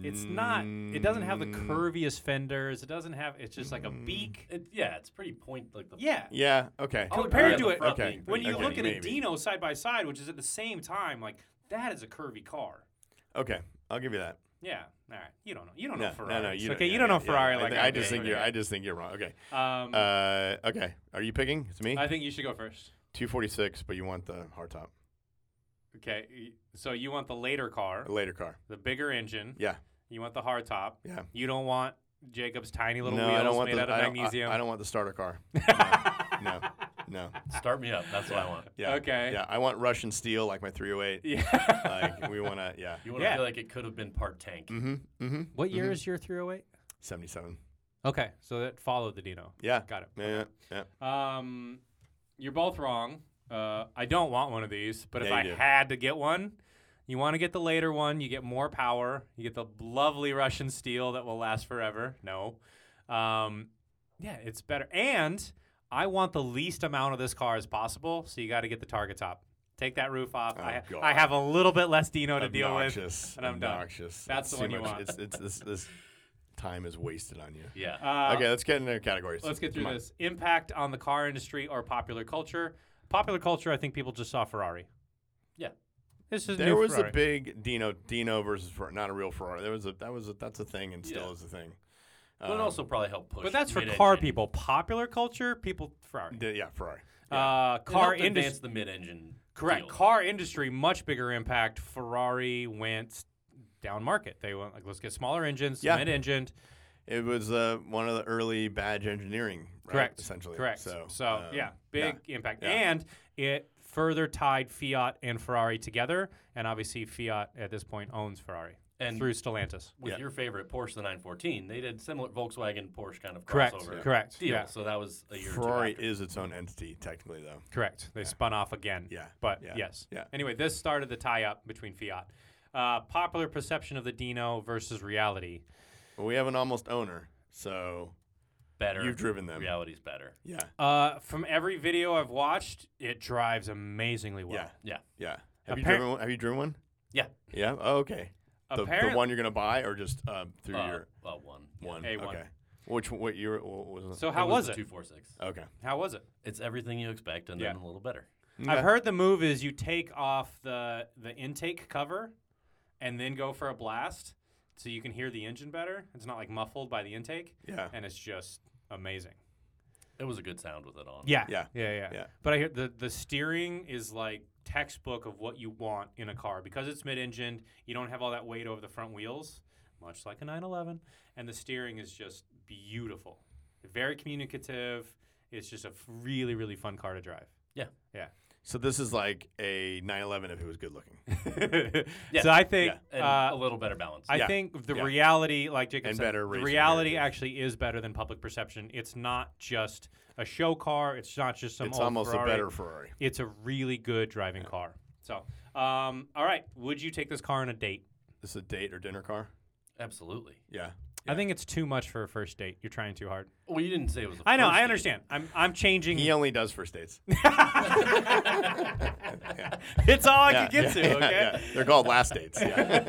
[SPEAKER 2] It's not. It doesn't have the
[SPEAKER 1] Mm.
[SPEAKER 2] curviest fenders. It doesn't have. It's just like a beak.
[SPEAKER 3] It, yeah, it's pretty point like the
[SPEAKER 2] Yeah.
[SPEAKER 1] Yeah. Okay.
[SPEAKER 3] I would
[SPEAKER 2] Oh, Compared
[SPEAKER 3] agree
[SPEAKER 2] to
[SPEAKER 3] on the
[SPEAKER 2] it-
[SPEAKER 3] front
[SPEAKER 1] okay.
[SPEAKER 3] being
[SPEAKER 2] When
[SPEAKER 3] pretty
[SPEAKER 2] you
[SPEAKER 1] Okay,
[SPEAKER 3] curvy.
[SPEAKER 2] look at a
[SPEAKER 1] maybe.
[SPEAKER 2] Dino side by side, which is at the same time, like that is a curvy car.
[SPEAKER 1] Okay. I'll give you that.
[SPEAKER 2] Yeah. All right. You don't know. You don't
[SPEAKER 1] No,
[SPEAKER 2] know Ferrari.
[SPEAKER 1] no, no. You don't-
[SPEAKER 2] okay.
[SPEAKER 1] yeah,
[SPEAKER 2] you don't
[SPEAKER 1] yeah,
[SPEAKER 2] know
[SPEAKER 1] yeah.
[SPEAKER 2] Ferrari
[SPEAKER 1] I
[SPEAKER 2] like
[SPEAKER 1] thi- I just think
[SPEAKER 2] do.
[SPEAKER 1] you're. I just think you're wrong. Okay.
[SPEAKER 2] Um,
[SPEAKER 1] Uh, okay. Are you picking? It's me.
[SPEAKER 2] I think you should go first.
[SPEAKER 1] Two forty six, but you want the hardtop.
[SPEAKER 2] Okay. y- So you want the later car,
[SPEAKER 1] A later car.
[SPEAKER 2] the bigger engine.
[SPEAKER 1] Yeah.
[SPEAKER 2] You want the hard top.
[SPEAKER 1] Yeah.
[SPEAKER 2] You don't want Jacob's tiny little
[SPEAKER 1] no,
[SPEAKER 2] wheels
[SPEAKER 1] I don't want
[SPEAKER 2] made
[SPEAKER 1] the.
[SPEAKER 2] out of
[SPEAKER 1] I, don't, I-
[SPEAKER 2] magnesium.
[SPEAKER 1] I don't want the starter car. No. no. no.
[SPEAKER 3] Start me up. That's what I want.
[SPEAKER 1] Yeah.
[SPEAKER 2] Okay.
[SPEAKER 1] Yeah. I want Russian steel like my three hundred eight.
[SPEAKER 2] yeah.
[SPEAKER 1] like we want to. Yeah.
[SPEAKER 3] You want to
[SPEAKER 2] Yeah. Mm.
[SPEAKER 3] feel like it could have been part tank.
[SPEAKER 1] Mm-hmm. Mm-hmm.
[SPEAKER 2] What year is your 308?
[SPEAKER 1] Seventy seven.
[SPEAKER 2] Okay. So that followed the Dino.
[SPEAKER 1] Yeah.
[SPEAKER 2] Got it.
[SPEAKER 1] Yeah. Yeah.
[SPEAKER 2] Um, you're both wrong. Uh, I don't want one of these, but if
[SPEAKER 1] Yeah,
[SPEAKER 2] I
[SPEAKER 1] you do.
[SPEAKER 2] had to get one, you want to get the later one. You get more power. You get the lovely Russian steel that will last forever. No. Um, yeah, it's better. And I want the least amount of this car as possible, so you got to get the target top. Take that roof off.
[SPEAKER 1] Oh,
[SPEAKER 2] I,
[SPEAKER 1] God.
[SPEAKER 2] I have a little bit less Dino to deal with.
[SPEAKER 1] Obnoxious.
[SPEAKER 2] and I'm done.
[SPEAKER 1] obnoxious.
[SPEAKER 2] That's the
[SPEAKER 1] It's too
[SPEAKER 2] one you
[SPEAKER 1] much-
[SPEAKER 2] want.
[SPEAKER 1] It's, it's this this time is wasted on you.
[SPEAKER 3] Yeah.
[SPEAKER 2] Uh,
[SPEAKER 1] okay, let's get into categories.
[SPEAKER 2] Let's get through
[SPEAKER 1] Come on.
[SPEAKER 2] this. Impact on the car industry or popular culture. Popular culture, I think people just saw Ferrari.
[SPEAKER 3] Yeah.
[SPEAKER 2] This is
[SPEAKER 1] There
[SPEAKER 2] new
[SPEAKER 1] was
[SPEAKER 2] Ferrari.
[SPEAKER 1] a big Dino Dino versus Fer- not a real Ferrari. There was a that was a, that's a thing and still
[SPEAKER 3] Yeah.
[SPEAKER 1] is a thing. Um,
[SPEAKER 3] But it also probably helped push.
[SPEAKER 2] um, but that's for
[SPEAKER 3] mid-engine.
[SPEAKER 2] car people. Popular culture, people Ferrari.
[SPEAKER 1] D- yeah, Ferrari.
[SPEAKER 2] Uh, car
[SPEAKER 3] It helped advance
[SPEAKER 2] industry,
[SPEAKER 3] the mid-engine.
[SPEAKER 2] correct.
[SPEAKER 3] deal.
[SPEAKER 2] Car industry, much bigger impact. Ferrari went down market. They went like, let's get smaller engines,
[SPEAKER 1] Yeah.
[SPEAKER 2] mid engined.
[SPEAKER 1] It was uh, one of the early badge engineering, right,
[SPEAKER 2] Correct.
[SPEAKER 1] Essentially,
[SPEAKER 2] Correct.
[SPEAKER 1] So,
[SPEAKER 2] So,
[SPEAKER 1] um,
[SPEAKER 2] yeah, big impact,
[SPEAKER 1] Yeah.
[SPEAKER 2] and it further tied Fiat and Ferrari together. And obviously, Fiat at this point owns Ferrari
[SPEAKER 3] And-
[SPEAKER 2] through Stellantis.
[SPEAKER 3] With
[SPEAKER 1] Yeah.
[SPEAKER 3] your favorite Porsche, the 914, they did similar Volkswagen Porsche kind of
[SPEAKER 2] Correct.
[SPEAKER 3] crossover
[SPEAKER 2] Correct.
[SPEAKER 3] deal.
[SPEAKER 2] Yeah.
[SPEAKER 3] So that was a year. or two
[SPEAKER 1] um, Ferrari
[SPEAKER 3] after.
[SPEAKER 1] is its own entity technically, though.
[SPEAKER 2] Correct. They spun off again.
[SPEAKER 1] Yeah,
[SPEAKER 2] But
[SPEAKER 1] yeah,
[SPEAKER 2] yes.
[SPEAKER 1] yeah.
[SPEAKER 2] Anyway, this started the tie up between Fiat. Uh, popular perception of the Dino versus reality.
[SPEAKER 1] But we have an almost owner, so
[SPEAKER 3] better.
[SPEAKER 1] you've driven them.
[SPEAKER 3] Reality's better.
[SPEAKER 1] Yeah,
[SPEAKER 2] Uh, from every video I've watched, it drives amazingly well.
[SPEAKER 1] yeah,
[SPEAKER 3] Yeah.
[SPEAKER 1] yeah. Have you
[SPEAKER 2] Appar-
[SPEAKER 1] driven one? Have you driven one?
[SPEAKER 3] Yeah.
[SPEAKER 1] Yeah. Oh, okay. The, the
[SPEAKER 2] Apparent-
[SPEAKER 1] one you're gonna buy, or just um, through
[SPEAKER 3] Uh,
[SPEAKER 1] your
[SPEAKER 3] well, one.
[SPEAKER 1] one?
[SPEAKER 2] A one.
[SPEAKER 1] Okay. Which what year what was it?
[SPEAKER 2] So how was, it?
[SPEAKER 3] Two four six.
[SPEAKER 1] okay.
[SPEAKER 2] How was it?
[SPEAKER 3] It's everything you expect, and then
[SPEAKER 2] Yeah.
[SPEAKER 3] a little better.
[SPEAKER 1] Okay.
[SPEAKER 2] I've heard the move is you take off the the intake cover, and then go for a blast, so you can hear the engine better. It's not like muffled by the intake,
[SPEAKER 1] Yeah.
[SPEAKER 2] and it's just amazing.
[SPEAKER 3] It was a good sound with it on.
[SPEAKER 2] Yeah.
[SPEAKER 1] Yeah.
[SPEAKER 2] Yeah. Yeah.
[SPEAKER 1] Yeah.
[SPEAKER 2] But I hear the, the steering is like textbook of what you want in a car because it's mid engined, you don't have all that weight over the front wheels, much like a 911. And the steering is just beautiful. Very communicative. It's just a f- really, really fun car to drive.
[SPEAKER 1] So this is like a 911 if it was good looking.
[SPEAKER 2] So I think.
[SPEAKER 1] Yeah.
[SPEAKER 3] And
[SPEAKER 2] uh,
[SPEAKER 3] a little better balance.
[SPEAKER 2] I
[SPEAKER 1] Yeah.
[SPEAKER 2] think the
[SPEAKER 1] Yeah.
[SPEAKER 2] reality, like Jacob
[SPEAKER 1] And
[SPEAKER 2] said,
[SPEAKER 1] better
[SPEAKER 2] the
[SPEAKER 1] racing
[SPEAKER 2] reality
[SPEAKER 1] narrative.
[SPEAKER 2] actually is better than public perception. It's not just a show car. It's not just some
[SPEAKER 1] it's
[SPEAKER 2] old
[SPEAKER 1] almost
[SPEAKER 2] Ferrari.
[SPEAKER 1] a better Ferrari.
[SPEAKER 2] It's a really good driving car. So, um, all right, would you take this car on a date?
[SPEAKER 1] This is a date or dinner car?
[SPEAKER 3] Absolutely.
[SPEAKER 1] Yeah.
[SPEAKER 2] I think it's too much for a first date. You're trying too hard.
[SPEAKER 3] Well, you didn't say it was. I
[SPEAKER 2] I know. I understand. I'm I'm changing.
[SPEAKER 1] He only does first dates.
[SPEAKER 2] It's all I
[SPEAKER 1] Yeah,
[SPEAKER 2] could get
[SPEAKER 1] yeah,
[SPEAKER 2] to.
[SPEAKER 1] yeah,
[SPEAKER 2] Okay.
[SPEAKER 1] yeah. They're called last dates. Yeah.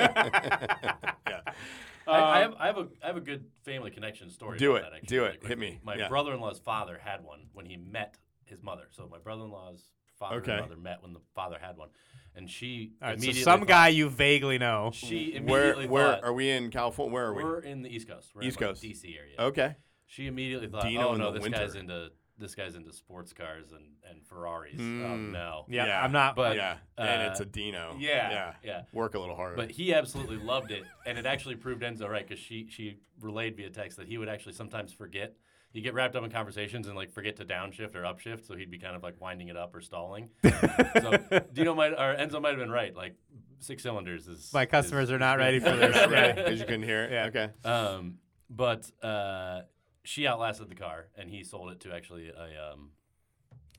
[SPEAKER 3] I, I have, I have a I have a good family connection story.
[SPEAKER 1] Um, Do
[SPEAKER 3] about
[SPEAKER 1] it.
[SPEAKER 3] That, actually,
[SPEAKER 1] Do
[SPEAKER 3] really
[SPEAKER 1] it.
[SPEAKER 3] quickly.
[SPEAKER 1] Hit me.
[SPEAKER 3] My
[SPEAKER 1] Yeah.
[SPEAKER 3] brother-in-law's father had one when he met his mother. So my brother-in-law's father
[SPEAKER 1] Okay.
[SPEAKER 3] and mother met when the father had one, and she
[SPEAKER 2] All right, so
[SPEAKER 3] immediately.
[SPEAKER 2] some
[SPEAKER 3] thought-
[SPEAKER 2] guy you vaguely know.
[SPEAKER 3] She immediately
[SPEAKER 1] where where
[SPEAKER 3] thought,
[SPEAKER 1] are we in California? Where are we?
[SPEAKER 3] We're in the East Coast. We're
[SPEAKER 1] East
[SPEAKER 3] in like
[SPEAKER 1] Coast.
[SPEAKER 3] DC area.
[SPEAKER 1] Okay.
[SPEAKER 3] She immediately thought,
[SPEAKER 1] Dino
[SPEAKER 3] "Oh
[SPEAKER 1] in
[SPEAKER 3] no,
[SPEAKER 1] the
[SPEAKER 3] this
[SPEAKER 1] winter.
[SPEAKER 3] guy's into this guy's into sports cars and and Ferraris." Oh
[SPEAKER 1] Mm.
[SPEAKER 3] no.
[SPEAKER 2] Yeah,
[SPEAKER 1] Yeah,
[SPEAKER 2] I'm not.
[SPEAKER 3] but-
[SPEAKER 1] yeah. and
[SPEAKER 3] uh,
[SPEAKER 1] it's a Dino.
[SPEAKER 3] Yeah.
[SPEAKER 1] Yeah.
[SPEAKER 3] yeah.
[SPEAKER 1] Work a little harder.
[SPEAKER 3] But he absolutely loved it, and it actually proved Enzo right because she she relayed via text that he would actually sometimes forget. He'd get wrapped up in conversations and like forget to downshift or upshift, so he'd be kind of like winding it up or stalling. so Dino might or Enzo might have been right. Like six cylinders is
[SPEAKER 2] my
[SPEAKER 3] is-
[SPEAKER 2] customers are not ready for
[SPEAKER 1] They're
[SPEAKER 2] this.
[SPEAKER 1] not ready
[SPEAKER 2] Yeah.
[SPEAKER 1] 'cause you couldn't hear it.
[SPEAKER 2] Yeah.
[SPEAKER 1] Okay.
[SPEAKER 3] Um, but uh, she outlasted the car, and he sold it to actually a. Um,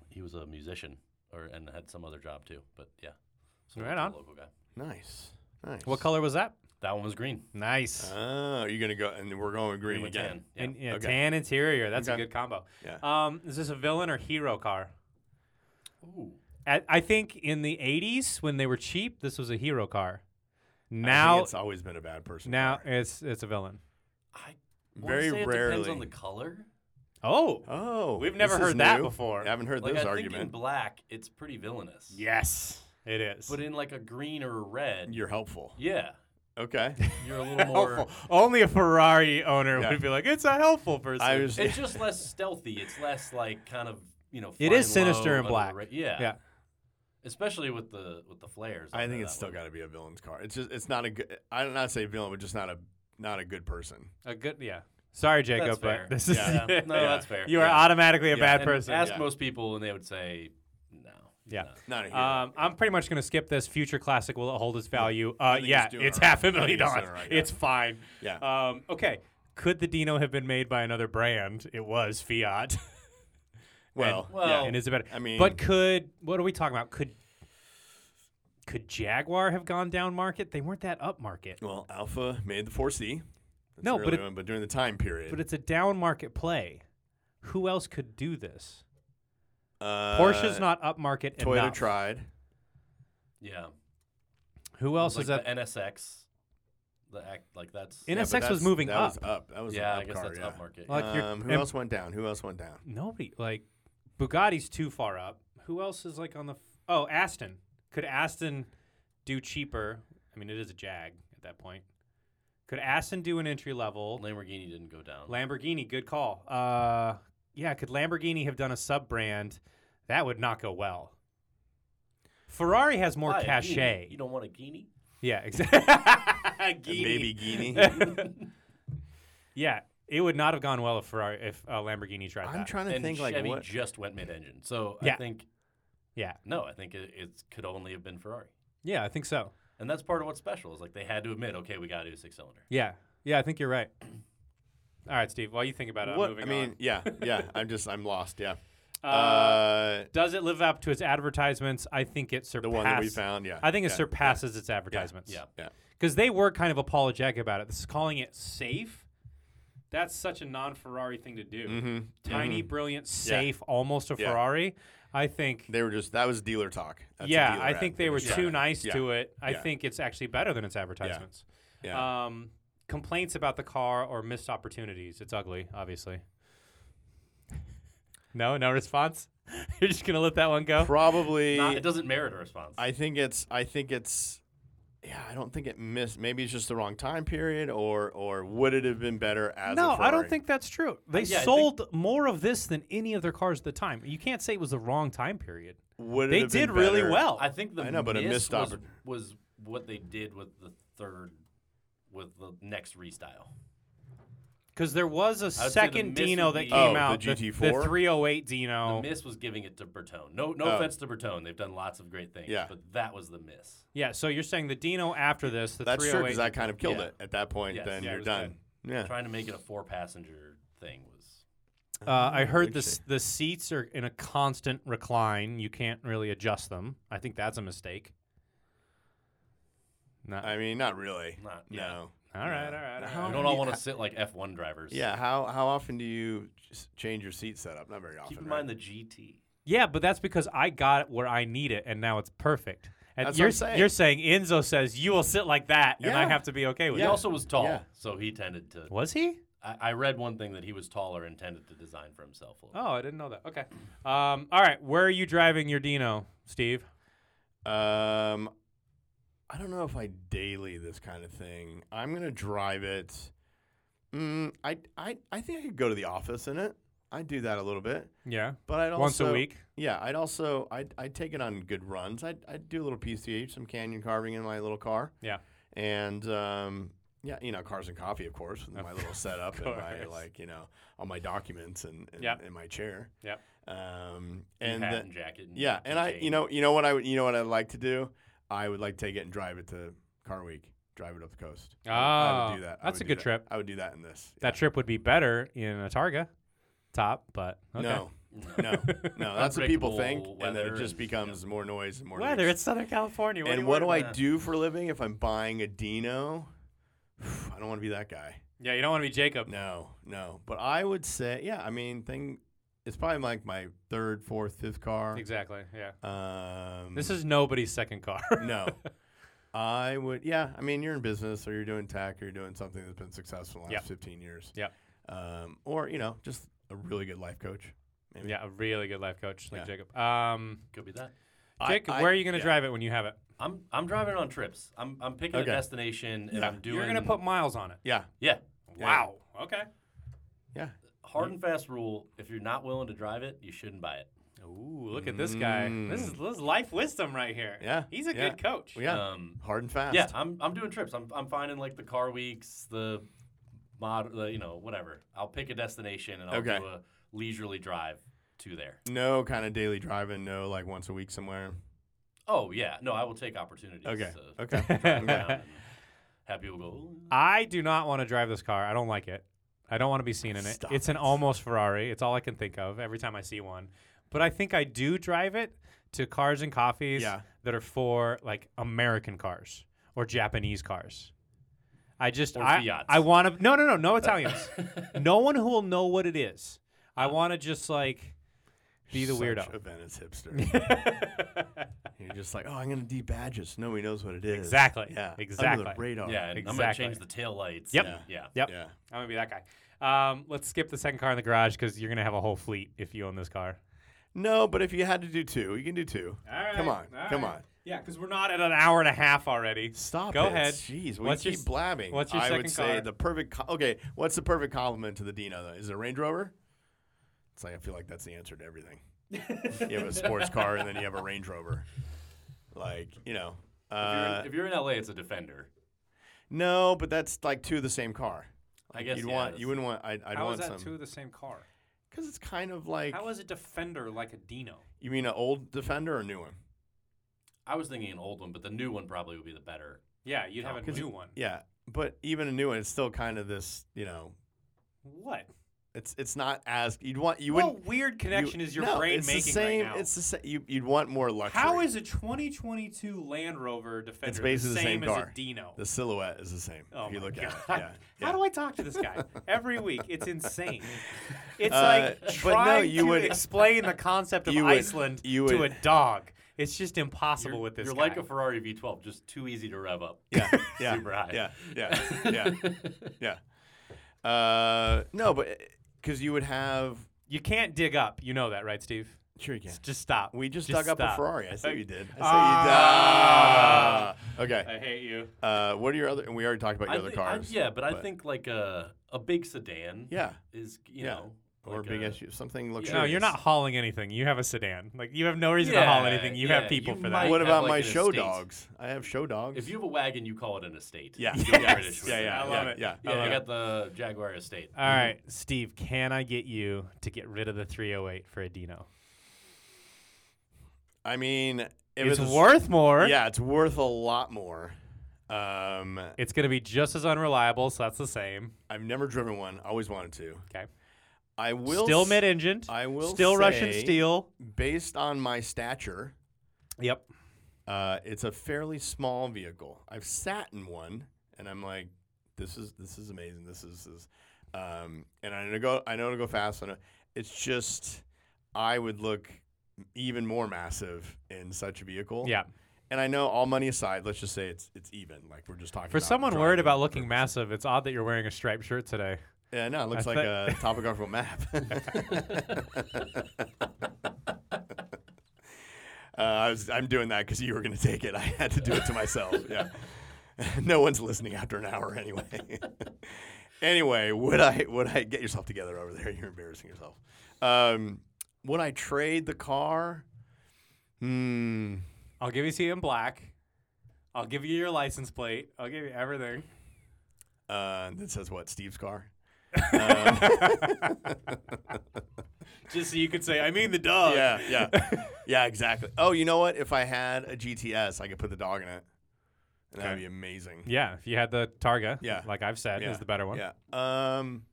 [SPEAKER 3] he was a musician, or and had some other job too. But yeah, sold it
[SPEAKER 2] Right
[SPEAKER 3] to a
[SPEAKER 2] on.
[SPEAKER 3] local guy.
[SPEAKER 1] Nice. Nice.
[SPEAKER 2] What color was that?
[SPEAKER 3] That one was green.
[SPEAKER 2] Nice.
[SPEAKER 1] Oh, you're gonna go, and we're going green
[SPEAKER 3] Green
[SPEAKER 1] again.
[SPEAKER 3] tan. Yeah.
[SPEAKER 2] And Uh, yeah,
[SPEAKER 1] Okay.
[SPEAKER 2] tan interior. That's
[SPEAKER 1] Okay.
[SPEAKER 2] a good combo.
[SPEAKER 1] Yeah.
[SPEAKER 2] Um, is this a villain or hero car?
[SPEAKER 3] Ooh.
[SPEAKER 2] At, I think in the 80s when they were cheap, this was a hero car. Now,
[SPEAKER 1] it's always been a bad person.
[SPEAKER 2] now
[SPEAKER 1] car.
[SPEAKER 2] it's it's a villain.
[SPEAKER 3] I wanna
[SPEAKER 1] very
[SPEAKER 3] say it depends
[SPEAKER 1] rarely.
[SPEAKER 3] on the color.
[SPEAKER 2] Oh,
[SPEAKER 1] oh,
[SPEAKER 2] We've
[SPEAKER 1] this
[SPEAKER 2] never
[SPEAKER 1] is
[SPEAKER 2] heard that
[SPEAKER 1] new.
[SPEAKER 2] before.
[SPEAKER 1] I haven't heard
[SPEAKER 3] Like
[SPEAKER 1] this
[SPEAKER 3] I think in
[SPEAKER 1] argument.
[SPEAKER 3] black, it's pretty villainous.
[SPEAKER 2] yes, it is.
[SPEAKER 3] But in like a green or a red,
[SPEAKER 1] You're helpful.
[SPEAKER 3] yeah,
[SPEAKER 1] Okay.
[SPEAKER 3] you're a little more.
[SPEAKER 2] helpful. Only a Ferrari owner
[SPEAKER 1] Yeah.
[SPEAKER 2] would be like, it's a helpful person.
[SPEAKER 1] I was.
[SPEAKER 3] It's just less stealthy. It's less like kind of you know.
[SPEAKER 2] It is
[SPEAKER 3] flying low
[SPEAKER 2] sinister and
[SPEAKER 3] under the
[SPEAKER 2] black.
[SPEAKER 3] ra- yeah.
[SPEAKER 2] yeah.
[SPEAKER 3] Especially with the with the flares.
[SPEAKER 1] I
[SPEAKER 3] on
[SPEAKER 1] think
[SPEAKER 3] there,
[SPEAKER 1] it's
[SPEAKER 3] that
[SPEAKER 1] still
[SPEAKER 3] one.
[SPEAKER 1] got to be a villain's car. It's just. It's not a good. I don't not say villain, but just not a not a good person.
[SPEAKER 2] A good yeah. Sorry, Jacob,
[SPEAKER 3] That's
[SPEAKER 2] but
[SPEAKER 3] fair.
[SPEAKER 2] this is
[SPEAKER 1] Yeah.
[SPEAKER 3] Yeah. No,
[SPEAKER 1] Yeah.
[SPEAKER 3] that's fair.
[SPEAKER 2] you are
[SPEAKER 1] Yeah.
[SPEAKER 2] automatically a
[SPEAKER 1] Yeah.
[SPEAKER 2] bad
[SPEAKER 3] And
[SPEAKER 2] person.
[SPEAKER 3] Ask
[SPEAKER 1] Yeah.
[SPEAKER 3] most people, and they would say no.
[SPEAKER 2] Yeah.
[SPEAKER 3] No.
[SPEAKER 1] Not a hero.
[SPEAKER 2] Um, I'm pretty much going to skip this. Future classic will it hold its value. Uh,
[SPEAKER 1] think he's
[SPEAKER 2] yeah,
[SPEAKER 1] doing
[SPEAKER 2] it's
[SPEAKER 1] all right.
[SPEAKER 2] half a
[SPEAKER 1] I think
[SPEAKER 2] million
[SPEAKER 1] he's doing
[SPEAKER 2] dollars.
[SPEAKER 1] all right, yeah.
[SPEAKER 2] It's fine.
[SPEAKER 1] yeah.
[SPEAKER 2] Um, okay. Could the Dino have been made by another brand? It was Fiat.
[SPEAKER 1] well.
[SPEAKER 3] well,
[SPEAKER 1] yeah.
[SPEAKER 2] and is it better?
[SPEAKER 1] Oh, I mean-
[SPEAKER 2] but could what are we talking about? Could could Jaguar have gone down market? They weren't that up market.
[SPEAKER 1] Well, Alpha made the 4C. That's
[SPEAKER 2] No,
[SPEAKER 1] the
[SPEAKER 2] but
[SPEAKER 1] early
[SPEAKER 2] it-
[SPEAKER 1] one, but during the time period,
[SPEAKER 2] But it's a down market play. Who else could do this?
[SPEAKER 1] uh,
[SPEAKER 2] Porsche's not up market.
[SPEAKER 1] Toyota
[SPEAKER 2] enough.
[SPEAKER 1] tried.
[SPEAKER 3] Yeah.
[SPEAKER 2] Who else
[SPEAKER 3] like
[SPEAKER 2] is that?
[SPEAKER 3] the NSX? The act like that's
[SPEAKER 1] Yeah, but
[SPEAKER 2] NSX was
[SPEAKER 1] that's-
[SPEAKER 2] moving
[SPEAKER 1] that
[SPEAKER 2] up.
[SPEAKER 1] Was up. That was an
[SPEAKER 3] yeah.
[SPEAKER 1] up
[SPEAKER 3] I guess
[SPEAKER 1] car,
[SPEAKER 3] that's
[SPEAKER 1] yeah.
[SPEAKER 3] upmarket.
[SPEAKER 2] Like your-
[SPEAKER 1] um, who
[SPEAKER 2] and-
[SPEAKER 1] else went down? Who else went down?
[SPEAKER 2] Nobody like Bugatti's too far up. Who else is like on the? F- oh, Aston. Could Aston do cheaper? I mean, it is a Jag at that point. Could Aston do an entry level?
[SPEAKER 3] Lamborghini didn't go down.
[SPEAKER 2] Lamborghini, good call. Uh, yeah, could Lamborghini have done a sub brand? That would not go well. Ferrari has more
[SPEAKER 3] Buy a Ghini.
[SPEAKER 2] cachet.
[SPEAKER 3] You don't want a Guinea?
[SPEAKER 2] Yeah, exactly.
[SPEAKER 1] A Baby Guinea.
[SPEAKER 2] yeah, it would not have gone well if Ferrari if uh, Lamborghini tried
[SPEAKER 1] I'm
[SPEAKER 2] that.
[SPEAKER 1] trying to
[SPEAKER 3] And
[SPEAKER 1] think like
[SPEAKER 3] Chevy
[SPEAKER 1] what.
[SPEAKER 3] just went mid-engine, so
[SPEAKER 2] Yeah.
[SPEAKER 3] I think
[SPEAKER 2] yeah,
[SPEAKER 3] no, I think it, it could only have been Ferrari,
[SPEAKER 2] yeah, I think so.
[SPEAKER 3] and that's part of what's special is like they had to admit, okay, we got to do six cylinder.
[SPEAKER 2] Yeah, yeah, I think you're right. All right, Steve. While you think about it, I'm
[SPEAKER 1] what
[SPEAKER 2] moving
[SPEAKER 1] I mean,
[SPEAKER 2] on.
[SPEAKER 1] yeah, yeah. I'm just I'm lost. Yeah. Uh,
[SPEAKER 2] Uh, does it live up to its advertisements? I think it surpasses.
[SPEAKER 1] the one that we found. Yeah.
[SPEAKER 2] I think it
[SPEAKER 1] yeah,
[SPEAKER 2] surpasses its advertisements.
[SPEAKER 3] Yeah,
[SPEAKER 1] Yeah.
[SPEAKER 2] because they were kind of apologetic about it. This is calling it safe. That's such a non-Ferrari thing to do.
[SPEAKER 1] hmm
[SPEAKER 2] Tiny, brilliant, safe, almost a
[SPEAKER 1] Yeah.
[SPEAKER 2] Ferrari. I think.
[SPEAKER 1] They were just that was dealer talk. That's a
[SPEAKER 2] yeah,
[SPEAKER 1] dealer
[SPEAKER 2] I
[SPEAKER 1] ad.
[SPEAKER 2] think they were
[SPEAKER 1] just
[SPEAKER 2] too
[SPEAKER 1] trying
[SPEAKER 2] nice
[SPEAKER 1] yeah,
[SPEAKER 2] to it. I
[SPEAKER 1] yeah.
[SPEAKER 2] think it's actually better than its advertisements.
[SPEAKER 1] Yeah.
[SPEAKER 2] Um, complaints about the car or missed opportunities. It's ugly, obviously. no, no response. You're just gonna let that one
[SPEAKER 1] uh,
[SPEAKER 2] go.
[SPEAKER 1] Probably.
[SPEAKER 3] Not- it doesn't merit a response.
[SPEAKER 1] I think it's. I think it's. Yeah, I don't think it missed. Maybe it's just the wrong time period, or or would it have been better as? a
[SPEAKER 2] No, I
[SPEAKER 1] Ferrari?
[SPEAKER 2] don't think that's true. They
[SPEAKER 3] yeah, I think-
[SPEAKER 2] sold more of this than any of their cars at the time. You can't say it was the wrong time period.
[SPEAKER 1] Would it
[SPEAKER 2] They
[SPEAKER 1] have been
[SPEAKER 2] did really
[SPEAKER 1] better?
[SPEAKER 2] well.
[SPEAKER 3] I think the
[SPEAKER 1] I know, but a
[SPEAKER 3] miss
[SPEAKER 1] missed
[SPEAKER 3] was,
[SPEAKER 1] oppor-
[SPEAKER 3] was what they did with the third, with the next restyle.
[SPEAKER 2] Because there was a
[SPEAKER 3] the
[SPEAKER 2] second
[SPEAKER 3] miss
[SPEAKER 2] Dino
[SPEAKER 3] would
[SPEAKER 2] that
[SPEAKER 3] be-
[SPEAKER 2] came
[SPEAKER 1] Oh, the
[SPEAKER 2] out, the,
[SPEAKER 1] GT4?
[SPEAKER 2] 308
[SPEAKER 3] The
[SPEAKER 2] Dino.
[SPEAKER 3] miss was giving it to Bertone. No, no
[SPEAKER 1] Oh.
[SPEAKER 3] offense to Bertone. They've done lots of great things.
[SPEAKER 1] Yeah.
[SPEAKER 3] but that was the miss.
[SPEAKER 2] yeah, so you're saying the Dino after this, the
[SPEAKER 1] That's true
[SPEAKER 2] 308.
[SPEAKER 1] because I kind of killed
[SPEAKER 3] oh Yeah.
[SPEAKER 1] it at that point.
[SPEAKER 3] Yes.
[SPEAKER 1] Then
[SPEAKER 2] Yeah, it
[SPEAKER 1] you're
[SPEAKER 2] was
[SPEAKER 1] done. Yeah.
[SPEAKER 3] Trying to make it a four-passenger thing was
[SPEAKER 2] uh, I heard the s-
[SPEAKER 1] Interesting.
[SPEAKER 2] the seats are in a constant recline. You can't really adjust them. I think that's a mistake. No.
[SPEAKER 1] I mean, not really.
[SPEAKER 3] not. Yeah.
[SPEAKER 1] No.
[SPEAKER 2] all right, all
[SPEAKER 1] no.
[SPEAKER 2] right.
[SPEAKER 1] How
[SPEAKER 2] all
[SPEAKER 1] often
[SPEAKER 2] right.
[SPEAKER 3] We don't
[SPEAKER 1] do
[SPEAKER 3] all
[SPEAKER 1] you-
[SPEAKER 3] want to sit like F1 drivers.
[SPEAKER 1] Yeah. How how often do you s- change your seat setup? Not very often.
[SPEAKER 3] Keep in
[SPEAKER 1] right?
[SPEAKER 3] mind the GT.
[SPEAKER 2] Yeah, but that's because I got it where I need it, and now it's perfect. And
[SPEAKER 1] That's what
[SPEAKER 2] you're
[SPEAKER 1] I'm saying.
[SPEAKER 2] you're saying Enzo says you will sit like that, and I
[SPEAKER 1] Yeah.
[SPEAKER 2] have to be okay with
[SPEAKER 3] He
[SPEAKER 2] it.
[SPEAKER 3] also was tall,
[SPEAKER 1] Yeah.
[SPEAKER 3] so he tended to.
[SPEAKER 2] Was he?
[SPEAKER 3] I, I read one thing that he was taller and tended to design for himself. A little.
[SPEAKER 2] Oh, I didn't know that. Okay. Um, all right. Where are you driving your Dino, Steve?
[SPEAKER 1] Um, I don't know if I daily this kind of thing. I'm gonna drive it. Mm, I I I think I could go to the office in it. I do that a little bit,
[SPEAKER 2] Yeah.
[SPEAKER 1] but I'd also
[SPEAKER 2] Once a week.
[SPEAKER 1] Yeah, I'd also I'd, I'd take it on good runs. I'd, I'd do a little PCH, some canyon carving in my little car.
[SPEAKER 2] Yeah.
[SPEAKER 1] and um, yeah, you know, cars and coffee, of course, with my little setup and my
[SPEAKER 2] course.
[SPEAKER 1] like you know all my documents and and,
[SPEAKER 2] Yep.
[SPEAKER 1] and my chair.
[SPEAKER 2] Yep.
[SPEAKER 1] Um, and
[SPEAKER 3] and hat
[SPEAKER 1] the-
[SPEAKER 3] and jacket. And
[SPEAKER 1] yeah, and I,
[SPEAKER 3] chain.
[SPEAKER 1] you know, you know what I would, you know what I'd like to do. I would like to take it and drive it to Car Week, drive it up the coast. I would do
[SPEAKER 2] Oh,
[SPEAKER 1] that. I
[SPEAKER 2] that's
[SPEAKER 1] would do
[SPEAKER 2] a good
[SPEAKER 1] that.
[SPEAKER 2] trip.
[SPEAKER 1] I would do that in this.
[SPEAKER 2] That trip would be better in a Targa top, but okay.
[SPEAKER 1] No, no, no. That's what people think,
[SPEAKER 3] Unpredictable
[SPEAKER 1] and then it
[SPEAKER 3] weather
[SPEAKER 1] just
[SPEAKER 3] and, yeah.
[SPEAKER 1] becomes more noise and more
[SPEAKER 2] Weather.
[SPEAKER 1] noise.
[SPEAKER 2] It's Southern California.
[SPEAKER 1] and what do I
[SPEAKER 3] about?
[SPEAKER 1] do for a living if I'm buying a Dino? I don't want to be that guy.
[SPEAKER 2] Yeah, you don't want to be Jacob.
[SPEAKER 1] No, no. But I would say, yeah. I mean, thing. It's probably like my third, fourth, fifth car.
[SPEAKER 2] Exactly. Yeah.
[SPEAKER 1] Um,
[SPEAKER 2] This is nobody's second car.
[SPEAKER 1] no. I would, yeah. I mean, you're in business or you're doing tech or you're doing something that's been successful in the last
[SPEAKER 2] Yep.
[SPEAKER 1] 15 years.
[SPEAKER 2] Yep.
[SPEAKER 1] Um, or, you know, just a really good life coach. Maybe.
[SPEAKER 2] Yeah, a really good life coach like
[SPEAKER 1] Yeah.
[SPEAKER 2] Jacob. Um,
[SPEAKER 3] Could be that.
[SPEAKER 1] I-
[SPEAKER 2] Jacob,
[SPEAKER 1] I-
[SPEAKER 2] where are you going to
[SPEAKER 1] yeah.
[SPEAKER 2] drive it when you have it?
[SPEAKER 3] I'm I'm driving on trips. I'm I'm picking
[SPEAKER 1] Okay.
[SPEAKER 3] a destination and
[SPEAKER 1] Yeah.
[SPEAKER 3] I'm doing.
[SPEAKER 2] You're going to put miles on it.
[SPEAKER 1] Yeah.
[SPEAKER 3] yeah.
[SPEAKER 1] Yeah.
[SPEAKER 2] Wow. Okay.
[SPEAKER 1] Yeah.
[SPEAKER 3] Hard and fast rule: if you're not willing to drive it, you shouldn't buy it.
[SPEAKER 2] Ooh, look at this guy. This is, this is life wisdom right here.
[SPEAKER 1] Mm. Yeah,
[SPEAKER 2] He's a
[SPEAKER 1] yeah.
[SPEAKER 2] good coach.
[SPEAKER 1] Well, yeah.
[SPEAKER 3] Um,
[SPEAKER 1] Hard and fast.
[SPEAKER 3] yeah, I'm I'm doing trips. I'm I'm finding like the car weeks, the mod, the, you know, whatever. I'll pick a destination and I'll
[SPEAKER 1] Okay.
[SPEAKER 3] do a leisurely drive to there.
[SPEAKER 1] No kind of daily driving. No, like once a week somewhere.
[SPEAKER 3] Oh yeah, no, I will take opportunities.
[SPEAKER 1] Okay.
[SPEAKER 3] to
[SPEAKER 1] Okay.
[SPEAKER 3] drive
[SPEAKER 1] Yeah.
[SPEAKER 3] around and Have people go. "Ooh."
[SPEAKER 2] I do not want to drive this car. I don't like it. I don't want to be seen in it.
[SPEAKER 1] Stop
[SPEAKER 2] it's an almost Ferrari. It's all I can think of every time I see one. But I think I do drive it to cars and coffees
[SPEAKER 1] Yeah.
[SPEAKER 2] that are for like American cars or Japanese cars. I just
[SPEAKER 3] Or
[SPEAKER 2] I,
[SPEAKER 3] Fiats.
[SPEAKER 2] I want to no no no no Italians. no one who will know what it is. I want to just like be the
[SPEAKER 1] Such A
[SPEAKER 2] weirdo.
[SPEAKER 1] Venice hipster. You're just like, oh, I'm gonna debadge it. So nobody knows what it is.
[SPEAKER 2] Exactly.
[SPEAKER 1] Yeah. Under
[SPEAKER 2] Exactly.
[SPEAKER 1] the radar.
[SPEAKER 3] Yeah, and I'm gonna
[SPEAKER 2] Exactly.
[SPEAKER 3] change the tail lights.
[SPEAKER 2] Yep.
[SPEAKER 3] and- Yeah.
[SPEAKER 2] Yep.
[SPEAKER 1] Oh, Yeah.
[SPEAKER 2] I'm gonna be that guy. Um, let's skip the second car in the garage because you're gonna have a whole fleet if you own this car.
[SPEAKER 1] No, but if you had to do two, you can do two.
[SPEAKER 2] All right.
[SPEAKER 1] Come on,
[SPEAKER 2] all
[SPEAKER 1] come
[SPEAKER 2] right.
[SPEAKER 1] on.
[SPEAKER 2] Yeah, because we're not at an hour and a half already.
[SPEAKER 1] Stop
[SPEAKER 2] Go
[SPEAKER 1] it.
[SPEAKER 2] ahead.
[SPEAKER 1] Jeez, we
[SPEAKER 2] What's your
[SPEAKER 1] keep
[SPEAKER 2] s-
[SPEAKER 1] blabbing.
[SPEAKER 2] what's your
[SPEAKER 1] I
[SPEAKER 2] second
[SPEAKER 1] would say
[SPEAKER 2] car?
[SPEAKER 1] the perfect. Co- okay, what's the perfect compliment to the Dino? Though? Is it a Range Rover? It's like I feel like that's the answer to everything. you have a sports car and then you have a Range Rover. Like you know,
[SPEAKER 3] If you're,
[SPEAKER 1] uh,
[SPEAKER 3] in, if you're in LA, it's a Defender.
[SPEAKER 1] no, but that's like two of the same car.
[SPEAKER 3] I guess,
[SPEAKER 1] you'd
[SPEAKER 3] yeah,
[SPEAKER 1] want
[SPEAKER 3] that's-
[SPEAKER 1] you wouldn't want. I'd, I'd
[SPEAKER 2] How is
[SPEAKER 1] want
[SPEAKER 2] that two
[SPEAKER 1] some
[SPEAKER 2] of the same car?
[SPEAKER 1] because it's kind of like
[SPEAKER 2] How is a Defender like a Dino?
[SPEAKER 1] you mean an old Defender or a new one?
[SPEAKER 3] I was thinking an old one, but the new one probably would be the better.
[SPEAKER 2] Yeah, you'd have a new one.
[SPEAKER 1] Yeah, but even a new one, it's still kind of this. You know,
[SPEAKER 2] What?
[SPEAKER 1] it's it's not as you'd want. You wouldn't.
[SPEAKER 2] What weird connection
[SPEAKER 1] You-
[SPEAKER 2] is your
[SPEAKER 1] no,
[SPEAKER 2] brain
[SPEAKER 1] it's
[SPEAKER 2] making
[SPEAKER 1] the same,
[SPEAKER 2] right now?
[SPEAKER 1] It's the same. You, you'd want more luxury.
[SPEAKER 2] How is a 2022 Land Rover Defender
[SPEAKER 1] it's basically the same,
[SPEAKER 2] same,
[SPEAKER 1] car?
[SPEAKER 2] as a Dino?
[SPEAKER 1] The silhouette is the same.
[SPEAKER 2] Oh
[SPEAKER 1] if you
[SPEAKER 2] my
[SPEAKER 1] look
[SPEAKER 2] God.
[SPEAKER 1] at it, yeah.
[SPEAKER 2] How
[SPEAKER 1] yeah.
[SPEAKER 2] do I talk to this guy every week? It's insane. It's
[SPEAKER 1] Uh,
[SPEAKER 2] like
[SPEAKER 1] but no,
[SPEAKER 2] trying
[SPEAKER 1] you
[SPEAKER 2] to
[SPEAKER 1] would-
[SPEAKER 2] explain the concept of
[SPEAKER 1] you would-
[SPEAKER 2] Iceland
[SPEAKER 1] you
[SPEAKER 2] to a
[SPEAKER 1] would-
[SPEAKER 2] dog. It's just impossible
[SPEAKER 3] You're,
[SPEAKER 2] with this
[SPEAKER 3] you're
[SPEAKER 2] guy.
[SPEAKER 3] like a Ferrari V12, just too easy to rev up.
[SPEAKER 1] yeah, yeah,
[SPEAKER 3] Super high.
[SPEAKER 1] yeah, yeah, yeah, yeah, Uh, no, but because you would have.
[SPEAKER 2] you can't dig up. You know that, right, Steve?
[SPEAKER 1] Sure, you can.
[SPEAKER 2] Just stop.
[SPEAKER 1] We just,
[SPEAKER 2] Just
[SPEAKER 1] dug up
[SPEAKER 2] stop.
[SPEAKER 1] a Ferrari. I say you did. I say
[SPEAKER 2] Ah.
[SPEAKER 1] you did. Okay.
[SPEAKER 2] I hate you.
[SPEAKER 1] Uh, what are your other? And we already talked about
[SPEAKER 3] I
[SPEAKER 1] your other
[SPEAKER 3] thi- I-
[SPEAKER 1] cars.
[SPEAKER 3] yeah, but, I
[SPEAKER 1] but-
[SPEAKER 3] think like a a big sedan
[SPEAKER 1] Yeah.
[SPEAKER 3] is you
[SPEAKER 1] Yeah.
[SPEAKER 3] know
[SPEAKER 1] Or
[SPEAKER 3] like uh,
[SPEAKER 1] big
[SPEAKER 3] a-
[SPEAKER 1] SUV, something luxurious.
[SPEAKER 2] No, you're not hauling anything. You have a sedan. Like you have no reason to haul
[SPEAKER 3] Yeah,
[SPEAKER 2] anything. You
[SPEAKER 3] yeah,
[SPEAKER 2] have people
[SPEAKER 3] you
[SPEAKER 2] for
[SPEAKER 3] might-
[SPEAKER 2] that.
[SPEAKER 1] What
[SPEAKER 3] have,
[SPEAKER 1] about
[SPEAKER 3] like,
[SPEAKER 1] my
[SPEAKER 3] an
[SPEAKER 1] show
[SPEAKER 3] estate.
[SPEAKER 1] dogs? I have show dogs.
[SPEAKER 3] If you have a wagon, you call it an estate.
[SPEAKER 1] Yeah.
[SPEAKER 3] You get
[SPEAKER 1] Yes.
[SPEAKER 3] British with
[SPEAKER 1] Yeah,
[SPEAKER 3] it.
[SPEAKER 1] yeah,
[SPEAKER 2] I
[SPEAKER 1] yeah,
[SPEAKER 2] love it.
[SPEAKER 1] Yeah,
[SPEAKER 3] Yeah,
[SPEAKER 2] I
[SPEAKER 3] I,
[SPEAKER 2] love
[SPEAKER 3] got the Jaguar estate.
[SPEAKER 2] All right, Steve, can I get you to get rid of the 308 for a Dino?
[SPEAKER 1] I mean, if
[SPEAKER 2] It's,
[SPEAKER 1] a s-
[SPEAKER 2] worth more.
[SPEAKER 1] Yeah, it's worth a lot more. Um,
[SPEAKER 2] It's going to be just as unreliable, so that's the same.
[SPEAKER 1] I've never driven one. Always wanted to.
[SPEAKER 2] Okay.
[SPEAKER 1] I will
[SPEAKER 2] still
[SPEAKER 1] s-
[SPEAKER 2] mid-engined.
[SPEAKER 1] I will
[SPEAKER 2] still Russian
[SPEAKER 1] say-
[SPEAKER 2] steel.
[SPEAKER 1] Based on my stature,
[SPEAKER 2] Yep.
[SPEAKER 1] uh, it's a fairly small vehicle. I've sat in one, and I'm like, this is this is amazing. This is, this is um, and I know go I know to go fast. I know, it's just I would look even more massive in such a vehicle.
[SPEAKER 2] Yeah.
[SPEAKER 1] And I know all money aside, let's just say it's it's even. Like we're just talking
[SPEAKER 2] For
[SPEAKER 1] about
[SPEAKER 2] someone worried
[SPEAKER 1] driving
[SPEAKER 2] about looking
[SPEAKER 1] purposes.
[SPEAKER 2] massive, it's odd that you're wearing a striped shirt today.
[SPEAKER 1] Yeah, no, it looks
[SPEAKER 2] I
[SPEAKER 1] like a topographical map. uh, I was, I'm doing that because you were going to take it. I had to do it to myself. Yeah, no one's listening after an hour anyway. anyway, would I would I get yourself together over there? You're embarrassing yourself. Um, would I trade the car? Hmm.
[SPEAKER 2] I'll give you see in black. I'll give you your license plate. I'll give you everything.
[SPEAKER 1] Uh, that says what? Steve's car.
[SPEAKER 2] Just so you could say, I mean the dog.
[SPEAKER 1] yeah, yeah, yeah, exactly. Oh, you know what? If I had a GTS, I could put the dog in it, and that'd
[SPEAKER 2] Okay.
[SPEAKER 1] be amazing.
[SPEAKER 2] Yeah, if you had the Targa,
[SPEAKER 1] Yeah.
[SPEAKER 2] like I've said,
[SPEAKER 1] Yeah,
[SPEAKER 2] is the better one.
[SPEAKER 1] Yeah. Um,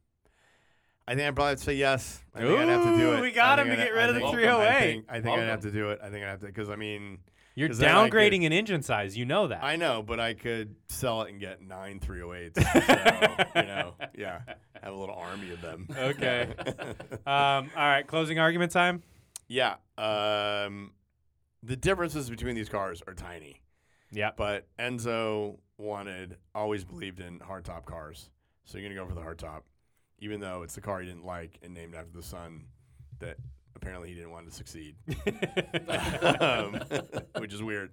[SPEAKER 1] I think I'd probably say yes. I think I'd have to do
[SPEAKER 2] Ooh,
[SPEAKER 1] it.
[SPEAKER 2] we got
[SPEAKER 1] I
[SPEAKER 2] him
[SPEAKER 1] think
[SPEAKER 2] to
[SPEAKER 1] I'd-
[SPEAKER 2] get rid
[SPEAKER 1] I
[SPEAKER 2] of the
[SPEAKER 1] think-
[SPEAKER 2] 308.
[SPEAKER 1] I think, I think I'd have
[SPEAKER 3] Welcome.
[SPEAKER 1] to do it. I think I'd have to because I mean,
[SPEAKER 2] You're
[SPEAKER 1] 'Cause then I could-
[SPEAKER 2] downgrading an engine size. You know that.
[SPEAKER 1] I know, but I could sell it and get nine 308s. So, you know, yeah, have a little army of them.
[SPEAKER 2] okay. um, all right, closing argument time.
[SPEAKER 1] Yeah. Um, the differences between these cars are tiny.
[SPEAKER 2] Yeah.
[SPEAKER 1] But Enzo wanted, always believed in hardtop cars. So you're going to go for the hardtop, even though it's the car he didn't like and named after the son that apparently he didn't want to succeed, um, which is weird.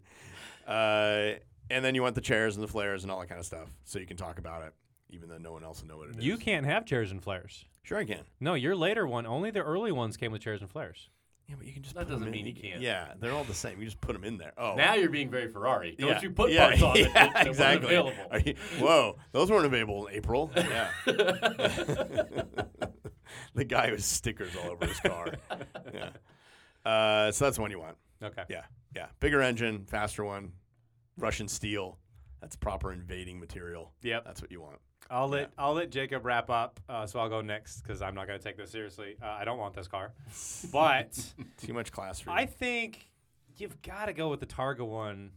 [SPEAKER 1] Uh, and then you want the chairs and the flares and all that kind of stuff so you can talk about it, even though no one else will know what it is.
[SPEAKER 2] You can't have chairs and flares.
[SPEAKER 1] Sure, I can.
[SPEAKER 2] No, your later one, only the early ones came with chairs and flares.
[SPEAKER 1] Yeah, but you can just
[SPEAKER 3] That
[SPEAKER 1] put 'em
[SPEAKER 3] doesn't
[SPEAKER 1] in.
[SPEAKER 3] mean you
[SPEAKER 1] can-
[SPEAKER 3] can't.
[SPEAKER 1] Yeah, they're all the same. You just put them in there. Oh.
[SPEAKER 3] Now you're being very Ferrari. Don't
[SPEAKER 1] Yeah.
[SPEAKER 3] you put
[SPEAKER 1] yeah,
[SPEAKER 3] parts on
[SPEAKER 1] yeah,
[SPEAKER 3] it that weren't
[SPEAKER 1] exactly.
[SPEAKER 3] available.
[SPEAKER 1] Are you- whoa, those weren't available in April. Yeah. the guy with stickers all over his car. Yeah. Uh, so that's the one you want.
[SPEAKER 2] Okay.
[SPEAKER 1] Yeah. Yeah. Bigger engine, faster one, Russian steel. That's proper invading material.
[SPEAKER 2] Yep.
[SPEAKER 1] That's what you want.
[SPEAKER 2] I'll let I'll let Jacob wrap up, uh, so I'll go next because I'm not going to take this seriously. Uh, I don't want this car, but
[SPEAKER 1] Too much class for you.
[SPEAKER 2] I think you've got to go with the Targa one.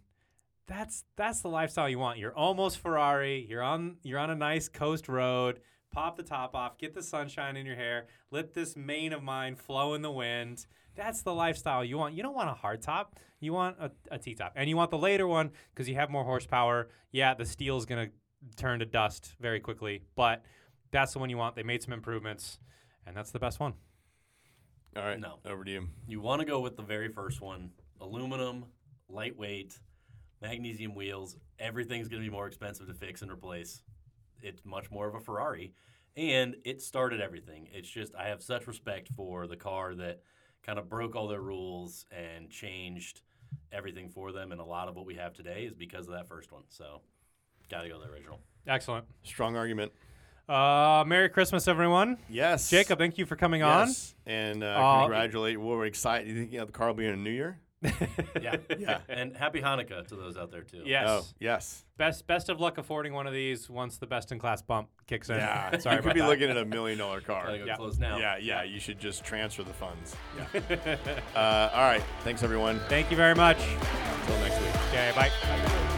[SPEAKER 2] That's that's the lifestyle you want. You're almost Ferrari. You're on you're on a nice coast road. Pop the top off. Get the sunshine in your hair. Let this mane of mine flow in the wind. That's the lifestyle you want. You don't want a hard top. You want a, a T top, and you want the later one because you have more horsepower. Yeah, the steel's gonna turn to dust very quickly, but that's the one you want. They made some improvements, and that's the best one.
[SPEAKER 1] all right.
[SPEAKER 3] No.
[SPEAKER 1] Over to you.
[SPEAKER 3] You want to go with the very first one aluminum, lightweight, magnesium wheels. Everything's going to be more expensive to fix and replace. It's much more of a Ferrari. And it started everything. It's just, I have such respect for the car that kind of broke all their rules and changed everything for them. And a lot of what we have today is because of that first one. So, got to go with the original.
[SPEAKER 2] Excellent.
[SPEAKER 1] Strong argument.
[SPEAKER 2] Uh, Merry Christmas, everyone.
[SPEAKER 1] Yes.
[SPEAKER 2] Jacob, thank you for coming
[SPEAKER 1] Yes. And uh,
[SPEAKER 2] Uh,
[SPEAKER 1] congratulate. We're excited. You think you know, the car will be in a new year?
[SPEAKER 3] Yeah.
[SPEAKER 1] Yeah.
[SPEAKER 3] and happy Hanukkah to those out there, too.
[SPEAKER 2] on. Yes.
[SPEAKER 1] Oh, yes.
[SPEAKER 2] Best best of luck affording one of these once the best in class bump kicks in.
[SPEAKER 1] Yeah,
[SPEAKER 2] Sorry
[SPEAKER 1] you
[SPEAKER 2] about
[SPEAKER 1] could be
[SPEAKER 2] that.
[SPEAKER 1] looking at a million dollar
[SPEAKER 3] Gotta
[SPEAKER 1] car.
[SPEAKER 3] go
[SPEAKER 2] Yeah.
[SPEAKER 3] close now.
[SPEAKER 1] Yeah, yeah, you should just transfer the funds. Yeah. uh, all right, thanks everyone.
[SPEAKER 2] Thank you very much.
[SPEAKER 1] Until next week.
[SPEAKER 2] Okay, bye.